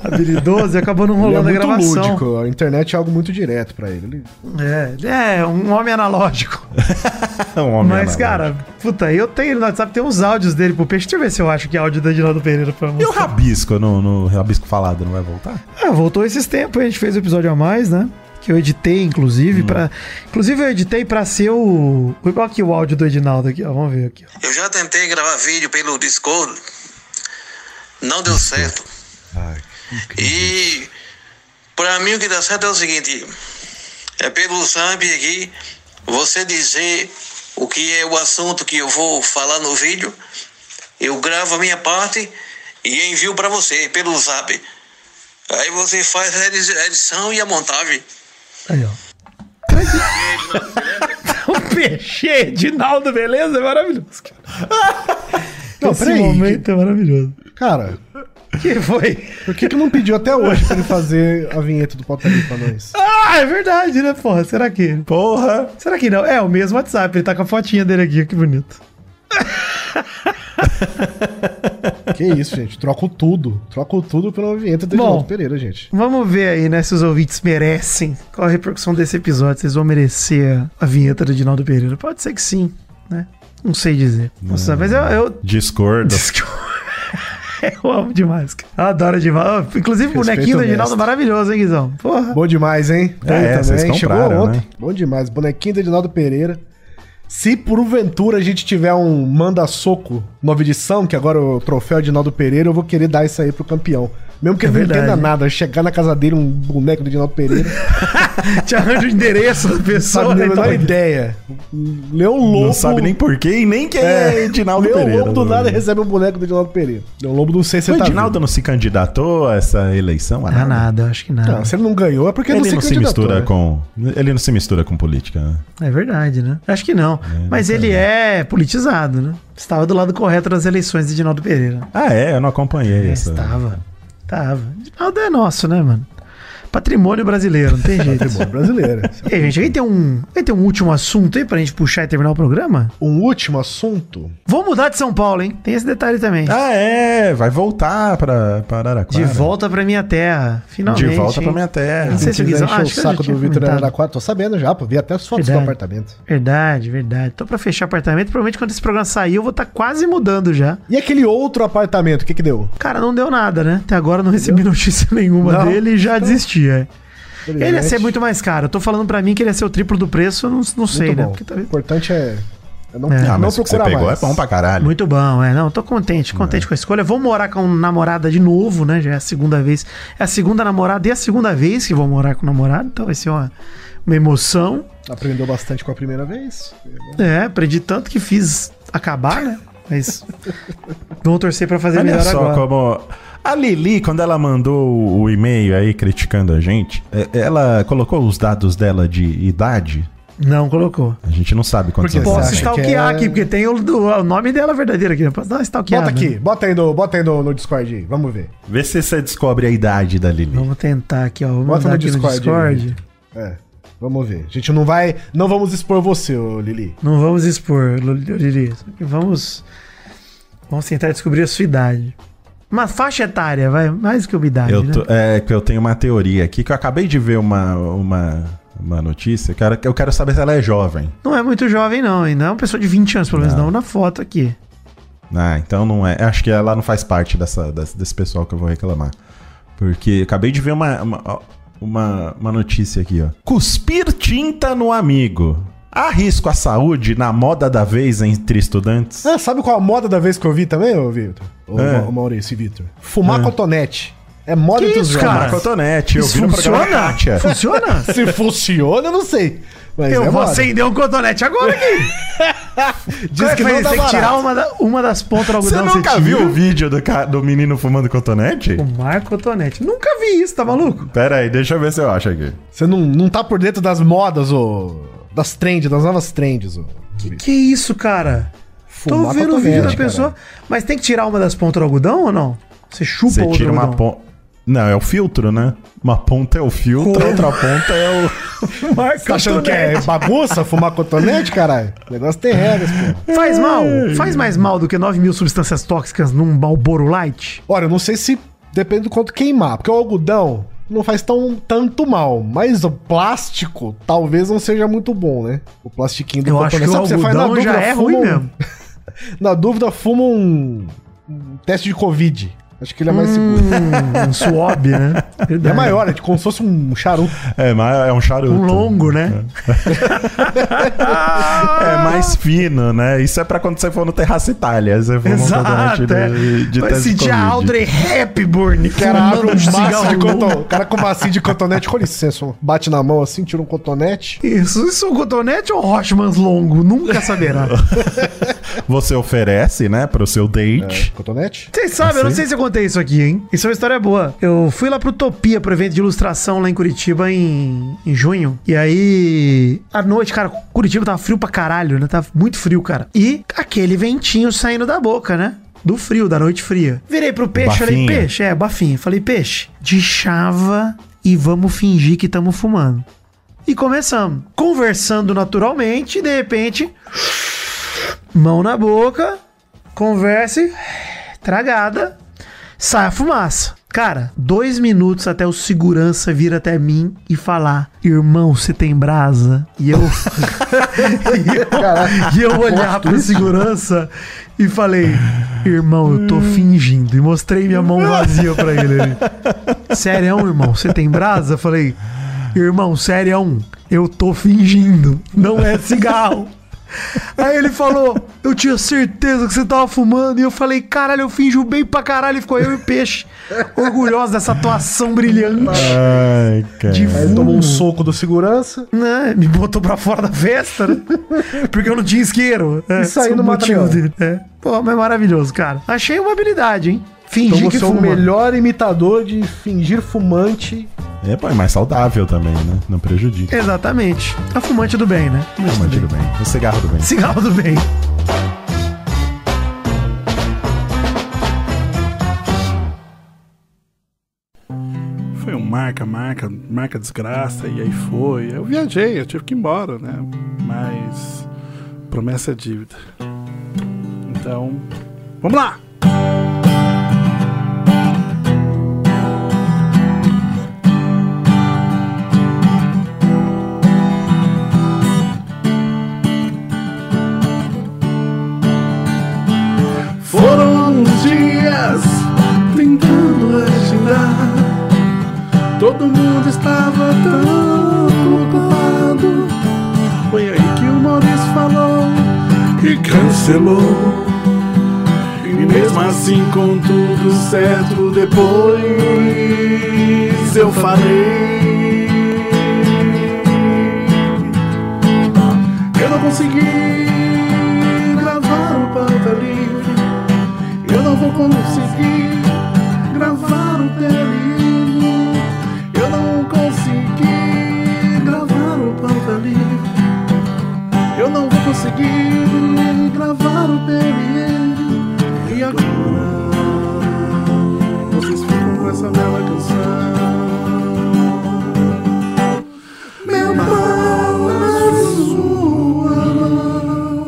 Speaker 2: habilidoso e acabou não rolando
Speaker 1: ele é
Speaker 2: a
Speaker 1: muito
Speaker 2: gravação.
Speaker 1: lúdico. A internet é algo muito direto pra ele. Ele-
Speaker 2: É, ele é um homem analógico.
Speaker 3: Um homem
Speaker 2: Mas,
Speaker 3: analógico.
Speaker 2: cara, puta, eu tenho ele no WhatsApp, tem uns áudios dele pro peixe. Deixa eu ver se eu acho que é áudio do Edinaldo Pereira pra
Speaker 3: E o
Speaker 2: mostrar.
Speaker 3: rabisco no, no rabisco falado não vai voltar?
Speaker 2: Ah, voltou esses tempos, a gente fez o episódio a mais, né? Que eu editei, inclusive, pra. Inclusive, eu editei pra ser o. Olha aqui o áudio do Edinaldo aqui, ó. Vamos ver aqui, ó.
Speaker 6: Eu já tentei gravar vídeo pelo Discord, não deu certo. E pra mim o que dá certo é o seguinte, é pelo Zamp aqui, você dizer o que é o assunto que eu vou falar no vídeo, eu gravo a minha parte e envio pra você pelo Zap. Aí você faz a edi- a edição e a montagem.
Speaker 2: Aí, ó. o É um peixe Edinaldo, beleza? É maravilhoso, cara.
Speaker 1: Não,
Speaker 2: Esse
Speaker 1: peraí.
Speaker 2: momento é maravilhoso.
Speaker 1: Cara,
Speaker 2: que foi?
Speaker 1: Por que, que não pediu até hoje pra ele fazer a vinheta do Pauta Livre pra nós?
Speaker 2: Ah, é verdade, né, porra? Será que.
Speaker 3: Porra!
Speaker 2: Será que não? É, o mesmo WhatsApp, ele tá com a fotinha dele aqui, que bonito.
Speaker 1: Que isso, gente. Troco tudo. Troco tudo pela vinheta do
Speaker 2: Bom.
Speaker 1: Edinaldo Pereira, gente.
Speaker 2: Vamos ver aí, né, se os ouvintes merecem. Qual a repercussão desse episódio? Vocês vão merecer a- a vinheta do Edinaldo Pereira? Pode ser que sim, né? Não sei dizer. Não sei, mas eu, eu
Speaker 3: Discordo.
Speaker 2: Eu amo demais, cara. Eu Adoro demais. Ó, Inclusive, o bonequinho
Speaker 1: Respeito
Speaker 2: do
Speaker 1: o
Speaker 2: Reginaldo
Speaker 1: mestre.
Speaker 2: maravilhoso, hein, Guizão? Porra.
Speaker 1: Bom demais, hein? Bom
Speaker 3: É, vocês compraram, né?
Speaker 1: Bom demais. Bonequinho do Edinaldo Pereira. Se porventura a gente tiver um manda-soco nova edição, que agora é o troféu Edinaldo Pereira, eu vou querer dar isso aí pro campeão. Mesmo que
Speaker 3: É
Speaker 1: ele
Speaker 2: verdade.
Speaker 3: né?
Speaker 1: não entenda nada, chegar na casa dele um boneco do Edinaldo Pereira,
Speaker 2: Te arranja o endereço da pessoa.
Speaker 1: sabe
Speaker 2: né,
Speaker 1: nem a menor
Speaker 2: então.
Speaker 1: ideia. Leão Lobo.
Speaker 3: é Não sabe nem porquê e nem quem é, Edinaldo
Speaker 1: Leão
Speaker 3: Pereira.
Speaker 1: Lobo do nada recebe um boneco do Edinaldo Pereira. Leão Lobo não sei se
Speaker 3: O
Speaker 1: ele tá
Speaker 3: Edinaldo
Speaker 1: vivo.
Speaker 3: não se candidatou a essa eleição? A
Speaker 2: Ah, nada, acho que nada.
Speaker 1: Não, se ele não ganhou é porque
Speaker 3: Ele não se
Speaker 1: candidatou,
Speaker 3: mistura
Speaker 1: né?
Speaker 3: com. Ele não se mistura com política, né?
Speaker 2: É verdade, né? Acho que não. Mas ele é politizado, né? Estava do lado correto nas eleições de Edinaldo Pereira.
Speaker 3: Ah, é? Eu não acompanhei essa.
Speaker 2: Estava. Estava. Edinaldo é nosso, né, mano? Patrimônio brasileiro, não tem jeito.
Speaker 1: Bom, brasileira.
Speaker 2: E aí, gente, alguém tem, um, alguém tem um último assunto aí pra gente puxar e terminar o programa?
Speaker 1: Um último assunto.
Speaker 2: Vou mudar de São Paulo, hein? Tem esse detalhe também.
Speaker 3: Ah, é? Vai voltar pra, pra
Speaker 2: De
Speaker 3: Araraquara.
Speaker 2: volta pra minha terra, finalmente.
Speaker 3: De volta pra
Speaker 2: hein?
Speaker 3: minha terra.
Speaker 2: Não sei se
Speaker 1: Se
Speaker 2: o
Speaker 1: quiser
Speaker 2: Guizão
Speaker 1: encher o
Speaker 2: acho que eu já
Speaker 1: saco
Speaker 2: tinha
Speaker 1: do Vitor
Speaker 2: comentado.
Speaker 1: Araraquara, tô sabendo já, pô. Vi até as fotos
Speaker 2: Verdade.
Speaker 1: do apartamento.
Speaker 2: Verdade, verdade. Tô pra fechar apartamento. Provavelmente quando esse programa sair, eu vou estar quase mudando já.
Speaker 1: E aquele outro apartamento, o que que deu?
Speaker 2: Cara, não deu nada, né? Até agora não recebi notícia nenhuma
Speaker 1: Não.
Speaker 2: dele e
Speaker 3: Então,
Speaker 2: já desisti, é. Ele ia
Speaker 1: Infelizmente,
Speaker 2: ser muito mais caro. Eu tô falando pra mim que ele ia ser o triplo do preço, eu não, não sei, né? Porque tá...
Speaker 1: O importante é, é não,
Speaker 2: É.
Speaker 3: Ah,
Speaker 1: não
Speaker 3: mas o que você
Speaker 1: procurar
Speaker 3: pegou
Speaker 1: mais.
Speaker 3: é bom pra caralho.
Speaker 2: Muito bom, é. Não, tô contente, contente
Speaker 3: é.
Speaker 2: com a escolha. Vou morar com namorada de novo, né? Já é a segunda vez. É a segunda namorada e a segunda vez que vou morar com namorado, então vai ser uma, uma emoção.
Speaker 1: Aprendeu bastante com a primeira vez.
Speaker 2: É, aprendi tanto que fiz acabar, né? Mas vamos torcer pra fazer
Speaker 1: é
Speaker 3: Olha
Speaker 2: É melhor
Speaker 3: só
Speaker 2: agora.
Speaker 3: como. A Lili, quando ela mandou o- o e-mail aí criticando a gente, é- ela colocou os dados dela de idade.
Speaker 2: Não colocou.
Speaker 3: A gente não sabe quantos
Speaker 1: Porque
Speaker 3: ela
Speaker 1: acha
Speaker 2: Posso
Speaker 3: tem.
Speaker 1: está- que
Speaker 2: stalkear
Speaker 1: é-
Speaker 2: aqui, porque tem o, o nome dela verdadeiro aqui. né? Posso dar uma stalkeada?
Speaker 1: Bota aqui,
Speaker 2: né?
Speaker 1: bota aí, no, bota aí no, no Discord aí, vamos ver.
Speaker 3: Vê se você descobre a idade da Lili.
Speaker 2: Vamos tentar aqui, ó. Vou
Speaker 1: Bota
Speaker 2: mandar
Speaker 1: no
Speaker 2: aqui
Speaker 1: Discord.
Speaker 2: no Discord.
Speaker 1: É, vamos ver. A gente não vai, não vamos expor você, ô Lili.
Speaker 2: Não vamos expor, Lu- Lili. Vamos. Vamos tentar descobrir a sua idade. Uma faixa etária, vai. Mais que uma idade,
Speaker 3: Eu tô-
Speaker 2: né?
Speaker 3: é que eu tenho uma teoria aqui que eu acabei de ver uma, uma, uma notícia. que era- eu quero saber se ela é jovem.
Speaker 2: Não é muito jovem, não, ainda é uma pessoa de 20 anos, pelo menos não na foto aqui.
Speaker 3: Ah, então não é. Acho que ela não faz parte dessa, dessa- desse pessoal que eu vou reclamar. Porque acabei de ver uma, uma, ó, uma, uma notícia aqui, ó. Cuspir tinta no amigo. Há risco à saúde na moda da vez entre estudantes?
Speaker 1: Ah, sabe qual a moda da vez que eu vi também, ô Vitor? Ô
Speaker 3: É.
Speaker 1: Ma- Maurício e Vitor. Fumar cotonete. É moda
Speaker 2: Que
Speaker 1: entre os
Speaker 2: isso,
Speaker 1: jovens.
Speaker 2: cara?
Speaker 3: Uma cotonete, eu vi no programa da
Speaker 2: funciona?
Speaker 3: Kátia.
Speaker 2: Funciona?
Speaker 1: Se funciona, eu não sei. Mas
Speaker 2: Eu
Speaker 1: é
Speaker 2: vou é
Speaker 1: moda.
Speaker 2: acender um cotonete agora aqui.
Speaker 1: Diz que não
Speaker 2: Mas
Speaker 1: tá
Speaker 2: tem que tirar
Speaker 1: barato.
Speaker 2: uma, da- uma das pontas do
Speaker 3: Você
Speaker 2: algodão.
Speaker 3: nunca
Speaker 2: tira.
Speaker 3: viu o vídeo do, ca- do menino fumando cotonete?
Speaker 2: Fumar cotonete. Nunca vi isso, tá maluco?
Speaker 3: Pera aí, deixa eu ver se eu acho aqui.
Speaker 2: um-
Speaker 1: Você não, não tá por dentro das modas, ô. Das trends, das novas trends, ô.
Speaker 2: Que isso, cara? Tô
Speaker 1: Fumar
Speaker 2: vendo o
Speaker 1: cotonete,
Speaker 2: vídeo da
Speaker 1: cara.
Speaker 2: pessoa. Mas tem que tirar uma das pontas do algodão ou não? Você chupa o
Speaker 3: Você
Speaker 2: outro
Speaker 3: tira uma
Speaker 2: algodão.
Speaker 3: ponta. Não, é o filtro, né? Uma ponta é o filtro,
Speaker 2: Como?
Speaker 3: outra ponta é o.
Speaker 2: Marca
Speaker 1: Tá achando que é bagunça fumar cotonete, caralho? O negócio tem regras, pô.
Speaker 2: Faz mal? Faz mais mal do que 9 mil substâncias tóxicas num Balboro Light?
Speaker 1: Olha, eu não sei se depende do quanto queimar, porque o algodão não faz tão tanto mal, mas o plástico talvez não seja muito bom, né? O plastiquinho do
Speaker 2: Eu acho que o
Speaker 1: Sabe você faz na
Speaker 2: algodão já
Speaker 1: dúvida,
Speaker 2: é
Speaker 1: fuma
Speaker 2: ruim
Speaker 1: um-
Speaker 2: mesmo.
Speaker 1: Na dúvida, fuma um, um teste de Covid. Acho que ele é mais seguro.
Speaker 2: Um, um swab, né?
Speaker 1: É
Speaker 2: Verdade.
Speaker 1: maior, é tipo como se fosse um charuto.
Speaker 3: É, mas é um charuto.
Speaker 2: Um longo, né?
Speaker 3: É
Speaker 2: Ah.
Speaker 3: mais fino, né? Isso é pra quando você for no Terraço Itália. Você for
Speaker 2: Exato. é. Vai
Speaker 3: teste
Speaker 2: sentir a
Speaker 3: Covid.
Speaker 2: Audrey Hepburn
Speaker 1: O cara abre
Speaker 2: fumando
Speaker 1: um
Speaker 2: um
Speaker 1: maço
Speaker 2: cigarro
Speaker 1: de
Speaker 2: de cotonete.
Speaker 1: cotonete. O cara com macio de cotonete, com licença, um bate na mão assim, tira um cotonete.
Speaker 2: Isso, isso é um cotonete ou Rochmans longo? Nunca saberá.
Speaker 3: Você oferece, né, pro seu date.
Speaker 1: Cotonete?
Speaker 2: Vocês sabem, eu não sei se eu contei isso aqui, hein? Isso é uma história boa. Eu fui lá pro Utopia, pro evento de ilustração lá em Curitiba em, em junho. E aí, à noite, cara, Curitiba tava frio pra caralho, né? Tava muito frio, cara. E aquele ventinho saindo da boca, né? do frio, da noite fria. Virei pro peixe, falei,
Speaker 3: Bafinha.
Speaker 2: peixe, é, bafinho. Falei, peixe, de chava e vamos fingir que estamos fumando. E começamos. Conversando naturalmente, de repente, mão na boca, converse, tragada, sai a fumaça. Cara, dois minutos até o segurança vir até mim e falar: Irmão, você tem brasa? E eu. e eu- e eu olhar pro segurança e falei: Irmão, eu tô fingindo. E mostrei minha mão vazia pra ele. Ele, Sério, é um, irmão, você tem brasa? Eu falei: Irmão, sério, é um. eu tô fingindo. Não é cigarro. Aí ele falou: Eu tinha certeza que você tava fumando. E eu falei: Caralho, eu finjo bem pra caralho. E ficou eu e o peixe, orgulhoso dessa atuação brilhante.
Speaker 3: Ai, cara.
Speaker 2: De
Speaker 1: Ah, Aí ele tomou um soco do segurança.
Speaker 2: né? Me botou pra fora da festa, né? Porque eu não tinha isqueiro. É,
Speaker 1: E saiu
Speaker 2: esse é o
Speaker 1: no
Speaker 2: motivo
Speaker 1: Maranhão.
Speaker 2: dele. É. Pô, mas é maravilhoso, cara. Achei uma habilidade, hein? Fingir
Speaker 1: Então
Speaker 2: que
Speaker 1: você é
Speaker 2: fuma.
Speaker 1: o melhor imitador de fingir fumante.
Speaker 3: É, pô, é mais saudável também, né? Não prejudica.
Speaker 2: Exatamente. É fumante do bem, né? Fumante do
Speaker 3: Mas
Speaker 2: bem.
Speaker 3: tudo bem. O cigarro do bem.
Speaker 2: Cigarro do bem.
Speaker 7: Foi um marca, marca, marca desgraça, e aí foi. Eu viajei, eu tive que ir embora, né? Mas promessa é dívida. Então, vamos lá! Foram uns dias tentando agendar Todo mundo estava tão ocupado. Foi aí que o Maurício falou e cancelou. E mesmo assim, com tudo certo, depois eu falei. Eu não consegui gravar o pauta livre. Eu não vou conseguir gravar o telinho. Eu não consegui gravar o pauta livre. Eu não vou conseguir gravar o PLN. E agora vocês ficam com essa bela canção. Meu pau na sua mão.